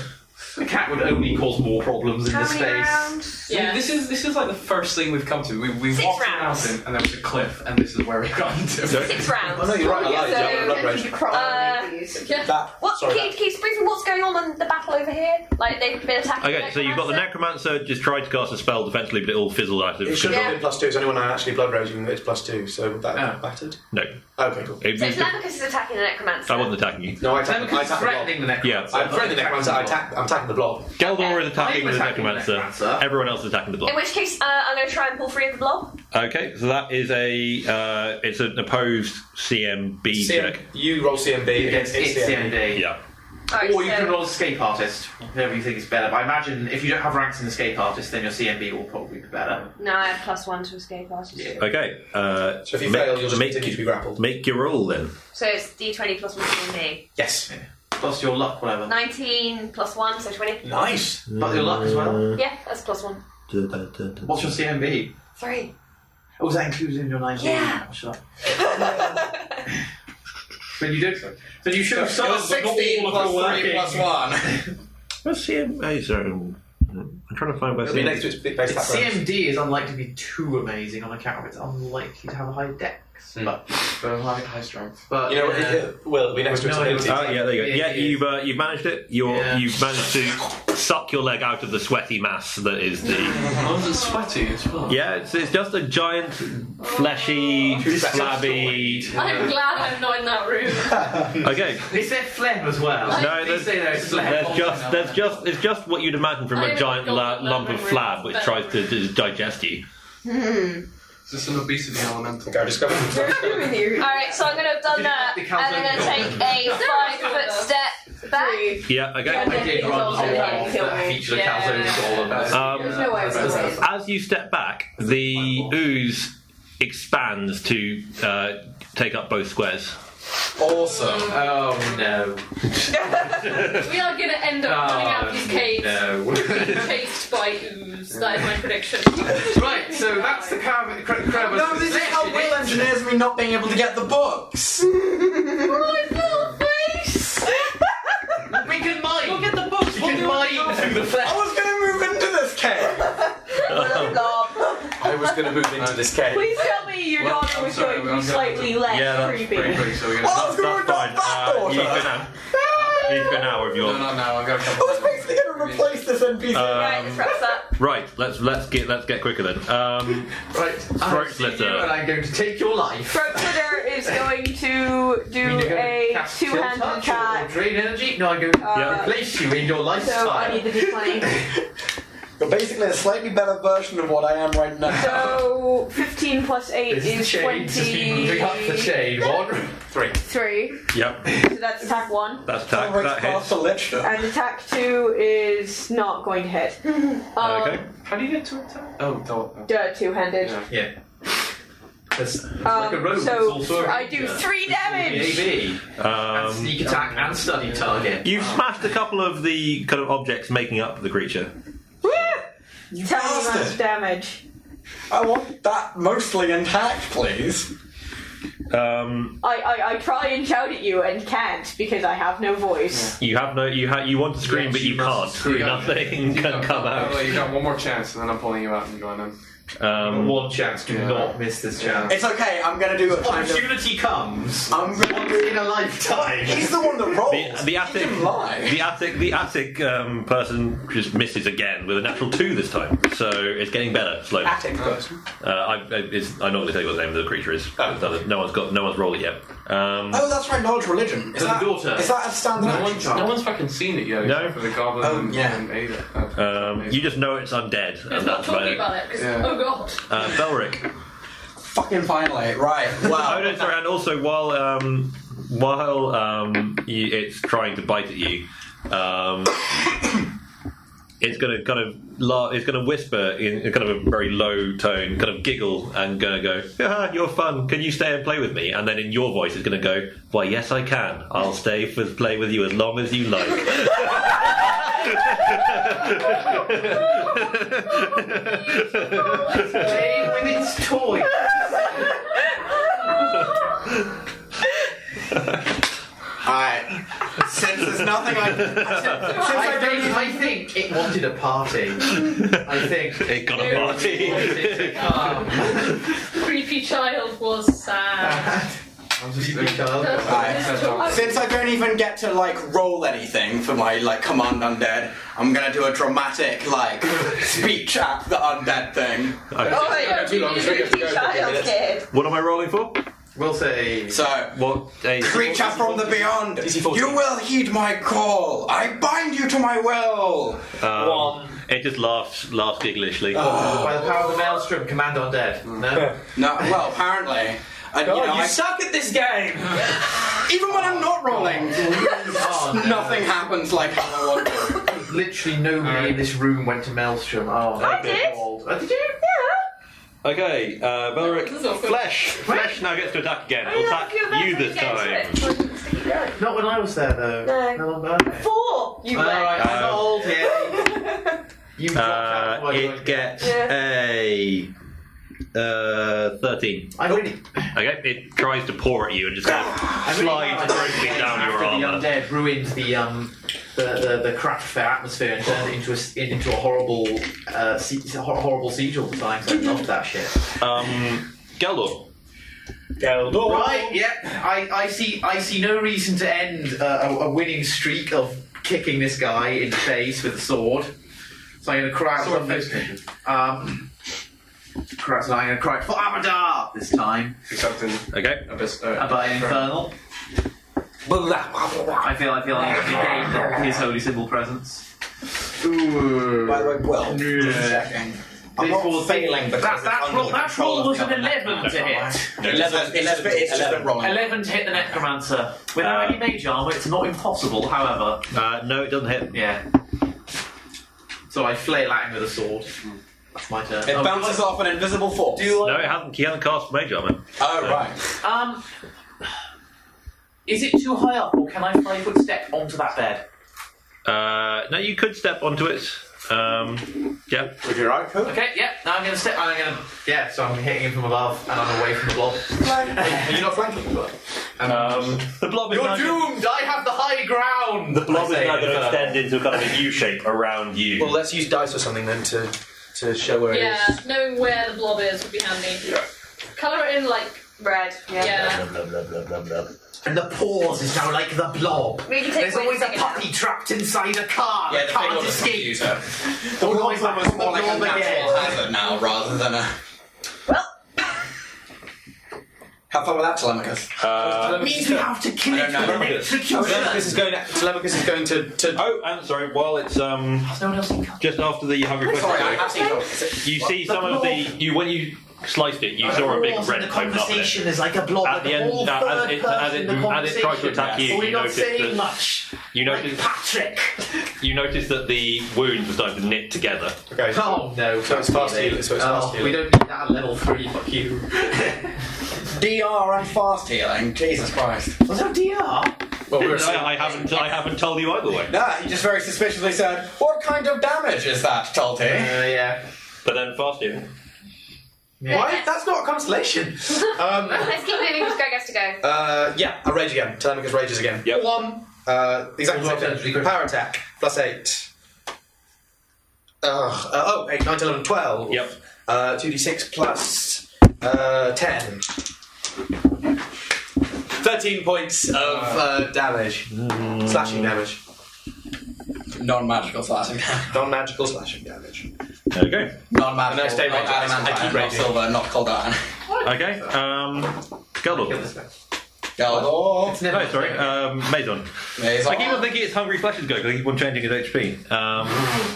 The cat would only cause more problems in How the many space. rounds? So Yeah. This is this is like the first thing we've come to. We we Six walked rounds. the mountain and there was a cliff and this is where we've gotten to. Six rounds. So, uh, yeah. What? sorry, Keep, keep briefing. What's going on in the battle over here? Like they've been attacking. okay, so you've got the necromancer just tried to cast a spell defensively, but it all fizzled out of It should control. have been plus two. It's only when I actually blood raging that it's plus two, so would that have mattered? No. Okay, cool. It- So Telemachus is attacking the necromancer. I wasn't attacking you. No, I attacked, I attacked the blob. Yeah. I'm threatening the necromancer. I attack, I'm attacking the blob. Galdor is attacking I'm the attacking the necromancer. Everyone else is attacking the blob. In which case, uh, I'm going to try and pull free of the blob. Okay, so that is a uh, it's an opposed CMB check. You roll CMB against it's CMB. Yeah. or you can roll escape artist, whatever you think is better. But I imagine if you don't have ranks in escape artist, then your CMB will probably be better. No, I have plus one to escape artist. Okay. Uh, so if you fail, you'll just continue to be grappled. Make your roll then. So it's D20 plus one to me. Yes. Plus your luck, whatever. 19 plus one, so 20. Nice. Plus your luck as well. Yeah, that's plus one. What's your CMB? Three. Oh, was that included in your 19? Yeah. What's your luck? But you did. But you should have So it was started with 16 all of plus the three working. plus one. Where's CMA zone? I'm trying to find where It'll be CMA next to its big Its CMD is unlikely to be too amazing on account of it's unlikely to have a high dex, but but it'll have high strength. But You know, it- yeah. it will be next to With its no ability. Oh yeah, there you go. Yeah, yeah. you've uh, you've managed it. You're you've managed to suck your leg out of the sweaty mass that is the. Oh, it's sweaty as well. Yeah, it's, it's just a giant, fleshy, flabby. I'm glad I'm not in that room. Okay. Is there phlegm as well? No, They there's, say there's there's, phlegm. just there's just it's just what you'd imagine from I a haven't giant got la- that lump of memory. flab which tries to d- digest you. Hmm. Is this an obesity elemental? I discovered Alright, so I'm going to have done that, and I'm going to take a five foot step back. Yeah, okay. Yeah, I did It runs Oh, all of that feature of calzone is all about. Um, Yeah. no way it's That's- as you step back, the ooze expands to uh, take up both squares. Awesome. Oh no. we are going to end Oh, up running out of these caves. Being chased by ooze. That is my prediction. Right, so that's the cab. Cra- crevice No, this is how Will engineers me not being able to get the books. My full face! we can mine! We'll get the books! We can mine through the flesh! I was going to move into this cave. I I was just going to move into this cave. Please tell me your Well, daughter I'm was sorry, going to I'm be slightly less creepy. Oh, that's, that's fine. You've been out. You've been out of your. No, no, no. I'm going to come. basically going to replace this NPC. Right, this wraps up. Right, let's let's get let's get quicker then. Um, right, throat slitter. I'm going to take your life. Throat Slitter is going to You mean do you're gonna a cast two Chill handed Touch Or attack. drain energy? No, I'm going to Yeah. replace you in your lifestyle. So I need the d20. You're basically a slightly better version of what I am right now. So 15 plus 8 This is shade just been 20. moving up the shade. One, three. 3. Yep, So that's attack 1. that's attack. That hits. And attack two is not going to hit. Um, Okay. How do you get to attack? Oh, don't. Duh, two-handed. Yeah. It's Um, so also a- I do three damage. AB. Um, Sneak attack and study target. You've smashed a couple of the kind of objects making up the creature. Woo! Tell me how much bastard. damage. I want that mostly intact, please. Um, I, I, I try and shout at you and can't because I have no voice. you have no. You ha- You want to scream, but you can't. Nothing can come out. Oh, You got one more chance, and then I'm pulling you out and going in. Um, one chance. Do not miss this chance. It's okay. I'm going to do a kind of. Opportunity comes. I'm going to in a lifetime. He's the one that rolled. The, the attic, the attic, the attic um, person just misses again with a natural two this time. So it's getting better slowly. Attic person. Uh, I, I, it's, I'm not going to tell you what the name of the creature is. No one's got, no one's rolled it yet. Um, Oh, that's right. Knowledge religion. Is The that, daughter. Is that a standard No action? one's- no one's fucking seen it yet. No. For the goblin Oh, and, yeah. and Ada. Uh, um, you just know it's undead, and that's Not about talking it. about it, because, Yeah. oh god. Uh, Belric. Fucking finally, right? Wow. oh no, sorry. And also, while um, while um, you, it's trying to bite at you, um, it's going to kind of la- it's going to whisper in in kind of a very low tone, kind of giggle, and going to go, "Ah, "You're fun. Can you stay and play with me?" And then in your voice, it's going to go, "Why, yes, I can. I'll stay for play with you as long as you like." Play with its toy. Alright. Since there's nothing I. Since I, think, I think it wanted a party. I think. It got a party. Creepy child was sad. uh, Alright. Since I don't even get to like roll anything for my like command undead, I'm gonna do a dramatic like speech at the undead thing. Oh, What am I rolling for? Will say. So what? creature from the beyond, you will heed my call. I bind you to my will. Um, It just laughs, laughs gigglishly. By the power of the maelstrom, command on dead. No. No. Well, apparently. And, God, you Oh, suck Oh, at this game. Even when I'm not rolling, nothing happens like how I want to. Literally nobody in this room went to maelstrom. Oh, I did. Oh, did you? Okay, uh, Belric, This is awkward. flesh. Flesh now gets to attack again. It'll attack you this time. Not when I was there though. No. How long ago? Four! You All right, I'm Um, old here. Uh, it gets a uh, thirteen. I really. Okay, it tries to pour at you and just kind of slides broadly down your After the armor. undead ruined the um the the, the craft fair atmosphere and turned it into a s- into a horrible uh se- hor- horrible siege all the time. So I loved that shit. Um, Galdor. Galdor. Right. Yep. I, I see. I see no reason to end uh, a, a winning streak of kicking this guy in the face with a sword. So I'm going to cry out Sword something. Um. Cry out, so I'm going to cry out for Amadar this time. Something. Okay. uh, About infernal. I feel. I feel like he gave his holy symbol presence. Ooh. By the way, well, yeah. I'm not failing because That, it's that, under roll, the that control roll of was an government. 11 to hit. No, it's just- it's just- it's just been rolling. 11 to hit the necromancer. Uh, Without any mage armor, it's not impossible, however. Uh, no, it doesn't hit. Yeah. So I flail at him with a sword. That's my turn. It bounces off an invisible force. no, it hasn't. He hasn't cast mage armor. Oh right. Um, is it too high up, or can I five foot step onto that bed? Uh, no, you could step onto it. Um, yeah. With your right foot. Okay, yeah. Now I'm going to step. I'm going to. Yeah, so I'm hitting him from above, and I'm away from the blob. Are you not flanking the blob? Um, the blob is You're now uh, doomed. I have the high ground. The blob I is say. now going to extend into a kind of a U shape around you. Well, let's use dice or something then to to show where yeah, it is. knowing where the blob is would be handy. Colour it in like red. Yeah. Blah, blah, blah, blah, blah. And the paws is now like the blob. We can take There's away always the a second puppy trapped inside a car. Yeah, the that thing can't on the escape. computer. The always have a More like a blob natural again. hazard now rather than a. Have fun with that, Telemachus. Uh, Uh, It means we have to kill it. for the next Telemachus is going. Telemachus is going to. to oh, and sorry. While it's um, just after the hungry Oh, question, Sorry, I- you see some of the you when you sliced it, you The saw a big paws red and the open up. in it. conversation is like a blob. At the end, now, as it as it as it tried to attack you, we're you not noticed saying that much. you noticed Patrick. you noticed that the wounds were starting to knit together. Okay. Oh no! So it's fast heal- so it's Oh, fast heal. We don't need that at level three. Fuck you. DR and fast healing. Jesus Christ. Was that DR? Well, we were No, I haven't. I haven't told you either way. Nah, he just very suspiciously said, "What kind of damage is that, Talty?" Uh, yeah. But then fast healing. Why? That's not a constellation. um, Let's keep moving because Greg has to go. uh, yeah, I rage again. Telemachus rages again. Yep. One. Uh, exactly the same thing. Power attack plus eight. Ugh. Uh, oh, eight, nine, ten, eleven, twelve. Yep. Uh, two d six plus uh, ten. Thirteen points of uh, damage, slashing damage. Non-magical slashing damage. Non-magical slashing damage. There you go. Non-magical. And I stay not raging. adamantine, I keep not raging. silver, not cold iron. Okay. Um, Galdor. Galdor. No, sorry. Um, Maison. Maison. I keep on thinking it's Hungry Flesh's go because I keep on changing his HP. Um,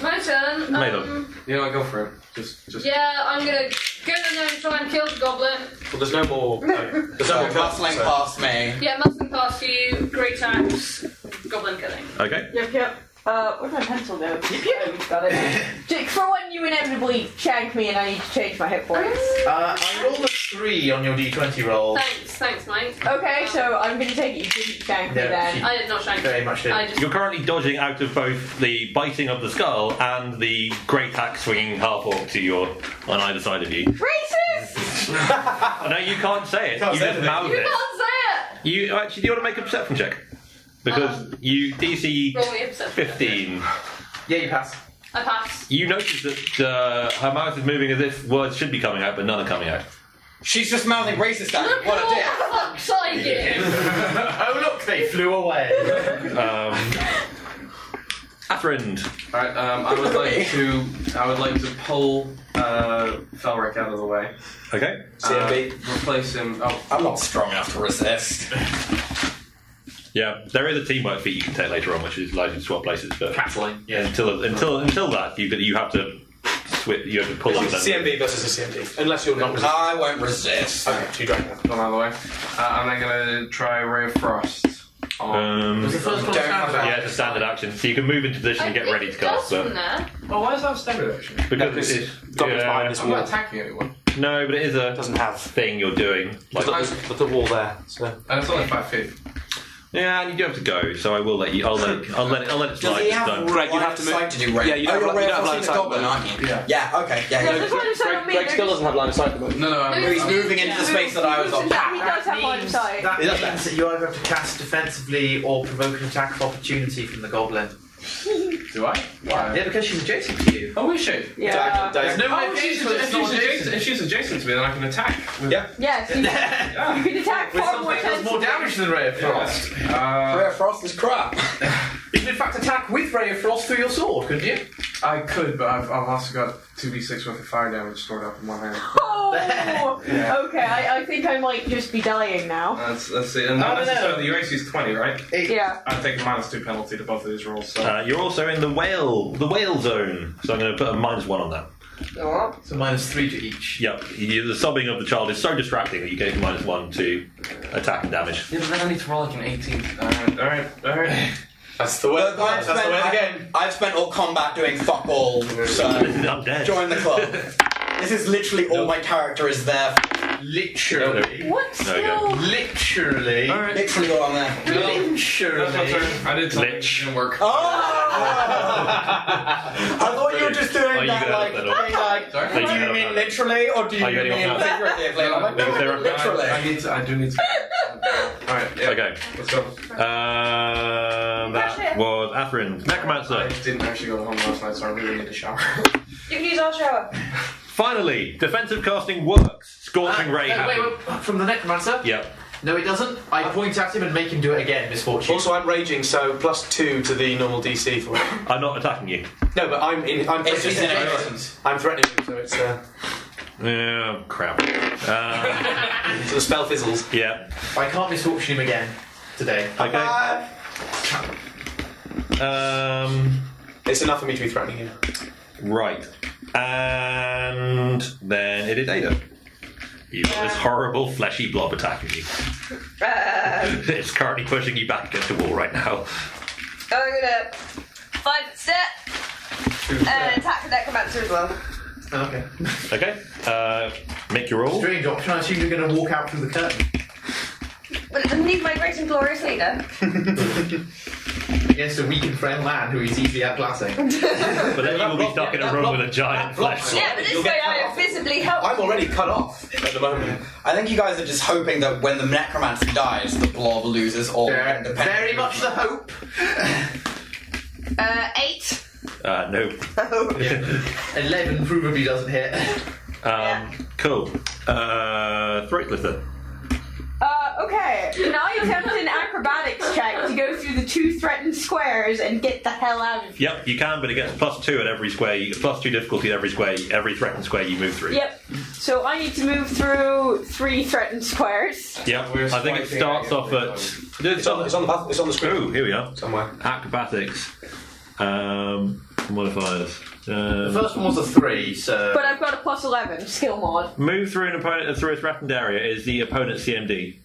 my turn. Um, Maison. You know, I go for it. Just, just. yeah, I'm gonna go down there and try and kill the goblin. Well, there's no more. There's So no more muscling past me. Yeah, muscling past you, great axe, goblin killing. Okay. Yep, yep. Uh, where's my pencil go? Oh, you've got it. Jake, for when you inevitably shank me and I need to change my hit points. Uh, I rolled a three on your d20 Oh. roll. Thanks, thanks, Mike. Okay, so I'm gonna take it you didn't shank me No, then. she- I did not shank Very you. much I just You're currently dodging out of both the biting of the skull and the great hack swinging half orc to your on either side of you. Racist! no, you can't say it. Can't you say just anything. mouthed You it. can't say You actually do you want to make a perception check because Um, you it! Roll me a DC perception. fifteen. Yeah, you pass. I pass. You notice that uh, her mouth is moving as if words should be coming out, but none are coming out. She's just mouthing racist at me. What a dick. Fuck's I oh look, they flew away. Um, Athrind. Alright, um, I would like to. I would like to pull uh, Felric out of the way. Okay. Uh, replace him. Oh, I'm not strong enough to resist. Yeah, there is a teamwork feat you can take later on, which is like you swap places. But Catling. Yeah. Until until until that, you you have to switch. You have to pull up. It's then. CMB versus a CMB. Unless you're not resisting. I won't resist. Okay, so you don't have. Gone out of the way. Uh, and I'm gonna try Ray of Frost. Um, Was the first one Don't standard? have that. yeah, it's a standard action. So you can move into position and get ready to cast. From But there. Oh, why is that a standard action? because it is, yeah, I'm not attacking anyone. no, but it is a doesn't have thing you're doing. Like, But the wall there. So. And it's only five feet. yeah, and you do have to go, so I will let you. I'll let it, I'll let it, I'll let it slide. it's done. Greg, you have to move. to do Ray. Yeah, you oh, don't have, you're Ray you don't have line Foxing of the sight. Goblin, aren't you? Yeah. okay. Yeah. Yeah, yeah. there's line of sight on me. Greg still doesn't have line of sight. at the moment. No, no, I'm He's moving into Yeah. the space that I was on. He does have line of sight. That It means does that. that you either have to cast defensively or provoke an attack of opportunity from the goblin. Do I? Yeah, because she's adjacent to you. Oh, is she? Yeah. There's no Oh, way if she's, to- if, it's not she's adjacent, adjacent. if she's adjacent to me, then I can attack. With, yeah. Yes, you, you can attack With far more something that's more than- damage than Ray of Frost. Uh, Ray of Frost is crap. You can in fact attack with Ray of Frost through your sword, couldn't you? I could, but I've, I've also got 2d6 worth of fire damage stored up in one hand. Oh! Yeah. Okay, I, I think I might just be dying now. Let's, let's see. And Oh, that's no. so the AC is 20, right? Yeah. I take a minus 2 penalty to both of these rolls, so. Uh, you're also in the whale the whale zone, so I'm going to put a minus one on that. So minus three to each. Yep, you- the sobbing of the child is so distracting that you get minus one to attack and damage. yeah, but then I need to roll like an 18. Alright, alright, alright. That's the way. Look, I've That's the spent- way I- again. I've spent all combat doing fuck all, so I'm dead. join the club. this is literally all my character is there. Literally. What There we go. skill? Literally. Alright. Literally all I'm there. That's my Literally. turn. I did something. It didn't work. Ah! I Oh! thought you were just doing Are you that, gonna like, help that being like, Sorry? do Are you you gonna mean help that? literally or do you Are you mean gonna help that? figuratively? I'm like, no, Sarah? literally. I need to, I do need to. Alright, yeah. Okay. What's up? Um, that was Atherin. Necromancer. I didn't actually go home last night, so I really need a shower. You can use Ash Hour. Finally, defensive casting works. Scorching Uh, ray no, wait, happens. wait, from the necromancer? Yep. No, it doesn't. I point at him and make him do it again, misfortune. Also, I'm raging, so plus two to the normal DC for it. I'm not attacking you. No, but I'm in, I'm It's just threatening an you. uh, I'm threatening you, so it's uh, Yeah, crap. Um, so the spell fizzles. Yeah. I can't misfortune him again today. Okay. Um, it's enough for me to be threatening you. Right. And then it is Ada. You got this horrible fleshy blob attacking you. it's currently pushing you back against the wall right now. I'm gonna find a set and attack the necromancer as well. Okay. Okay. Uh, make your roll. Strange option. I assume you're going to walk out through the curtain. But it doesn't need my great and glorious leader. Against a weak and friend man who is easily outclassing. but then you will be stuck in a room with a giant flesh. Yeah, but this way I am visibly helped. I'm already cut off at the moment. I think you guys are just hoping that when the necromancer dies, the blob loses all independence. Very much the hope. Uh, eight. Uh, no. Eleven probably doesn't hit. Um, Cool. Uh, throat lifter. Uh, okay. Now I attempt an acrobatics check to go through the two threatened squares and get the hell out of Yep, you can, but it gets plus two at every square. You get plus two difficulty at every square, every threatened square you move through. Yep. So I need to move through three threatened squares. Yeah, I think it starts off at. It's on, the path, it's on the screen. Oh, here we are. Somewhere. Acrobatics. Um, modifiers. Um, The first one was a three, so. But I've got a plus 11 skill mod. Move through an opponent uh, through a threatened area is the opponent's CMD.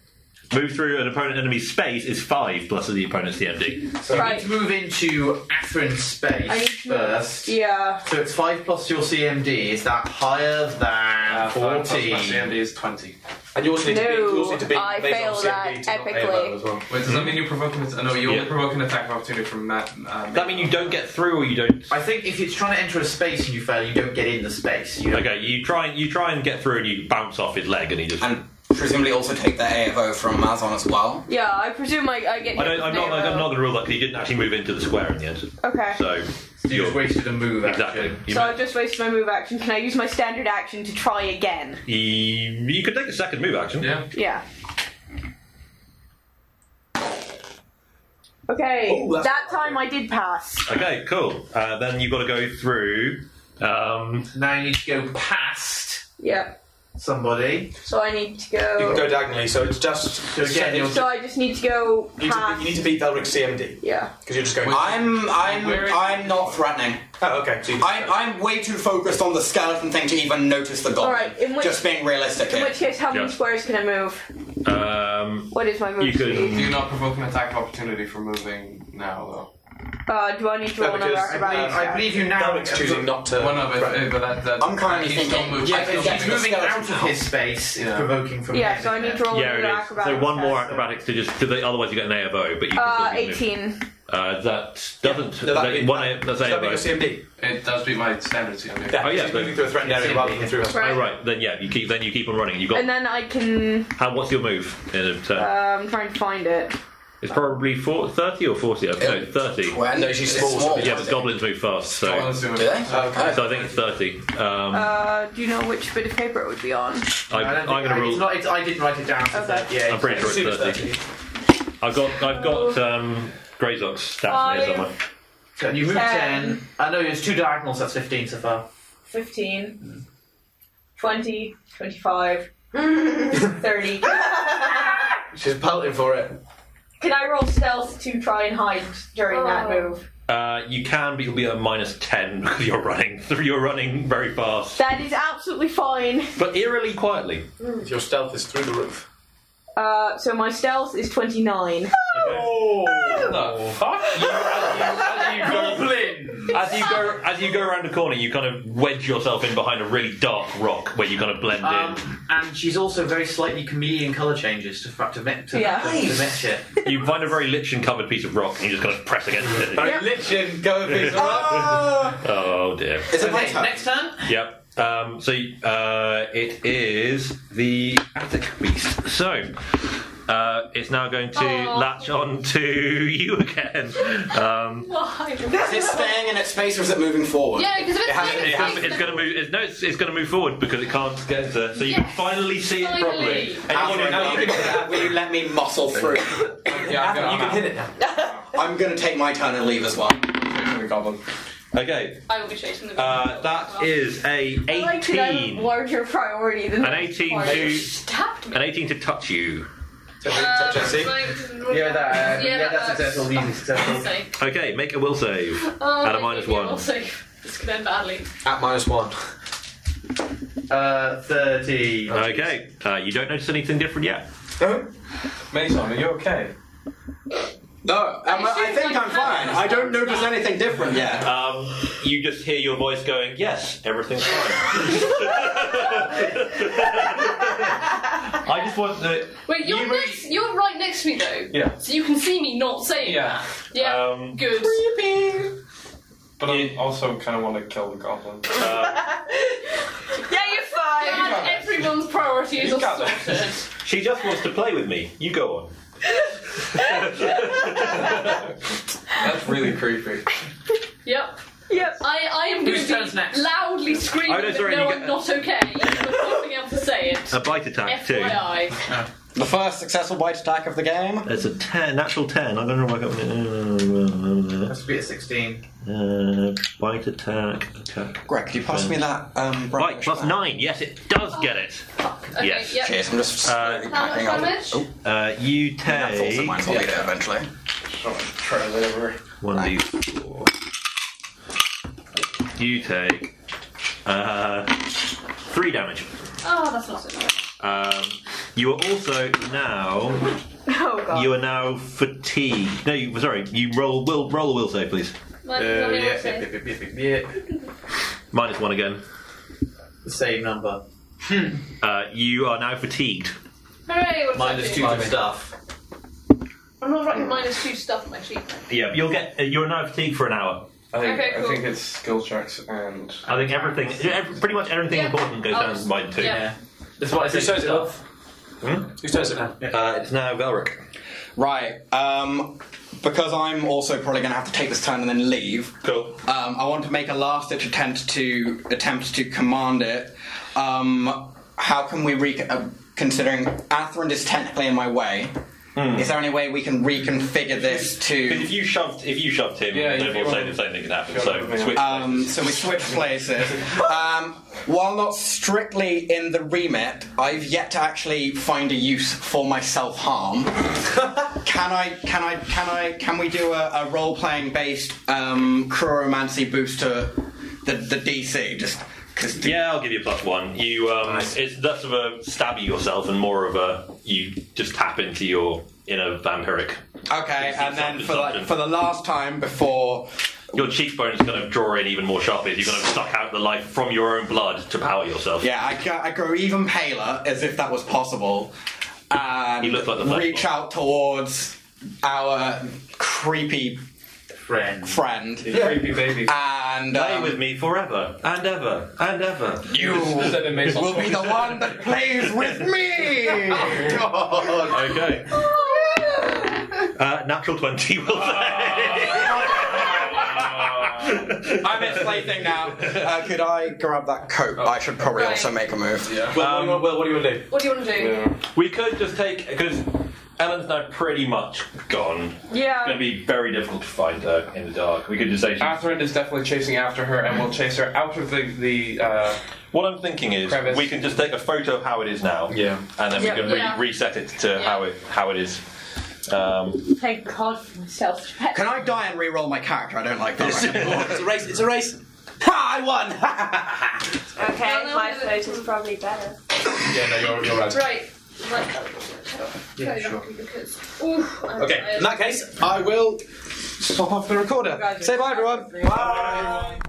Move through an opponent enemy's space is five plus the opponent's CMD. So Right. we need to move into Atherin space I need to move- first. Yeah. So it's five plus your CMD. Is that higher than Uh, Uh, five plus forty? my CMD is twenty. And you also need to beat- you also need to beat No, based I on failed CMD that to not epically. AVO as well. Wait, Hmm. does that mean you're provoking? I know you're Yeah. provoking an attack of opportunity from Matt. Uh, that mean you don't get through, or you don't? I think if it's trying to enter a space and you fail, you don't get in the space. You Okay, you try and you try and get through, and you bounce off his leg, and he just. Presumably, also take the AFO from Mazon as well. Yeah, I presume I, I get. I don't, I'm not. hit with I'm an not going to rule that 'cause he didn't actually move into the square in the end. arrow. Okay. So, So you just wasted a move. Exactly. You, I've just wasted my move action. Can I use my standard action to try again? you, you could take a second move action. Yeah. Yeah. Okay. Oh, Ooh, that's that time I did pass. Okay, cool. Uh, then you've got to go through. Um, now you need to go past Yep. somebody. So I need to go. You can go diagonally, so it's just. So again, So I just need to go you, need to, past. you need to beat Delric's CMD. Yeah. Because you're just going. I'm, I'm, Where is- I'm not threatening. Oh, okay. So you I'm, I'm way too focused on the skeleton thing to even notice the goblin. Alright, in which- Just being realistic In here. which case, how many Yeah. squares can I move? Um, What is my move? you speed? Do you not provoke an attack of opportunity for moving now, though? Uh, do I need to roll another acrobatics? check? Derek's choosing not to. Well, no, but, but that, that, I'm currently he's thinking- Still moved, yeah, he's still yeah, He's the moving skeleton out of his space. It's provoking from. Yeah, so I need to roll yeah, another it is. acrobatics. So one more acrobatics to just. 'cause they- otherwise, you get an AFO, but you. Can Uh, still be moved. 18. Uh, that doesn't. No, that'd that- be- one, A- that's that'd be AFO. your It does beat my standard CMD. oh yeah, but- Right. Oh right, then yeah, you keep then you keep on running. You got. And then I can. how, what's your move in a turn? Um, try and find it. it's probably four, 30 or forty. I no, thirty. No, it's just small, so Yeah, it's- but goblins move fast. So. Goblins move Do they? fast. Okay. So I think it's thirty. Um, Uh, do you know which bit of paper it would be on? I, I'm I, going to it's rule. not, it's, I didn't write it down. so that- yeah, I'm pretty sure it's 30. I've got, I've got um, Greyzock's stats in Five. there somewhere. So you move Ten. ten. I know it's two diagonals. That's fifteen so far. Mm. 15, 20, 25, 30. Can She's pelting for it. I roll stealth to try and hide during that move? Uh, you can, but you'll be at minus 10 because you're running. You're running very fast. That is absolutely fine. But eerily quietly. Your stealth is through the roof. Uh, so my stealth is 29. Oh! fuck? As you go as you go around the corner, you kind of wedge yourself in behind a really dark rock where you kind of blend Um, and she's also very slightly chameleon colour changes to fa- to, mi- to, Yeah. to, to Nice. match it. in. You find a very lichen covered piece of rock and you just kind of press against it. Very lichen covered piece of rock. oh dear. Is it okay, next turn? Yep. Um, so uh, it is the attic beast. So Uh, it's now going to Aw. latch on to you again. Um, Why? Is it staying in its space or is it moving forward? Yeah, because if it's it has, staying in it has, space, it's going to move. It's, no, it's, it's going to move forward because it can't get there. So you can finally see it properly. Finally. Alfred, now you can do that. Will you let me muscle through? yeah, I'm gonna, you can hit it now. I'm going to take my turn and leave as well. Goblin. Okay, I will be chasing the uh, that is a I like that I have a eighteen. larger priority than An the 18 party. to Stabbed me. an eighteen to touch you. uh, Um, Jesse? like- Yeah, that, uh, yeah, that's that successful, works. easy successful. Say. Okay, make a will save Oh, at a minus one. Also, this could end badly. At minus one. Uh, 30. Okay. Uh, you don't notice anything different yet. Mason, are you okay? No, I'm, I think I'm fine. I don't notice anything different yet. Um, you just hear your voice going, yes, everything's fine. I just want the. Wait, you're next. You're right next to me though. Yeah. So you can see me not saying Yeah. that. Yeah. Good. Creepy. But I also kind of want to kill the goblin. Yeah, you're fine. everyone's priorities are sorted. She just wants to play with me. You go on. That's really creepy. Yep. Yep. I, I am Whose going turns to be next? loudly screaming Oh, no, sorry, that no, you I'm get- not okay. You've got nothing else to say it. A bite attack, too. FYI. The first successful bite attack of the game. It's a 10, natural 10. I don't know why I got. Has to be at 16. Uh, bite attack, attack. Greg, could you pass me that? Um, right, plus 9. Yes, it does get it. Okay, yes. yep. Cheers, I'm just Uh, How much damage? Uh, you take. eventually. Try over. One d four. You take uh, three damage. Ah, Oh, that's not so bad. Um, you are also now. Oh god. You are now fatigued. No, you, sorry. You roll. Will roll a will save, please. Mine is only one save. Minus one again. The same number. Uh, you are now fatigued. Hooray, what's Minus that two do? from stuff. I'm not writing minus two stuff on my sheet. Yeah, you'll get. uh, You're now fatigued for an hour. I think, Okay, I cool. think it's skill checks and. I think everything, ev pretty much everything Yeah. important goes Oh, down by two. yeah. Yeah. That's what I said. it off? Who turns it now? Uh, it's now Velric. Right. Um, because I'm also probably going to have to take this turn and then leave. Cool. Um, I want to make a last-ditch attempt to attempt to command it. Um, how can we re- uh, considering Athrend is technically in my way? Is there any way we can reconfigure this to? Hmm. If you shoved, if you shoved him, Yeah, yeah, if they you will say want- the same thing could happen. So switch. Um, so we switch places. Um, while not strictly in the remit, I've yet to actually find a use for my self harm. can I? Can I? Can I? Can we do a, a role playing based um, chromancy boost to the, the DC? Just yeah, I'll give you plus one. You, um, it's less of a stab at yourself and more of a you just tap into your inner vampiric. okay, and then for like for the last time before Your cheekbone's going to draw in even more sharply. as You're going to suck out the life from your own blood to power yourself. Yeah, I, go- I grow even paler, as if that was possible, and You look like the Flash reach out towards our creepy friend. Friend, The creepy baby, and Play um, with me forever and ever and ever. You will be the one that plays with me. Okay. Uh, natural 20 will I'm its plaything now. Uh, could I grab that coat? I should probably also make a move. Yeah. Well, what do you want to do? What do you want to do? We could just take because Ellen's now pretty much gone. Yeah. It's gonna be very difficult to find her in the dark. We could just say. She, Athrend is definitely chasing after her, and we'll chase her out of the. the uh, what I'm thinking is crevice. we can just take a photo of how it is now. Yeah. And then Yeah, we can re- yeah. reset it to how it how it is. Um, Thank God for myself. Can I die and re-roll my character? I don't like that. It's a race. It's a race. Ha! I won. Okay, my vote is probably better. yeah, no, you're, you're Right. Yeah, sure. Oof, I'm Okay, tired. in that case, I will stop off the recorder. Say bye, everyone. Bye.